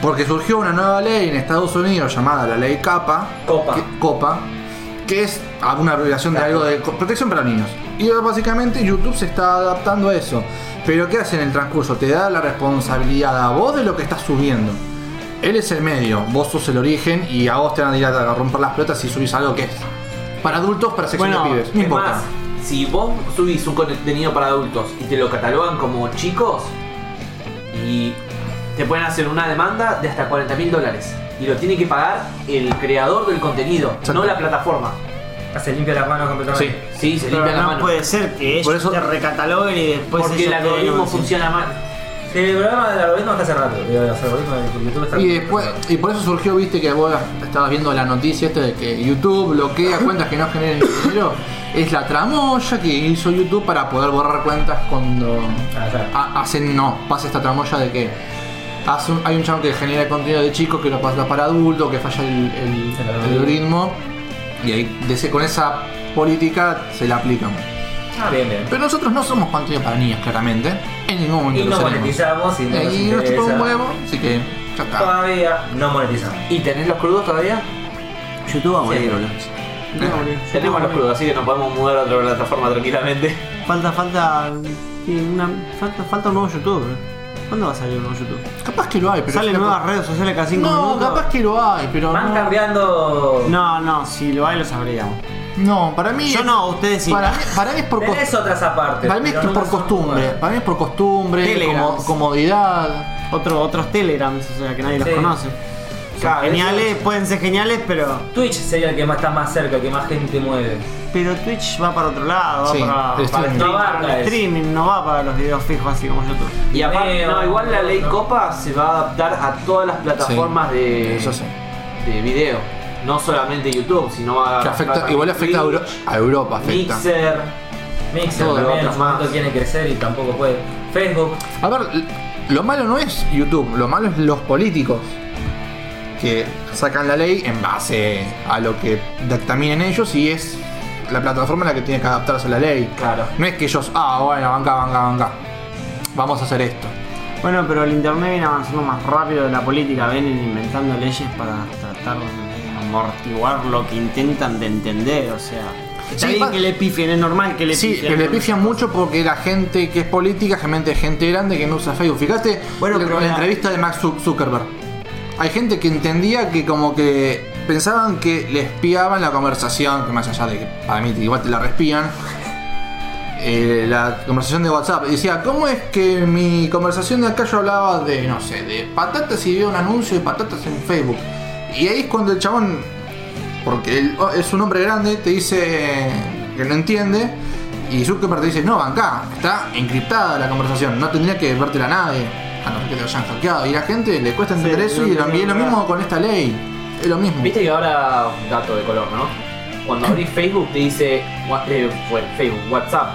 S4: Porque surgió una nueva ley en Estados Unidos llamada la ley CAPA.
S3: Copa.
S4: Que, Copa, que es alguna abreviación de algo de co- protección para niños. Y básicamente YouTube se está adaptando a eso. Pero ¿qué hace en el transcurso? Te da la responsabilidad a vos de lo que estás subiendo. Él es el medio, vos sos el origen y a vos te van a ir a romper las pelotas si subís algo que es para adultos, para sección
S2: Bueno,
S4: de pibes. No
S3: Es
S4: importa.
S3: más, si vos subís un contenido para adultos y te lo catalogan como chicos, y te pueden hacer una demanda de hasta 40 mil dólares. Y lo tiene que pagar el creador del contenido,
S4: Exacto.
S3: no la plataforma.
S1: Se limpia las manos completamente.
S4: Sí.
S3: Sí, se
S2: Pero
S3: limpia la
S2: no
S3: mano.
S2: puede ser que ellos
S4: Por eso-
S2: te recataloguen y después
S3: porque el
S2: ellos te
S3: algoritmo
S2: denuncien.
S3: funciona mal.
S1: Sí, El programa del algoritmo está hace rato. digo, Los algoritmos de YouTube están.
S4: Y después, y por eso surgió, viste, que vos estabas viendo la noticia esta de que YouTube bloquea cuentas que no generen dinero. Es la tramoya que hizo YouTube para poder borrar cuentas cuando
S1: Ah, claro.
S4: ha- hacen no, pasa esta tramoya de que hace un- hay un chavo que genera contenido de chicos que lo pasa para adultos, que falla el, el-
S1: El
S4: el algoritmo. Y ahí de ese- con esa política se la aplican.
S1: Ah, bien, bien.
S4: Pero nosotros no somos contenido para niños, claramente. En ningún momento
S1: Y
S4: lo
S1: no
S4: seremos.
S1: monetizamos y no nos
S4: Eh, Y nos chupa un
S1: interesa.
S4: huevo, así que ya está.
S1: Todavía no monetizamos.
S3: ¿Y tenés los crudos todavía?
S2: YouTube va a morir,
S3: Sí.
S2: boludo. YouTube va a morir.
S3: Tenemos los crudos, así que nos podemos mudar a otra plataforma tranquilamente.
S2: Falta, falta, sí, una, falta. Falta un nuevo YouTube, bro. ¿Cuándo va a salir un nuevo YouTube?
S4: Capaz que lo hay, pero.
S2: Salen
S4: es una
S2: nuevas
S4: co-
S2: redes sociales cada 5
S4: No,
S2: minutos.
S4: capaz que lo hay, pero.
S1: Van
S4: no.
S1: cambiando.
S2: No, no, si lo hay lo sabríamos.
S4: No, para mí.
S2: Yo no, ustedes sí.
S4: Para mí, para mí es por
S1: Tenés
S4: costumbre.
S1: otras aparte.
S4: Para mí es
S1: pero no
S4: por
S1: son
S4: costumbre.
S1: iguales.
S4: Para mí es por costumbre,
S2: Telegrams.
S4: como, comodidad.
S2: Otro, otros Telegrams, o sea que nadie
S1: Sí.
S2: los conoce.
S3: Claro,
S2: geniales, pueden ser geniales, pero.
S1: Twitch sería el que más está más cerca, el que más gente mueve.
S2: Pero Twitch va para otro lado, va
S4: Sí,
S2: para,
S4: el
S2: para
S4: streaming.
S1: No va
S2: para el
S1: eso.
S2: streaming, no va para los videos fijos así como YouTube.
S3: Y aparte,
S1: Veo,
S3: no, igual la ley
S1: no.
S3: Copa se va a adaptar a todas las plataformas de,
S4: Eso sí.
S3: de video. No solamente YouTube, sino va
S4: Que
S3: a
S4: afecta, igual afecta a, Euro- a Europa. Afecta.
S3: Mixer.
S1: Mixer
S3: Todo,
S1: también, en
S3: otras
S1: su momento
S3: más.
S1: quiere crecer y tampoco puede. Facebook,
S4: A ver, l- lo malo no es YouTube, lo malo es los políticos que sacan la ley en base a lo que dictaminen ellos y es la plataforma la que tiene que adaptarse a la ley.
S3: Claro.
S4: No es que ellos, ah, bueno, banca, banca, banca. Vamos a hacer esto.
S2: Bueno, pero el internet viene avanzando más rápido de la política, vienen inventando leyes para tratar de amortiguar lo que intentan de entender, o sea. Está
S4: Sí,
S2: bien
S4: pa-
S2: que le pifien, es normal que le
S4: Sí,
S2: pifien.
S4: pero le pifian mucho porque la gente que es política, realmente es gente grande que no usa Facebook. Fíjate
S2: Bueno,
S4: la,
S2: pero
S4: la
S2: la-
S4: entrevista de Max Zu- Zuckerberg. Hay gente que entendía que como que pensaban que le espiaban la conversación, que más allá de que para mí igual te la respían. eh, la conversación de WhatsApp y decía, ¿cómo es que mi conversación de acá yo hablaba de, no sé, de patatas y veo un anuncio de patatas en Facebook? Y ahí es cuando el chabón porque él oh, es un hombre grande, te dice que no entiende. Y Zuckerberg te dice, no, acá, está encriptada la conversación, no tendría que vértela a nadie, a no ser que te lo hayan hackeado. Y la gente le cuesta entender
S2: Sí,
S4: eso
S2: lo
S4: y lo,
S2: entiendo,
S4: y lo
S2: claro.
S4: mismo con esta ley. Es lo mismo.
S3: Viste que ahora, un dato de color, ¿no? Cuando abrís Facebook te dice, wa- eh, bueno, Facebook, WhatsApp.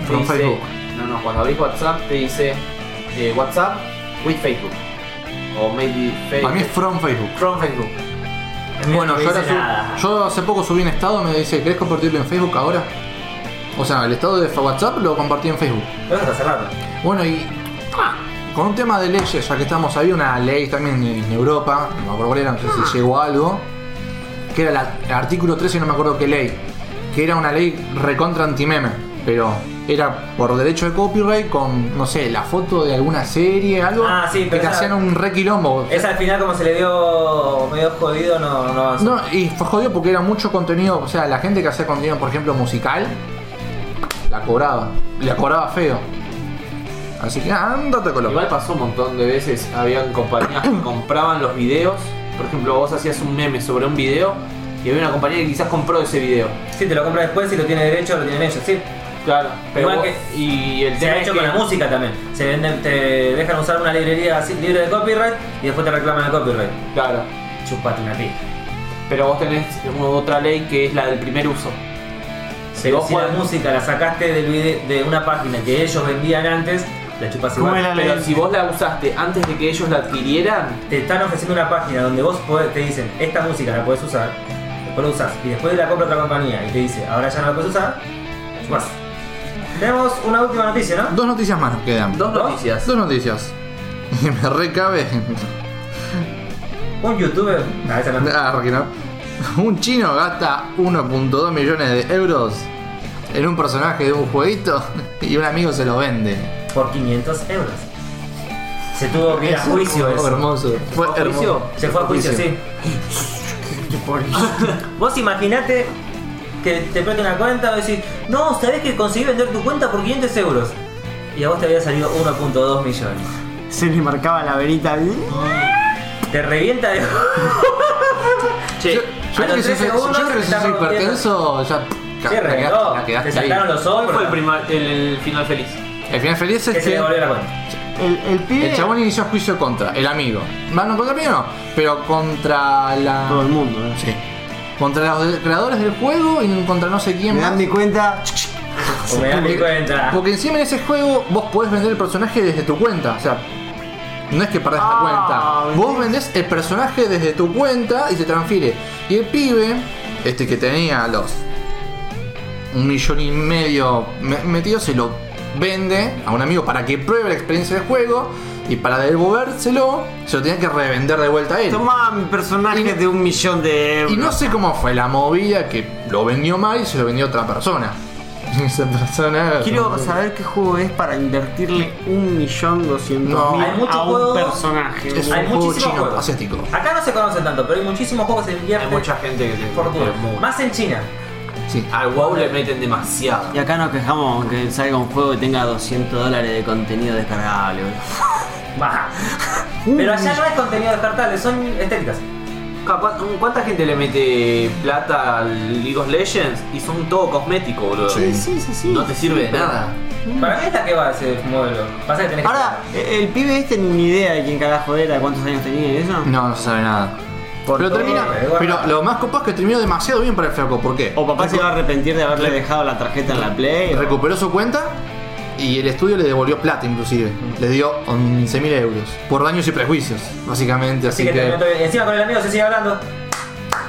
S3: Te
S4: From
S3: dice-
S4: Facebook.
S3: No, no, cuando abrís WhatsApp te dice eh, WhatsApp with Facebook. O maybe
S4: Para mí es
S3: Facebook.
S4: from Facebook.
S3: From Facebook.
S1: a mí no
S4: Bueno,
S1: me
S4: yo, ahora
S1: dice
S4: sub-
S1: nada.
S4: yo hace poco subí un estado, me dice, ¿querés compartirlo en Facebook ahora? O sea, el estado de WhatsApp lo compartí en Facebook.
S1: Lo vas a cerrar.
S4: Bueno, y ah, con un tema de leyes, ya que estamos, había una ley también en, en Europa, no me acuerdo cuál era, no sé
S1: Ah.
S4: si llegó algo, que era la- el artículo 13, no me acuerdo qué ley, que era una ley recontra anti-meme, pero era por derecho de copyright con, no sé, la foto de alguna serie, algo.
S1: Ah, sí,
S4: y
S1: pero
S4: te
S1: esa-
S4: hacían un re quilombo.
S1: Es al final como se le dio medio jodido, no, no avanzó.
S4: No, y fue jodido porque era mucho contenido. O sea, la gente que hacía contenido, por ejemplo, musical, la cobraba. y La cobraba feo. Así que andate con
S3: Igual
S4: lo
S3: pasó un montón de veces, habían compañías que compraban los videos. Por ejemplo, vos hacías un meme sobre un video y había una compañía que quizás compró ese video.
S1: Sí, te lo compra después, si lo tiene derecho, lo tienen ellos, sí.
S3: Claro, pero
S1: Igual
S3: vos- y el
S1: Se
S3: tema
S1: ha
S3: es
S1: hecho
S3: que-
S1: con la música también. Se venden, te dejan usar una librería así, libre de copyright y después te reclaman el copyright.
S3: Claro,
S1: Chupate una pija.
S3: pero vos tenés otra ley que es la del primer uso.
S1: Si vos
S3: vos
S1: si la
S3: jugás-
S1: música la sacaste del vide- de una página que ellos vendían antes, la chupas
S2: ¿Cómo
S1: igual.
S2: era?
S3: Pero si vos la usaste antes de que ellos la adquirieran,
S1: Te están ofreciendo una página donde vos podés- te dicen, esta música la podés usar, después la usás, y después la compra otra compañía y te dice, ahora ya no la puedes usar, la chupás. Tenemos una última noticia, ¿no?
S4: Dos noticias más nos quedan.
S3: dos
S1: ¿No?
S3: noticias.
S4: Dos noticias. Me recabe.
S1: Un youtuber. Ah, esa no.
S4: Ah, que no. Un chino gasta 1.2 millones de euros en un personaje de un jueguito y un amigo se lo vende.
S1: Por 500 euros. Se tuvo que ir a
S4: Eso
S1: juicio
S4: fue
S1: eso.
S4: hermoso. Fue
S3: ¿Se fue a
S4: hermoso.
S3: juicio?
S1: Oh, Se fue a juicio, sí. Vos imaginate que te preste una cuenta y decís, no, sabés que conseguí vender tu cuenta por 500 euros. Y a vos te había salido 1.2 millones.
S2: Se le marcaba la verita ahí.
S1: Te revienta de.
S4: Yo, yo
S1: a
S4: creo
S1: los
S4: que si
S1: tres
S4: sos- yo
S1: segundos
S4: creo que si
S1: está
S4: sos
S1: rompiendo.
S4: hipertenso, ya. ca-
S1: Se
S4: la
S1: reventó.
S4: quedaste, la
S1: Te
S4: quedaste ahí.
S1: sacaron los
S3: ¿Cuál fue el,
S1: hombros.
S3: primar- el- el final feliz?
S4: El final feliz
S1: Que
S4: es
S1: se le
S4: que.
S1: devolvió la cuenta.
S2: El, el pibe.
S4: El chabón inició juicio contra el amigo. No, no contra el amigo no, pero contra la.
S2: Todo el mundo, ¿eh?
S4: Sí. Contra los de- creadores del juego y contra no sé quién
S2: Me
S4: más.
S2: dan mi cuenta.
S1: O me das mi cuenta.
S4: Porque encima en ese juego vos podés vender el personaje desde tu cuenta. O sea, no es que perdés la
S2: Ah,
S4: cuenta. Vos vendés el personaje desde tu cuenta y se transfiere. Y el pibe, este que tenía los un millón y medio me- metido, se lo vende a un amigo para que pruebe la experiencia del juego. Y para devolvérselo, se lo tenía que revender de vuelta a él.
S2: Toma mi personaje de un millón de euros.
S4: Y no sé cómo fue la movida que lo vendió mal y se lo vendió a otra persona. Esa persona.
S2: Quiero saber qué juego es para invertirle un millón doscientos
S4: No.
S2: mil
S1: Hay muchos
S2: a un
S1: juegos-
S2: personaje.
S4: Es
S1: Hay
S4: un juego
S1: muchísimos
S4: chino
S1: juegos.
S4: asiático.
S1: Acá no se conocen tanto, pero hay muchísimos juegos que se
S3: Hay
S1: invierten.
S3: mucha gente que
S1: fortuna.
S3: te
S1: Más en China.
S4: Sí.
S3: Al WoW le meten demasiado.
S2: Y acá nos quejamos que salga un juego que tenga 200 dólares de contenido descargable. boludo.
S1: Bah. Pero allá no es contenido descartable, son estéticas.
S3: Capaz- ¿Cuánta gente le mete plata al League of Legends y son todo cosmético, boludo?
S4: Sí,
S2: Sí, sí, sí.
S3: No te sirve de nada.
S1: Para mí es la que va ese modelo. Pasa que tenés que-
S2: Ahora, eh, el pibe este ni idea de quién carajo era, cuántos años tenía y eso.
S4: No, no se sabe nada. pero
S1: todo,
S4: termina.
S1: eh, bueno.
S4: Pero lo más copado es que terminó demasiado bien para el flaco. ¿Por qué?
S2: O papá se iba a arrepentir de haberle dejado la tarjeta en la Play. o-
S4: Recuperó su cuenta y el estudio le devolvió plata, inclusive. Le dio 11.000 euros por daños y prejuicios, básicamente.
S1: Así
S4: Así,
S1: que, terminó todo
S4: que.
S1: bien. Encima con el amigo se sigue hablando.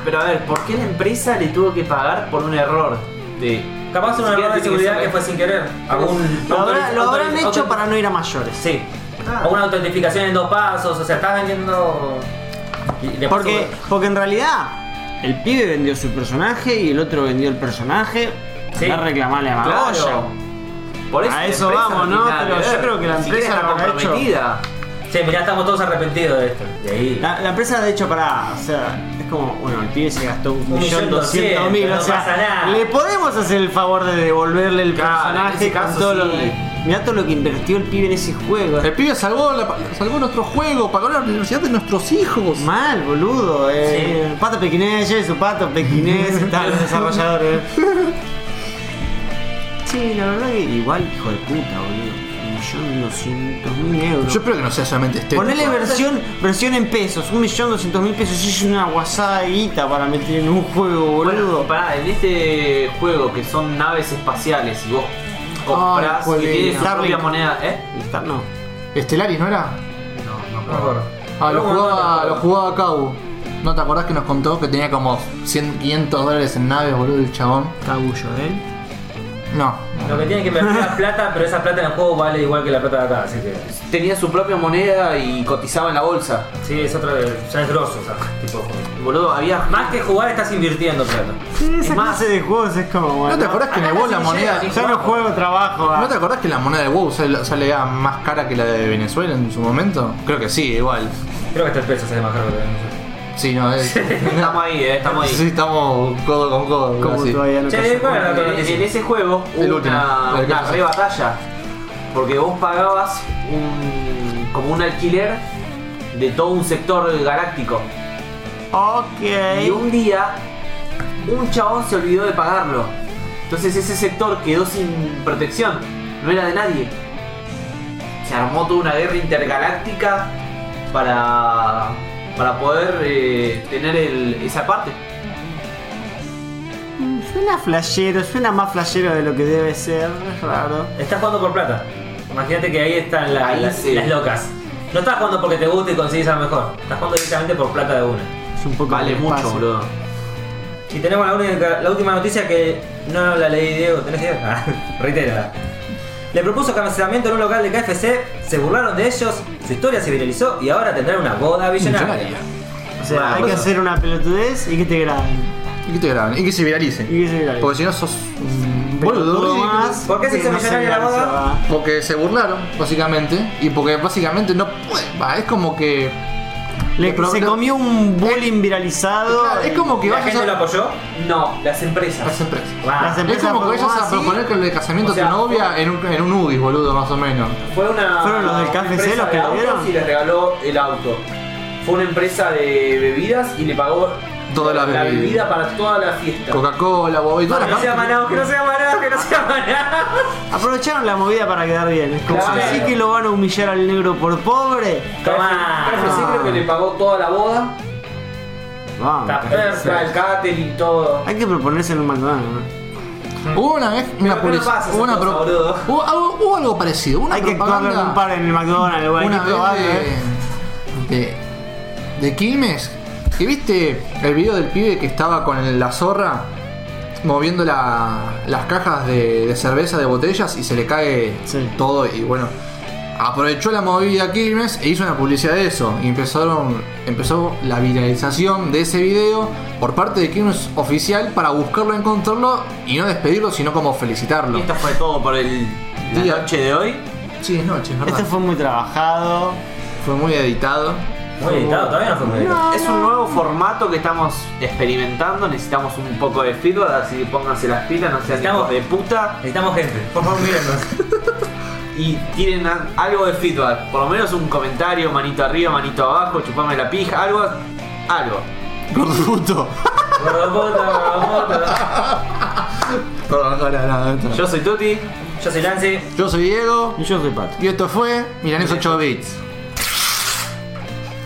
S3: Pero a ver, ¿por qué la empresa le tuvo que pagar por un error? De...
S1: Capaz fue un
S3: Siquiera
S1: error de
S3: tiene
S1: seguridad
S3: ser-
S1: que fue sin querer. Algún.
S2: Lo, habrá-
S1: autoriz-
S2: lo habrán
S1: autoriz-
S2: hecho
S1: autoriz-
S2: para Ah. no ir a mayores.
S1: Sí. O una autentificación en dos pasos. O sea, estás vendiendo. y de paso-
S2: Porque, porque en realidad, el pibe vendió su personaje y el otro vendió el personaje.
S1: Sí.
S2: Andá a reclamarle a Magoya.
S3: Claro. Por
S2: A
S3: la
S2: eso
S3: empresa
S2: vamos, ¿no?
S3: tiene nada
S2: Pero yo
S3: ver.
S2: creo que la
S3: Ni siquiera
S2: empresa
S3: está
S2: lo habrá hecho.
S3: comprometida.
S1: Che, mirá, estamos todos arrepentidos de esto. De ahí.
S2: La, la empresa, de hecho, para. O sea, es como, bueno, el pibe se gastó un millón
S1: millón
S2: doscientos
S1: doscientos,
S2: mil. O
S1: no pasa
S2: sea,
S1: nada.
S2: le podemos hacer el favor de devolverle el
S3: Claro, en
S2: personaje
S3: ese
S2: con
S3: caso
S2: todo lo
S3: sí.
S2: que. Mirá todo lo que invirtió el pibe en ese juego.
S4: El pibe salvó, la- salvó nuestro juego, pagó la universidad de nuestros hijos.
S2: Mal, boludo. Eh. Pato Pequinés, lleve su pato Pequinés, están los desarrolladores. Sí, la verdad que igual, hijo de puta, boludo. Un millón doscientos mil euros.
S4: Yo espero que no sea solamente este.
S2: Ponele versión, versión en pesos, un millón doscientos mil pesos. Es una guasada de guita para meter en un juego, boludo.
S3: Bueno, pará, en este juego que son naves espaciales y vos
S4: Ay,
S3: compras y
S4: jolín.
S3: tienes tu
S2: Starlink.
S3: propia moneda, ¿eh?
S2: Está- no.
S4: Estelaris, ¿no era?
S3: No,
S1: No me acuerdo.
S4: Ah, lo
S1: Pero bueno, no,
S4: jugaba,
S1: no,
S4: lo
S1: no.
S4: jugaba Cabo. ¿No te acordás que nos contó que tenía como 100, 500 dólares en naves, boludo, el chabón?
S2: Cabullo, ¿eh?
S4: No.
S1: Lo que tiene que invertir es plata, pero esa plata en el juego vale igual que la plata de acá, así que.
S3: Tenía su propia moneda y cotizaba en la bolsa.
S1: Sí, es otra de- ya es grosso, o sea, tipo de juego.
S3: Boludo, había.
S1: Más que jugar estás invirtiendo plata.
S2: Sí, esa
S3: más-
S2: clase de juegos es como, bueno.
S4: ¿No te acordás que en el WoW la moneda...
S2: Yo no juego, trabajo. ah.
S4: ¿No te acordás que la moneda de WoW sale, sale a más cara que la de Venezuela en su momento? Creo que sí, igual.
S1: Creo que hasta el peso sale más caro que nosotros.
S4: Sí, no, es...
S3: Estamos ahí, eh, estamos ahí. Eh,
S4: Sí, estamos codo con codo.
S2: Como
S4: así.
S2: todavía no
S1: Che,
S2: te-
S1: ¿cuál era la otra
S3: En,
S1: noticia?
S3: en ese juego hubo
S4: El último,
S3: una,
S4: el que
S3: una
S4: pasó.
S3: re batalla. Porque vos pagabas un, como un alquiler de todo un sector galáctico. Y
S2: Ok.
S3: un día, un chabón se olvidó de pagarlo. Entonces ese sector quedó sin protección. No era de nadie. Se armó toda una guerra intergaláctica para, para poder eh, tener el- esa parte.
S2: Suena flashero, suena más flashero de lo que debe ser. Es raro.
S1: Estás jugando por plata. Imagínate que ahí están la-
S3: Ahí
S1: las,
S3: sí.
S1: las locas. No estás jugando porque te gusta y conseguís a lo mejor. Estás jugando directamente por plata de una.
S2: Es un poco
S3: Vale mucho,
S2: despacio.
S3: boludo.
S1: Y tenemos la, única- la última noticia que no la leí, Diego. ¿Tenés idea? Ah, reitérala. Le propuso cancelamiento en un local de KFC, se burlaron de ellos, su historia se viralizó y ahora tendrán una boda billonaria.
S4: Millonaria.
S2: O sea,
S1: Bueno,
S2: hay que
S1: bueno.
S2: hacer una pelotudez y que te graben.
S4: Y que te graben, y que se viralice.
S2: Y que se graben.
S4: Porque si no sos un Pues, boludo.
S2: Pelotudo más
S1: ¿Por qué se
S2: que
S1: hizo
S2: no se
S1: millonaria la
S2: viraliza,
S1: boda?
S2: va.
S4: Porque se burlaron, básicamente. Y porque básicamente no puede. Va, es como que.
S2: Le-
S4: El pro-
S2: se
S4: no-
S2: comió un bullying viralizado.
S4: Claro, es como que
S1: ¿La
S4: vayas
S1: gente lo
S4: a.
S1: apoyó?
S3: No, las
S4: Las
S3: empresas.
S4: empresas.
S1: Bah,
S2: Las em-
S4: Es
S2: Empieza
S4: como que
S2: por
S4: vayas a
S2: así.
S4: proponer que el casamiento
S3: O sea,
S4: de tu novia en un, en un UBI, boludo, más o menos.
S3: Fue una.
S2: ¿Fueron los
S4: Ah,
S2: del
S3: una
S2: KFC
S3: empresa
S2: los que
S3: de
S2: lo dieron?
S3: autos Y les regaló el auto. Fue una empresa de bebidas y le pagó
S4: Toda la
S3: la
S4: bebida.
S3: bebida para toda la fiesta.
S4: Coca-Cola, Bobo y todas
S1: que no
S4: las
S1: sea Manao, que no sea Manao, que no sea Manao.
S2: Aprovecharon la movida para quedar bien. Es como
S3: Claro.
S2: así que lo van a humillar al negro por pobre.
S1: Tomá.
S3: KFC creo que le pagó toda la boda,
S2: Vamos.
S1: Está perfecto.
S3: el catering y todo.
S2: Hay que proponerse en un McDonald's. ¿no?
S4: Hubo una vez. Mira,
S3: ¿por qué no
S4: publicidad-
S3: pasa esa
S4: hubo, una
S3: cosa,
S4: pro-
S3: boludo?
S4: hubo, algo, hubo algo parecido. Una
S2: Hay que actuarlo en
S4: propaganda-
S2: un par en el McDonald's. güey, hay
S4: una
S2: que probarlo,
S4: vez
S2: ¿eh?
S4: de, de, de Quilmes, que viste el video del pibe que estaba con el- la zorra moviendo la- las cajas de, de cerveza de botellas y se le cae
S2: Sí.
S4: todo y bueno. Aprovechó la movida Quilmes e hizo una publicidad de eso. Y empezaron, empezó la viralización de ese video por parte de Quilmes oficial para buscarlo, encontrarlo y no despedirlo, sino como felicitarlo.
S3: Y esto fue todo por el la
S4: Día.
S3: noche de hoy.
S4: Sí, es noche, es verdad.
S2: Este fue muy trabajado.
S4: Fue muy editado.
S1: Muy editado, todavía no fue muy editado.
S3: Es un nuevo formato que estamos experimentando, necesitamos un poco de feedback, así que pónganse las pilas, no sean
S1: Necesitamos-
S3: hijos de puta
S1: Necesitamos gente, por favor mírenos.
S3: y tienen a- algo de feedback, por lo menos un comentario, manito arriba, manito abajo, chupame la pija, algo, algo.
S4: Gorduto.
S1: Gordopoto, gordopoto.
S4: Perdón, no, no, no, no. Yo,
S3: Yo soy Tuti.
S1: Yo soy Lance.
S4: yo soy Diego
S2: Y yo soy pato.
S4: y esto fue Milanés 8 bits.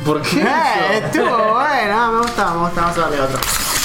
S4: ¿Por qué? eso?
S2: Eh, estuvo bueno. Me gusta, me gusta. Vamos a ver otro.